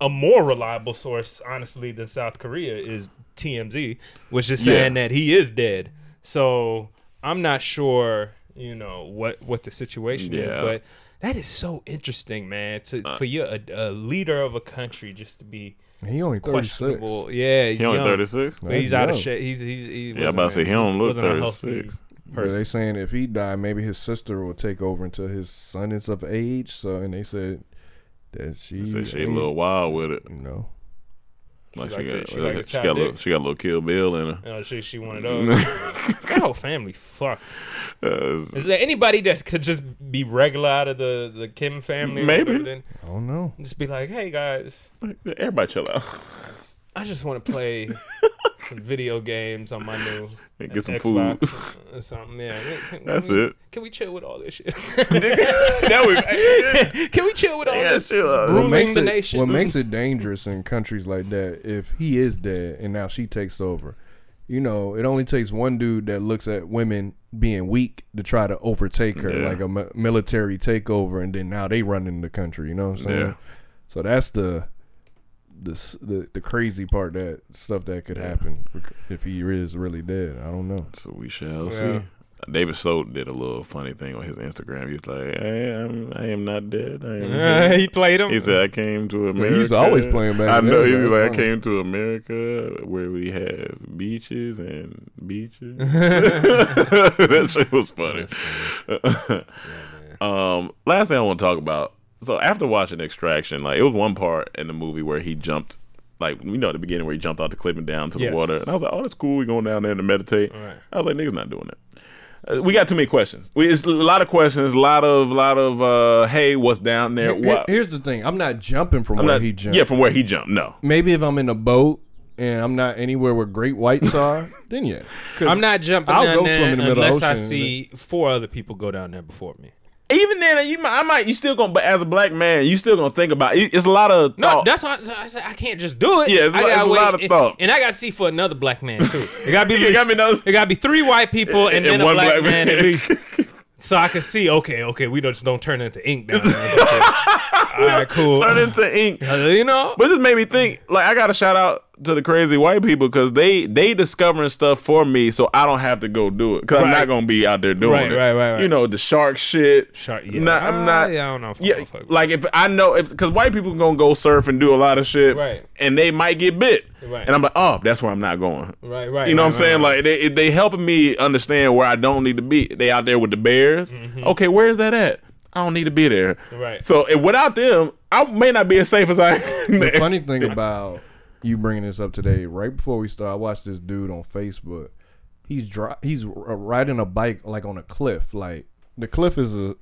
Speaker 5: a more reliable source, honestly, than South Korea is TMZ, which is saying that he is dead. So I'm not sure, you know, what what the situation is,
Speaker 4: Yeah. Uh,
Speaker 5: but that is so interesting, man. To, for you, a, a leader of a country, just to be
Speaker 6: know. He only 36.
Speaker 5: questionable. Yeah, he's
Speaker 4: He only
Speaker 5: young.
Speaker 4: thirty six.
Speaker 5: But he's
Speaker 6: That's
Speaker 5: out of
Speaker 6: young.
Speaker 5: shape. He's he's he
Speaker 4: Yeah, I'm about to say he don't look thirty six.
Speaker 6: But they saying if he die, maybe his sister will take over until his son is of age. So, and they said that she,
Speaker 4: Say she a
Speaker 6: ain't-
Speaker 4: little wild with it.
Speaker 6: you know,
Speaker 4: Like
Speaker 5: She
Speaker 4: she
Speaker 5: like
Speaker 4: got,
Speaker 5: to- she
Speaker 4: she,
Speaker 5: like to
Speaker 4: got
Speaker 5: chop
Speaker 4: a little,
Speaker 5: dick.
Speaker 4: she got a little Kill Bill in her.
Speaker 5: Oh, she she one of those. that whole family fucked.
Speaker 4: Uh,
Speaker 5: Is there anybody that could just be regular out of the the Kim family? or
Speaker 4: Maybe.
Speaker 5: whatever then?
Speaker 6: I don't know.
Speaker 5: just be like, hey guys,
Speaker 4: everybody chill out.
Speaker 5: I just want to play some video games on my new
Speaker 4: And get some
Speaker 5: Xbox or something. Yeah, can- can
Speaker 4: That's
Speaker 5: we-
Speaker 4: it.
Speaker 5: Can we chill with all this shit?
Speaker 4: that was
Speaker 5: can we chill with all
Speaker 4: Yeah,
Speaker 5: this
Speaker 4: chill out. What
Speaker 6: what makes
Speaker 5: ruling the
Speaker 6: it,
Speaker 5: nation?
Speaker 6: What makes it dangerous in countries like that, if he is dead and now she takes over, you know, it only takes one dude that looks at women being weak to try to overtake her,
Speaker 4: Yeah.
Speaker 6: like a mi- military takeover, and then now they run in the country. You know what I'm saying?
Speaker 4: Yeah.
Speaker 6: So that's the. The, s- the the crazy part that stuff that could happen if he is really dead I don't know
Speaker 4: So we shall see. David Sloat did a little funny thing on his Instagram. He was like, I am, I am not dead. I am
Speaker 5: Uh,
Speaker 4: here."
Speaker 5: he played him.
Speaker 4: He said, I came to America.
Speaker 6: he was always playing back
Speaker 4: I
Speaker 6: then,
Speaker 4: know. He
Speaker 6: man.
Speaker 4: was like, I
Speaker 6: Wow.
Speaker 4: came to America where we have beaches and beaches. that shit was funny. um, last thing I want to talk about. So after watching Extraction, like it was one part in the movie where he jumped like you know at the beginning where he jumped out the cliff and down to the
Speaker 5: Yeah.
Speaker 4: water, and I was like, oh, that's cool. We going down there to meditate. I was like, niggas not doing that. Uh, we got too many questions. We, it's a lot of questions. A lot of lot of uh, hey, what's down there?
Speaker 6: Here-
Speaker 4: Why-
Speaker 6: Here's the thing. I'm not jumping from
Speaker 4: I'm
Speaker 6: where
Speaker 4: not-
Speaker 6: he jumped.
Speaker 4: Yeah, from where he jumped. No,
Speaker 6: Maybe if I'm in a boat and I'm not anywhere where great whites are, then yeah. 'Cause
Speaker 5: I'm not jumping
Speaker 6: I'll
Speaker 5: down
Speaker 6: go
Speaker 5: there
Speaker 6: swim in the middle of
Speaker 5: unless I
Speaker 6: ocean.
Speaker 5: see four other people go down there before me.
Speaker 4: even then, you might, I might, you still gonna, but as a black man, you still gonna think about. It, it's a lot of
Speaker 5: No,
Speaker 4: thought.
Speaker 5: that's why I, I said I can't just do it.
Speaker 4: Yeah, it's a
Speaker 5: I
Speaker 4: lot-
Speaker 5: gotta
Speaker 4: it's a lot
Speaker 5: wait.
Speaker 4: of thought.
Speaker 5: and I got to see for another black man too. It got to be
Speaker 4: Yeah,
Speaker 5: at least-
Speaker 4: gotta be another-
Speaker 5: it got to be three white people and,
Speaker 4: And
Speaker 5: then a
Speaker 4: one
Speaker 5: black,
Speaker 4: black
Speaker 5: man,
Speaker 4: man.
Speaker 5: at least, so I can see. Okay, okay, we don't, just don't turn into ink down there. Okay. All right, cool.
Speaker 4: turn into ink.
Speaker 5: Uh, you know,
Speaker 4: But this made me think. Like I got to shout out to the crazy white people because they they discovering stuff for me, so I don't have to go do it because I'm
Speaker 5: Right.
Speaker 4: not gonna be out there doing
Speaker 5: Right,
Speaker 4: it.
Speaker 5: right, right, right.
Speaker 4: You know the shark shit.
Speaker 5: Shark- yeah.
Speaker 4: I'm not. I'm
Speaker 5: Ah,
Speaker 4: not
Speaker 5: yeah, I don't know if I'm
Speaker 4: yeah,
Speaker 5: gonna fuck with
Speaker 4: like if I know if because white people gonna go surf and do a lot of shit,
Speaker 5: Right.
Speaker 4: And they might get bit,
Speaker 5: Right.
Speaker 4: And I'm like, oh, that's where I'm not going,
Speaker 5: Right, right,
Speaker 4: You know
Speaker 5: right,
Speaker 4: what I'm saying?
Speaker 5: right,
Speaker 4: Like they they helping me understand where I don't need to be. They out there with the bears. Okay, where is that at? I don't need to be there.
Speaker 5: Mm-hmm. Right.
Speaker 4: So and without them, I may not be as safe as I.
Speaker 6: the funny thing about you bringing this up today, right before we start, I watched this dude on Facebook. He's dri- he's r- uh, riding a bike like on a cliff. Like the cliff is a,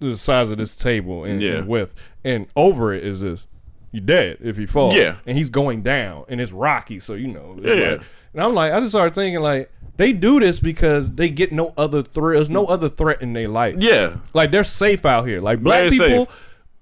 Speaker 6: the size of this table and,
Speaker 4: Yeah.
Speaker 6: and width, and over it is this. You dead if you fall.
Speaker 4: Yeah.
Speaker 6: and he's going down, and it's rocky, so you know. it's
Speaker 4: Yeah.
Speaker 6: like- and I'm like, I just started thinking like they do this because they get no other threat. There's no other threat in their life.
Speaker 4: yeah.
Speaker 6: Like they're safe out here. Like black
Speaker 4: Very
Speaker 6: people,
Speaker 4: safe.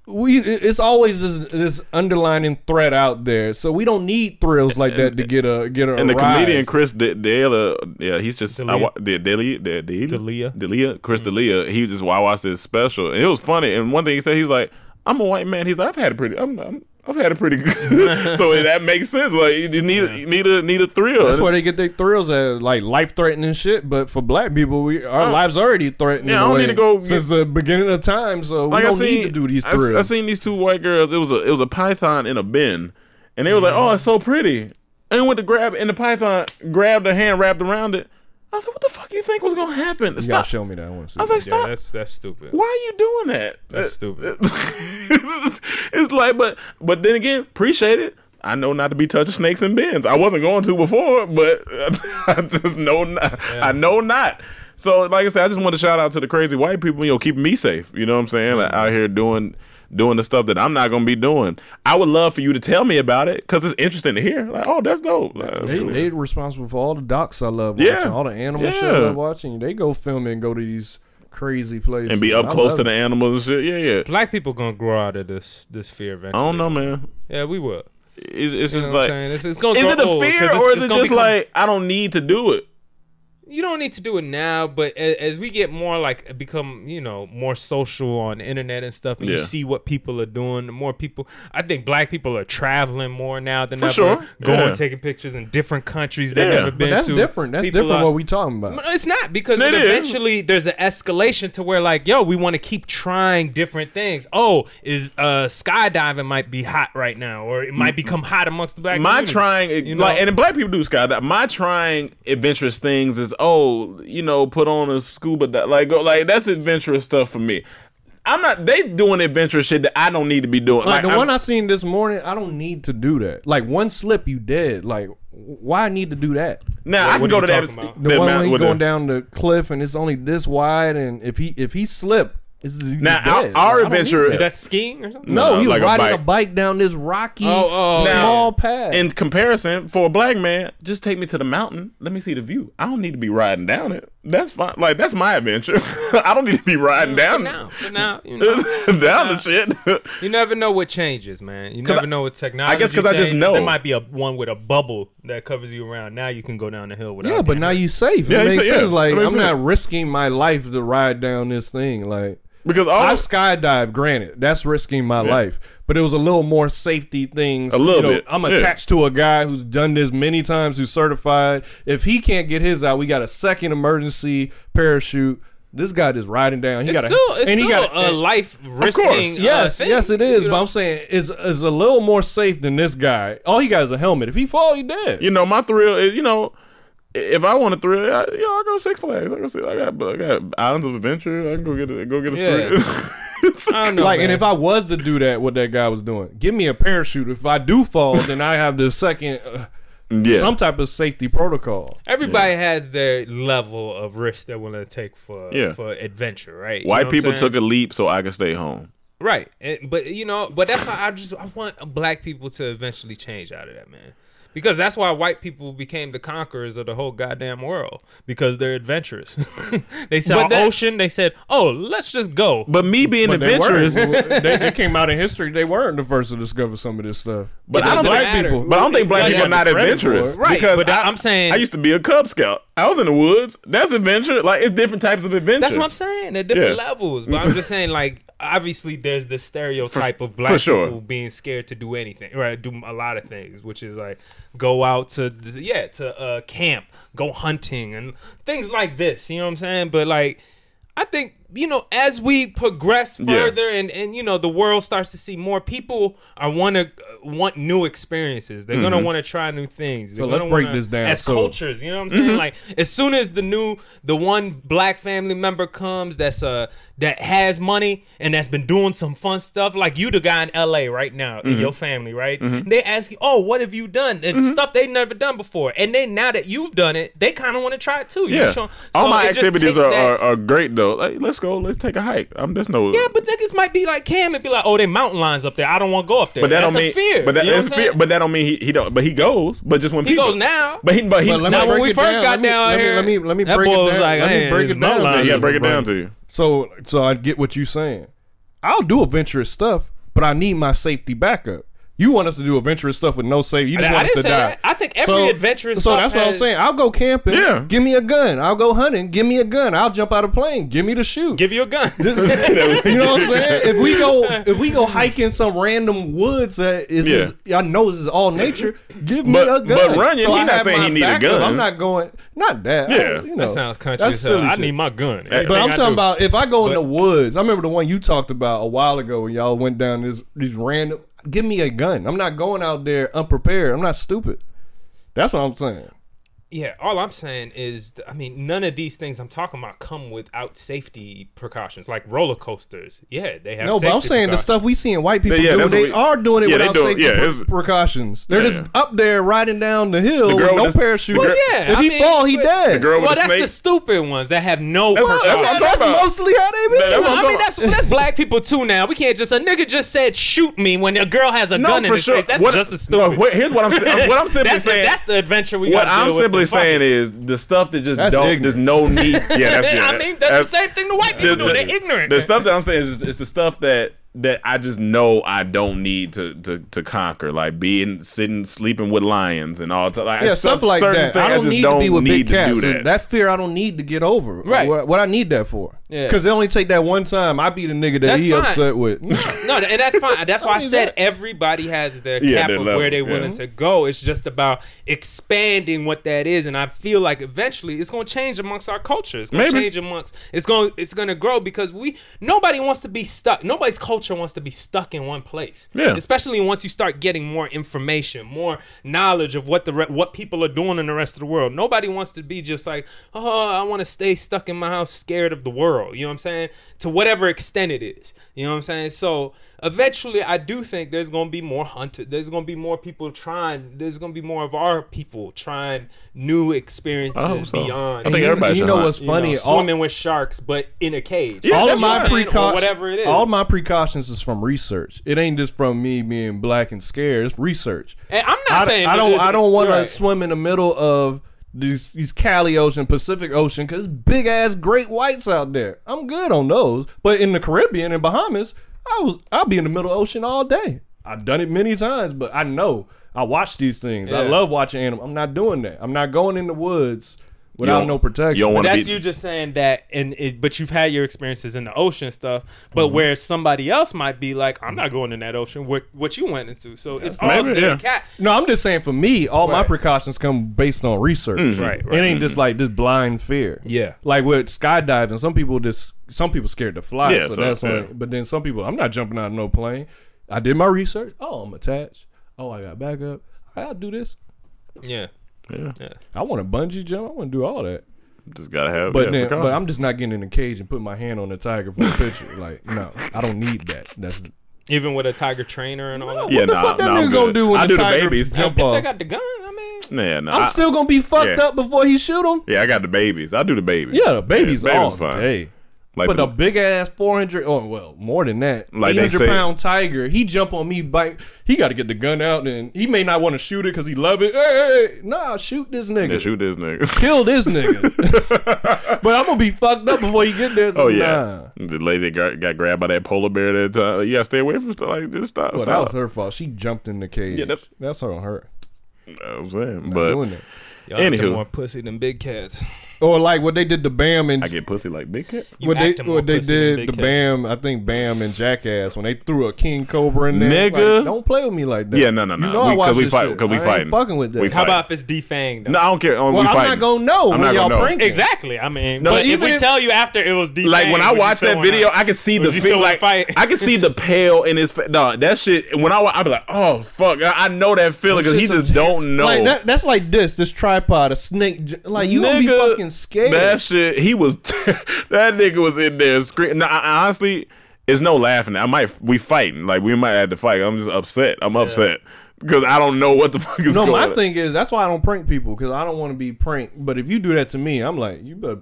Speaker 6: we it- it's always this this underlining threat out there. So we don't need thrills like that to get a get a.
Speaker 4: And the
Speaker 6: rise.
Speaker 4: comedian Chris De- Delia, yeah, he's just I
Speaker 5: D'Elia.
Speaker 4: wa- De- Delia, De- Delia,
Speaker 5: D'Elia. Mm-hmm.
Speaker 4: Delia, Chris Delia. He just I watched his special, and it was funny. And one thing he said, he's like, "I'm a white man." He's like, "I've had a pretty, I'm, I'm I've had a pretty good." so that makes sense. Like you need you need a need a thrill.
Speaker 6: That's where they get their thrills at, like life threatening shit. But for black people, we our lives already threatened.
Speaker 4: Uh, yeah, I
Speaker 6: in a
Speaker 4: don't
Speaker 6: way
Speaker 4: need to go
Speaker 6: since the beginning of time. So
Speaker 4: like
Speaker 6: we
Speaker 4: I
Speaker 6: don't
Speaker 4: seen
Speaker 6: need to do these
Speaker 4: I s- I,
Speaker 6: thrills.
Speaker 4: seen these two white girls. It was a it was a python in a bin, and they were like, "Oh,
Speaker 5: Mm-hmm.
Speaker 4: it's so pretty." And went to grab, and the python grabbed her hand, wrapped around it. I was like, "What the fuck you think was gonna happen?"
Speaker 6: you gotta
Speaker 4: Stop.
Speaker 6: show me that. I want to see.
Speaker 4: I was like, "Stop."
Speaker 5: yeah, that's that's stupid.
Speaker 4: why are you doing that?
Speaker 5: That's stupid.
Speaker 4: it's like, but but then again, appreciate it. I know not to be touching snakes and bins. I wasn't going to before, but I just know not. I know not. So, like I said, I just want to shout out to the crazy white people. You know, keeping me safe. You know what I'm saying?
Speaker 6: Mm-hmm.
Speaker 4: Like, out here doing doing the stuff that I'm not going to be doing. I would love for you to tell me about it because it's interesting to hear. Like, oh, that's dope. Like, that's
Speaker 6: They
Speaker 4: cool.
Speaker 6: they responsible for all the docs I love watching,
Speaker 4: Yeah.
Speaker 6: all the animal shit
Speaker 4: Yeah.
Speaker 6: I love watching. They go film and go to these crazy places
Speaker 4: and be up
Speaker 6: I
Speaker 4: close
Speaker 6: love
Speaker 4: to
Speaker 6: it.
Speaker 4: the animals and shit. Yeah, yeah.
Speaker 5: Black people gonna grow out of this this fear
Speaker 4: I
Speaker 5: eventually.
Speaker 4: don't know, man.
Speaker 5: Yeah, we will.
Speaker 4: It's, it's just
Speaker 5: You know what I'm
Speaker 4: like
Speaker 5: saying? It's, it's gonna
Speaker 4: is
Speaker 5: grow
Speaker 4: it a
Speaker 5: old, 'cause
Speaker 4: fear
Speaker 5: it's-
Speaker 4: or
Speaker 5: it's
Speaker 4: is it
Speaker 5: gonna
Speaker 4: just
Speaker 5: become-
Speaker 4: like I don't need to do it?
Speaker 5: you don't need to do it now, but as, as we get more like become, you know, more social on the internet and stuff, and you
Speaker 4: Yeah.
Speaker 5: see what people are doing, the more people, I think black people are traveling more now than
Speaker 4: For
Speaker 5: ever.
Speaker 4: sure.
Speaker 5: Going,
Speaker 4: Yeah.
Speaker 5: taking pictures in different countries they've
Speaker 4: Yeah.
Speaker 5: never
Speaker 4: But
Speaker 5: been
Speaker 6: That's
Speaker 5: to.
Speaker 6: different. That's
Speaker 5: People
Speaker 6: different.
Speaker 5: are-
Speaker 6: what we talking about?
Speaker 5: No, it's not because
Speaker 4: It
Speaker 5: it
Speaker 4: is.
Speaker 5: eventually there's an escalation to where like, yo, we want to keep trying different things. Oh, is uh skydiving might be hot right now, or it might become hot amongst the black.
Speaker 4: my
Speaker 5: community.
Speaker 4: trying,
Speaker 5: You
Speaker 4: like,
Speaker 5: know?
Speaker 4: and the black people do sky that. My trying adventurous things is oh, you know, put on a scuba dive, like go, like that's adventurous stuff for me. I'm not. They doing adventurous shit that I don't need to be doing.
Speaker 6: Like, the
Speaker 4: I'm-
Speaker 6: one I seen this morning, I don't need to do that. Like one slip, you dead. Like why I need to do that?
Speaker 4: now I can
Speaker 5: what
Speaker 4: go
Speaker 5: are
Speaker 4: to
Speaker 5: you
Speaker 4: that.
Speaker 5: talking about?
Speaker 6: The
Speaker 4: that
Speaker 6: one
Speaker 4: mount-
Speaker 6: where he
Speaker 4: with
Speaker 6: going
Speaker 4: the-
Speaker 6: down the cliff and it's only this wide, and if he if he slipped, it's he's
Speaker 4: Now,
Speaker 6: dead.
Speaker 4: our-
Speaker 6: Like,
Speaker 4: our
Speaker 6: I don't need
Speaker 4: adventure-
Speaker 6: that.
Speaker 5: that's skiing or something.
Speaker 6: No,
Speaker 4: No,
Speaker 6: he was
Speaker 4: like a
Speaker 6: riding a bike.
Speaker 4: bike.
Speaker 6: down this rocky
Speaker 5: Oh, oh, oh.
Speaker 6: small
Speaker 4: Now,
Speaker 6: path.
Speaker 4: In comparison, for a black man, just take me to the mountain. Let me see the view. I don't need to be riding down it. That's fine. Like that's my adventure. I don't need to be riding
Speaker 5: For
Speaker 4: down
Speaker 5: now, for now, you know.
Speaker 4: down the shit.
Speaker 5: You never know what changes, man. You
Speaker 4: 'Cause
Speaker 5: never
Speaker 4: I-
Speaker 5: know what technology.
Speaker 4: I guess 'cause I just
Speaker 5: changes.
Speaker 4: know.
Speaker 5: there might be a one with a bubble that covers you around. Now you can go down the hill without.
Speaker 6: yeah, but
Speaker 5: getting
Speaker 6: now
Speaker 5: hurt.
Speaker 6: you safe.
Speaker 4: Yeah,
Speaker 6: it
Speaker 4: you
Speaker 6: makes
Speaker 4: said- yeah,
Speaker 6: sense. Like
Speaker 4: it makes
Speaker 6: I'm not
Speaker 4: sense.
Speaker 6: risking my life to ride down this thing. Like
Speaker 4: because
Speaker 5: Oh.
Speaker 4: all
Speaker 6: I skydive, granted, that's risking my life, but it was a little more safety things.
Speaker 4: A little
Speaker 6: you know,
Speaker 4: bit,
Speaker 6: I'm
Speaker 4: yeah.
Speaker 6: attached to a guy who's done this many times, who's certified. If he can't get his out, we got a second emergency parachute. This guy just riding down. He
Speaker 5: It's
Speaker 6: got
Speaker 5: still,
Speaker 6: a,
Speaker 5: it's
Speaker 6: and he
Speaker 5: still
Speaker 6: got
Speaker 5: a
Speaker 6: and-
Speaker 5: life risking. uh,
Speaker 6: Yes,
Speaker 5: thing,
Speaker 6: yes, it is.
Speaker 5: you
Speaker 6: But
Speaker 5: know?
Speaker 6: I'm saying is is a little more safe than this guy. All he got is a helmet. If he fall, he dead.
Speaker 4: you know, my thrill is, you know, if I want a thrill, I, you know, I go Six Flags. I go see, I got, I got Islands of Adventure. I can go get a, go get a
Speaker 6: Yeah.
Speaker 4: thrill.
Speaker 5: I don't know.
Speaker 6: like, and
Speaker 5: man.
Speaker 6: if I was to do that, what that guy was doing, give me a parachute. If I do fall, then I have the second, uh,
Speaker 4: yeah.
Speaker 6: some type of safety protocol.
Speaker 5: Everybody has their level of risk they're willing to take for
Speaker 4: Yeah.
Speaker 5: for adventure, right? You
Speaker 4: White
Speaker 5: know what I'm
Speaker 4: people
Speaker 5: saying?
Speaker 4: took a leap so I could stay home.
Speaker 5: right, And- but you know, but that's why I just I want black people to eventually change out of that, man. Because that's why white people became the conquerors of the whole goddamn world because they're adventurous. they saw
Speaker 4: But that-
Speaker 5: ocean, they said, "Oh, let's just go."
Speaker 4: But me being
Speaker 6: But they weren't.
Speaker 4: adventurous,
Speaker 6: they, they came out in history. They weren't the first to discover some of this stuff.
Speaker 4: but
Speaker 5: It
Speaker 4: I don't
Speaker 5: doesn't
Speaker 4: think
Speaker 5: matter.
Speaker 4: people. But I don't think black
Speaker 6: Yeah,
Speaker 4: people are not
Speaker 6: the credit for
Speaker 4: adventurous,
Speaker 6: it.
Speaker 5: right,
Speaker 4: Because
Speaker 5: but I, am saying
Speaker 4: I used to be a Cub Scout. I was in the woods. That's adventure. Like it's different types of adventure.
Speaker 5: That's what I'm saying. At different
Speaker 4: Yeah.
Speaker 5: levels, but I'm just saying, like, obviously, there's this stereotype of black
Speaker 4: for sure.
Speaker 5: people being scared to do anything, right? Do a lot of things, which is like go out to yeah to uh, camp, go hunting, and things like this. You know what I'm saying? But like, I think you know as we progress
Speaker 4: Yeah.
Speaker 5: further, and and you know the world starts to see more people are want to want new experiences. They're
Speaker 4: Mm-hmm.
Speaker 5: gonna want to try new things. They're
Speaker 6: let's
Speaker 5: gonna
Speaker 6: break
Speaker 5: wanna-
Speaker 6: this down.
Speaker 5: as
Speaker 6: So-
Speaker 5: culture cultures, You know what I'm
Speaker 4: Mm-hmm.
Speaker 5: saying? Like as soon as the new the one black family member comes that's uh that has money and that's been doing some fun stuff, like you the guy in LA right now
Speaker 4: Mm-hmm.
Speaker 5: in your family, right? They ask you, Oh, what have you done? And stuff they never done before. And then now that you've done it, they kinda wanna try it too. You
Speaker 4: Yeah.
Speaker 5: show-
Speaker 4: All
Speaker 5: so
Speaker 4: my
Speaker 5: it just
Speaker 4: activities
Speaker 5: takes
Speaker 4: are,
Speaker 5: that-
Speaker 4: are, are great though. Like let's go. Let's take a hike. I'm there's no.
Speaker 5: yeah, but niggas might be like Cam and be like, "Oh, they mountain lines up there. I don't want to go up there."
Speaker 4: But that
Speaker 5: that's
Speaker 4: don't
Speaker 5: a
Speaker 4: mean.
Speaker 5: fear.
Speaker 4: But that,
Speaker 5: you know what
Speaker 4: that's
Speaker 5: I'm
Speaker 4: fear.
Speaker 5: saying?
Speaker 4: But that don't mean he, he don't. But he goes. But just when
Speaker 5: He
Speaker 4: people,
Speaker 5: goes now.
Speaker 4: But he but he
Speaker 6: But let me
Speaker 4: not
Speaker 5: now when
Speaker 6: break
Speaker 5: we
Speaker 6: it
Speaker 5: first
Speaker 6: down.
Speaker 5: got
Speaker 6: Let me-
Speaker 5: down
Speaker 6: let me-
Speaker 5: here,
Speaker 6: let me let me
Speaker 5: that
Speaker 6: break
Speaker 5: boy
Speaker 6: it
Speaker 5: was
Speaker 6: down.
Speaker 5: like,
Speaker 6: let me
Speaker 5: "Man,
Speaker 6: break
Speaker 5: it's
Speaker 6: it
Speaker 5: my
Speaker 6: down.
Speaker 5: line."
Speaker 4: Yeah,
Speaker 5: Yeah,
Speaker 4: break it
Speaker 5: bro.
Speaker 4: down to you.
Speaker 6: So so I get what you're saying. I'll do adventurous stuff, but I need my safety backup. You want us to do adventurous stuff with no safety. You
Speaker 5: I-
Speaker 6: just
Speaker 5: I
Speaker 6: want
Speaker 5: didn't
Speaker 6: us to
Speaker 5: say
Speaker 6: die.
Speaker 5: that. I think every adventurous
Speaker 6: So
Speaker 5: stuff
Speaker 6: that's what I'm
Speaker 5: has-
Speaker 6: saying. I'll go camping.
Speaker 4: Yeah.
Speaker 6: Give me a gun. I'll go hunting. Give me a gun. I'll jump out of plane. Give me the shoot.
Speaker 5: give you a gun.
Speaker 6: you know what I'm saying? If we go, if we go hiking some random woods that is,
Speaker 4: Yeah.
Speaker 6: I know this is all nature. Give me
Speaker 4: But-
Speaker 6: a gun.
Speaker 4: but Runyon, he
Speaker 6: I
Speaker 4: not
Speaker 6: have
Speaker 4: saying he
Speaker 6: my
Speaker 4: need a
Speaker 6: backup.
Speaker 4: gun.
Speaker 6: I'm not going. Not that. I-
Speaker 4: Yeah.
Speaker 6: you know,
Speaker 5: that sounds country.
Speaker 6: that's
Speaker 5: as hell.
Speaker 6: silly
Speaker 5: I
Speaker 6: shit.
Speaker 5: need my gun.
Speaker 6: But I'm
Speaker 5: Everything I
Speaker 6: talking
Speaker 5: do.
Speaker 6: about if I go in
Speaker 5: But-
Speaker 6: the woods. I remember the one you talked about a while ago when y'all went down this these random. Give me a gun. I'm not going out there unprepared. I'm not stupid. That's what I'm saying.
Speaker 5: Yeah, all I'm saying is, th- I mean, none of these things I'm talking about come without safety precautions, like roller coasters. Yeah, they have.
Speaker 6: No, but I'm
Speaker 5: safety
Speaker 6: saying the
Speaker 5: precautions.
Speaker 6: stuff we seeing white people
Speaker 4: Yeah, yeah,
Speaker 6: do,
Speaker 4: that's
Speaker 6: they
Speaker 4: what we-
Speaker 6: are doing it
Speaker 4: yeah, they
Speaker 6: without
Speaker 4: do it.
Speaker 6: safety
Speaker 4: Yeah,
Speaker 6: pre-
Speaker 4: it's-
Speaker 6: precautions. They're
Speaker 4: Yeah,
Speaker 6: just
Speaker 4: yeah.
Speaker 6: up there riding down the hill
Speaker 4: The
Speaker 6: with
Speaker 4: girl
Speaker 6: no
Speaker 4: with the-
Speaker 6: parachute.
Speaker 4: Well,
Speaker 5: yeah,
Speaker 6: if
Speaker 5: I
Speaker 6: he
Speaker 5: mean,
Speaker 6: fall, he
Speaker 5: but-
Speaker 6: dead.
Speaker 4: The girl with
Speaker 5: Well,
Speaker 4: the
Speaker 5: that's
Speaker 4: snake.
Speaker 5: the stupid ones that have no.
Speaker 4: That's what- that's what I'm
Speaker 5: precautions.
Speaker 4: talking about.
Speaker 6: mostly how they be.
Speaker 4: That- that's what I'm
Speaker 5: I mean,
Speaker 4: talking
Speaker 5: that's that's black people too. Now we can't just a nigga just said shoot me when a girl has a
Speaker 4: No,
Speaker 5: gun in
Speaker 4: for
Speaker 5: his
Speaker 4: sure.
Speaker 5: face. That's
Speaker 4: What-
Speaker 5: just as
Speaker 4: no,
Speaker 5: stupid.
Speaker 4: what- here's what I'm si- what I'm simply
Speaker 5: That's the-
Speaker 4: saying-
Speaker 5: That's the adventure we.
Speaker 4: What
Speaker 5: gotta
Speaker 4: I'm
Speaker 5: deal with
Speaker 4: simply
Speaker 5: the fuck
Speaker 4: saying is the stuff that just
Speaker 6: That's
Speaker 4: don't.
Speaker 6: ignorant.
Speaker 4: There's no need. Yeah, that's yeah,
Speaker 5: I mean, that's, the same thing the white
Speaker 4: the-
Speaker 5: people do.
Speaker 4: the-
Speaker 5: They're ignorant.
Speaker 4: The stuff that I'm saying is it's the stuff that that I just know I don't need to to, to conquer, like being sitting sleeping with lions and all t- like
Speaker 6: yeah, stuff like
Speaker 4: certain
Speaker 6: that.
Speaker 4: thing,
Speaker 6: I don't
Speaker 4: just
Speaker 6: need
Speaker 4: don't
Speaker 6: to be with
Speaker 4: need
Speaker 6: big cats.
Speaker 4: to do
Speaker 6: So
Speaker 4: that.
Speaker 6: fear I don't need to get over.
Speaker 5: Right.
Speaker 6: What, what I need that for?
Speaker 5: Yeah.
Speaker 6: Because they only take that one time. I be the nigga that
Speaker 5: That's
Speaker 6: he
Speaker 5: fine.
Speaker 6: upset with.
Speaker 5: No, and that's fine. That's why I,
Speaker 6: mean,
Speaker 5: said
Speaker 6: that-
Speaker 5: everybody has their
Speaker 4: Yeah,
Speaker 5: cap
Speaker 4: their
Speaker 5: of where
Speaker 4: levels,
Speaker 5: they're
Speaker 4: yeah.
Speaker 5: willing to go. It's just about expanding what that is, and I feel like eventually it's going to change amongst our culture. It's going to
Speaker 4: Maybe.
Speaker 5: change amongst. It's going. It's going to grow because we nobody wants to be stuck. Nobody's culture wants to be stuck in one place.
Speaker 4: Yeah.
Speaker 5: Especially once you start getting more information, more knowledge of what the re- what people are doing in the rest of the world. Nobody wants to be just like, oh, I want to stay stuck in my house, scared of the world. You know what I'm saying? To whatever extent it is. You know what I'm saying? So eventually, I do think there's gonna be more hunted. There's gonna be more people trying. There's gonna be more of our people trying new experiences
Speaker 4: I hope so.
Speaker 5: beyond.
Speaker 4: I think
Speaker 5: you
Speaker 4: everybody
Speaker 6: you
Speaker 4: should
Speaker 6: know
Speaker 4: hunt.
Speaker 6: what's
Speaker 5: know,
Speaker 6: funny? all,
Speaker 5: swimming with sharks, but in a cage.
Speaker 4: Yeah,
Speaker 6: all
Speaker 4: that's
Speaker 6: of
Speaker 4: what
Speaker 6: my
Speaker 4: I'm saying,
Speaker 6: precautions,
Speaker 5: whatever it is.
Speaker 6: all my precautions is from research. It ain't just from me being black and scared. It's research.
Speaker 5: And I'm not
Speaker 6: I,
Speaker 5: saying
Speaker 6: I
Speaker 5: that
Speaker 6: don't.
Speaker 5: this-
Speaker 6: I don't want
Speaker 5: Right.
Speaker 6: to swim in the middle of these these Cali Ocean, Pacific Ocean, because big ass great whites out there. I'm good on those, but in the Caribbean and Bahamas, I was I'll be in the middle ocean all day. I've done it many times, but I know I watch these things. I
Speaker 5: Yeah.
Speaker 6: love watching animals. I'm not doing that. I'm not going in the woods
Speaker 4: You
Speaker 6: without
Speaker 4: don't-
Speaker 6: no protection.
Speaker 4: You don't want to be.
Speaker 5: That's you just saying that, and it, but you've had your experiences in the ocean stuff. But
Speaker 4: Mm-hmm.
Speaker 5: where somebody else might be like, I'm not going in that ocean. What what you went into? So it's all
Speaker 4: Maybe,
Speaker 5: their
Speaker 4: yeah.
Speaker 5: cat.
Speaker 6: No, I'm just saying for me, all my
Speaker 5: Right.
Speaker 6: precautions come based on research.
Speaker 3: Mm-hmm.
Speaker 5: Right,
Speaker 6: It
Speaker 5: right.
Speaker 6: ain't just like this blind fear.
Speaker 5: Yeah.
Speaker 6: Like with skydiving, some people just some people scared to fly.
Speaker 4: Yeah,
Speaker 6: so,
Speaker 4: so,
Speaker 6: that's
Speaker 4: yeah.
Speaker 6: why but then some people I'm not jumping out of no plane. I did my research. Oh, I'm attached. Oh, I got backup. I'll do this.
Speaker 5: Yeah.
Speaker 4: Yeah.
Speaker 6: I want to bungee jump. I want to do all that.
Speaker 4: Just gotta have.
Speaker 3: But
Speaker 4: yeah,
Speaker 3: then,
Speaker 4: precaution.
Speaker 3: but I'm just not getting in a cage and putting my hand on a tiger for a picture. like, no, I don't need that. That's
Speaker 5: Even with a tiger trainer and all that.
Speaker 4: yeah,
Speaker 3: Oh, what the
Speaker 4: nah,
Speaker 3: fuck that
Speaker 4: nah, I'm
Speaker 3: nigga
Speaker 4: good.
Speaker 3: gonna do when
Speaker 4: I
Speaker 3: the
Speaker 4: do
Speaker 3: tiger
Speaker 4: the babies.
Speaker 3: jump
Speaker 5: If they
Speaker 3: off?
Speaker 5: got the gun, I mean,
Speaker 4: Nah, nah,
Speaker 3: I'm
Speaker 4: I-
Speaker 3: still gonna be fucked
Speaker 4: yeah.
Speaker 3: up before he shoot him.
Speaker 4: Yeah, I got the babies. I do the babies.
Speaker 3: Yeah, the babies
Speaker 4: Yeah,
Speaker 3: all
Speaker 4: babies fine.
Speaker 3: day.
Speaker 4: Like
Speaker 3: but
Speaker 4: the-
Speaker 3: a big ass four hundred, oh well, more than that,
Speaker 4: Like
Speaker 3: like
Speaker 4: they
Speaker 3: eight
Speaker 4: say-
Speaker 3: hundred pound tiger. He jump on me, bite. He got to get the gun out, and he may not want to shoot it because he love it. Hey, hey, hey, nah, shoot this nigga,
Speaker 4: Yeah, shoot this nigga.
Speaker 3: kill this nigga. but I'm gonna be fucked up before you get there. So nah.
Speaker 4: Oh yeah, the lady got, got grabbed by that polar bear that time. You gotta stay away from stuff like this. Stop,
Speaker 3: Well, that
Speaker 4: stop.
Speaker 3: was her fault. She jumped in the cage.
Speaker 4: Yeah, that's-
Speaker 3: that's on her.
Speaker 4: I'm saying,
Speaker 3: Not
Speaker 4: but
Speaker 3: doing that.
Speaker 5: y'all acting
Speaker 4: Anywho.
Speaker 5: more pussy than big cats.
Speaker 3: Or like what they did to Bam and
Speaker 4: I get pussy like big cats.
Speaker 5: You
Speaker 3: what they
Speaker 5: acting more
Speaker 3: what they
Speaker 5: pussy
Speaker 3: did
Speaker 5: than big
Speaker 3: to
Speaker 5: cats.
Speaker 3: Bam. I think Bam and Jackass when they threw a King Cobra in there. like,
Speaker 4: Nigga.
Speaker 3: don't play with me like that.
Speaker 4: Yeah, no, no,
Speaker 3: You
Speaker 4: no.
Speaker 3: know I
Speaker 4: We- 'cause
Speaker 3: watch
Speaker 4: we
Speaker 3: this
Speaker 4: fight-
Speaker 3: shit.
Speaker 4: 'cause we
Speaker 3: I ain't
Speaker 4: fighting.
Speaker 3: fucking with that.
Speaker 4: We
Speaker 5: How
Speaker 4: fight.
Speaker 5: about if it's defanged? though?
Speaker 4: No, I don't care. Oh, we
Speaker 3: well, I'm
Speaker 4: fighting.
Speaker 3: not gonna know
Speaker 4: I'm
Speaker 3: when
Speaker 4: not
Speaker 3: y'all
Speaker 4: gonna know.
Speaker 3: prank
Speaker 5: Exactly. I mean,
Speaker 4: No,
Speaker 5: but if
Speaker 3: even
Speaker 5: we
Speaker 3: if-
Speaker 5: tell you after it was defanged,
Speaker 4: Like when I
Speaker 5: would you
Speaker 4: watched
Speaker 5: still
Speaker 4: that
Speaker 5: wanna-
Speaker 4: video, I could see
Speaker 5: would
Speaker 4: the
Speaker 5: you
Speaker 4: fi-
Speaker 5: still wanna
Speaker 4: like
Speaker 5: fight?
Speaker 4: I could see the pale in his face. No, that shit. When I wa- I'd be like, oh fuck, I, I know that feeling because he just don't know.
Speaker 3: Like that, that's like this this tripod a snake. j- Like you gonna be
Speaker 4: Nigga,
Speaker 3: fucking scared.
Speaker 4: That shit, he was. that nigga was in there screaming. Nah, I- I honestly, it's no laughing. I might we fighting. Like we might have to fight. I'm just upset. I'm upset because I don't know what the fuck is
Speaker 3: no,
Speaker 4: going.
Speaker 3: my
Speaker 4: on.
Speaker 3: thing is that's why I don't prank people because I don't want to be pranked. But if you do that to me, I'm like you better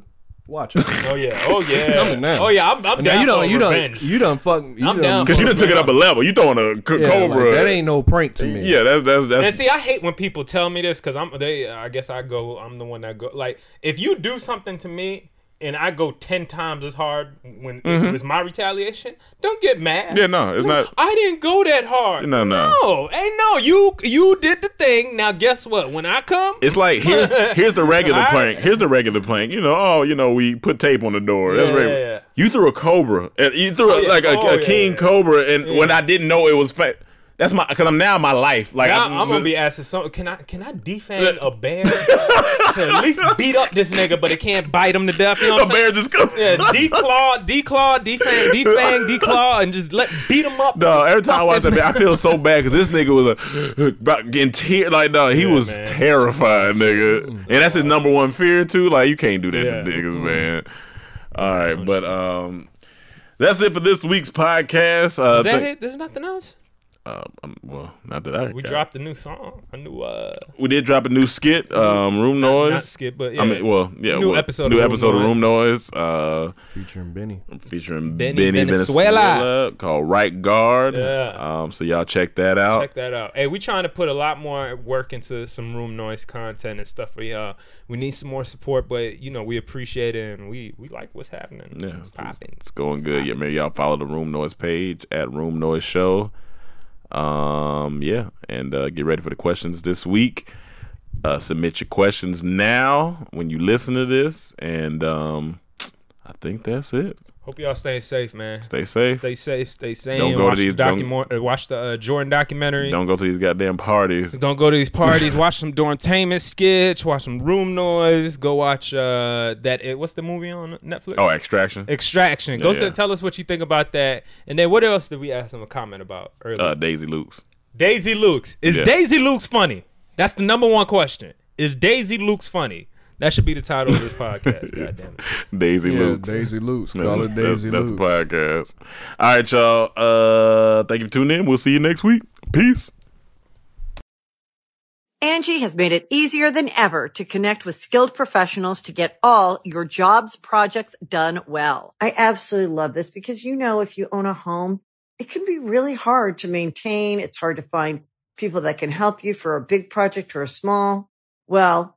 Speaker 3: watch it.
Speaker 5: Oh yeah. Oh
Speaker 3: coming
Speaker 5: yeah.
Speaker 3: now.
Speaker 5: Oh yeah. I'm, I'm
Speaker 3: now
Speaker 5: down
Speaker 3: you don't
Speaker 5: for
Speaker 3: you
Speaker 5: revenge.
Speaker 3: don't you don't fuck. You
Speaker 5: I'm
Speaker 3: done-
Speaker 5: down
Speaker 4: Because you done took it up a level. You throwing a c-
Speaker 3: Yeah, like,
Speaker 4: cobra.
Speaker 3: that ain't no prank to me.
Speaker 4: Yeah, that's that's that's.
Speaker 5: And see, I hate when people tell me this because I'm they. I guess I go. I'm the one that go. Like, if you do something to me and I go ten times as hard when it was my retaliation, don't get mad.
Speaker 4: Mm-hmm. Yeah, no, it's
Speaker 5: Don't-
Speaker 4: not-
Speaker 5: I didn't go that hard.
Speaker 4: No, no.
Speaker 5: no. Hey, no, you you did the thing. Now guess what? When I come,
Speaker 4: It's like here's here's the regular
Speaker 5: All right.
Speaker 4: plank. Here's the regular plank. You know, oh, you know, we put tape on the door. That's
Speaker 5: Yeah,
Speaker 4: regular.
Speaker 5: yeah, yeah.
Speaker 4: You threw a cobra. And you threw a-
Speaker 5: yeah.
Speaker 4: like a,
Speaker 5: Oh,
Speaker 4: a
Speaker 5: yeah,
Speaker 4: king
Speaker 5: yeah.
Speaker 4: cobra, and when I didn't know it was fat, that's my because I'm now my life. Like
Speaker 5: Now,
Speaker 4: I-
Speaker 5: I'm gonna be asking some. Can I can I defang a bear to at least beat up this nigga, but it can't bite him to death? You know
Speaker 4: a
Speaker 5: what I'm
Speaker 4: bear
Speaker 5: saying?
Speaker 4: just come.
Speaker 5: Yeah, declaw, declaw, defang, defang, declaw, and just let beat him up.
Speaker 4: No, every time I watch that,
Speaker 5: Fuck
Speaker 4: man, I feel so bad because this nigga was a, about getting tear. Like, no, he was
Speaker 5: man.
Speaker 4: terrified, nigga, and that's his number one fear too. Like, you can't do that
Speaker 5: Yeah. Mm-hmm.
Speaker 4: to niggas, man. All right, but um, that's it for this week's podcast. Uh,
Speaker 5: Is that
Speaker 4: thank-
Speaker 5: it? There's nothing else.
Speaker 4: Uh, um, well, not that I
Speaker 5: We
Speaker 4: got.
Speaker 5: dropped a new song, a new uh,
Speaker 4: We did drop a new skit, um, Room
Speaker 5: not
Speaker 4: Noise.
Speaker 5: skit, but yeah.
Speaker 4: I mean, well, yeah,
Speaker 5: New
Speaker 4: well,
Speaker 5: episode
Speaker 4: new
Speaker 5: of Room
Speaker 4: episode of
Speaker 5: Noise.
Speaker 4: Room Noise, uh,
Speaker 3: Featuring Benny.
Speaker 4: featuring Benny,
Speaker 5: Benny
Speaker 4: Venezuela.
Speaker 5: Venezuela.
Speaker 4: called Right Guard.
Speaker 5: Yeah.
Speaker 4: Um, so y'all check that out.
Speaker 5: check that out. Hey, we trying to put a lot more work into some room noise content and stuff for y'all. We need some more support, but you know we appreciate it and we we like what's happening.
Speaker 4: Yeah,
Speaker 5: it's
Speaker 4: it's,
Speaker 5: popping.
Speaker 4: it's going good. Yeah, maybe y'all follow the Room Noise page at Room Noise Show. Um, yeah, and uh, get ready for the questions this week. Uh, submit your questions now when you listen to this, and um, I think that's it.
Speaker 5: Hope y'all stay safe, man.
Speaker 4: Stay safe.
Speaker 5: Stay safe. Stay sane.
Speaker 4: Don't go to
Speaker 5: watch
Speaker 4: these-
Speaker 5: The
Speaker 4: don't-
Speaker 5: documo- uh, watch the uh, Jordan documentary. Don't,
Speaker 4: Don't go to these goddamn parties.
Speaker 5: go to these parties. watch some Dorntainment skits. Watch some Room Noise. Go watch uh, that. It, what's the movie on Netflix?
Speaker 4: Oh, extraction.
Speaker 5: Extraction. Go
Speaker 4: Yeah.
Speaker 5: sit- tell us what you think about that. And then what else did we ask them a comment about earlier?
Speaker 4: Uh, Daisy Luke's.
Speaker 5: Daisy Lukes. Is
Speaker 4: Yeah.
Speaker 5: Daisy Lukes funny? That's the number one question. Is Daisy Lukes funny? That should be the title of this podcast. God damn it.
Speaker 4: Daisy
Speaker 6: Yeah,
Speaker 4: Luke's.
Speaker 6: Daisy Lukes.
Speaker 4: That's,
Speaker 6: Call it
Speaker 4: that's-
Speaker 6: Daisy
Speaker 4: that's
Speaker 6: Lukes.
Speaker 4: the podcast. All right, y'all. Uh, thank you for tuning in. We'll see you next week. Peace.
Speaker 7: Angie has made it easier than ever to connect with skilled professionals to get all your jobs projects done well. I absolutely love this because, you know, if you own a home, it can be really hard to maintain. It's hard to find people that can help you for a big project or a small. Well,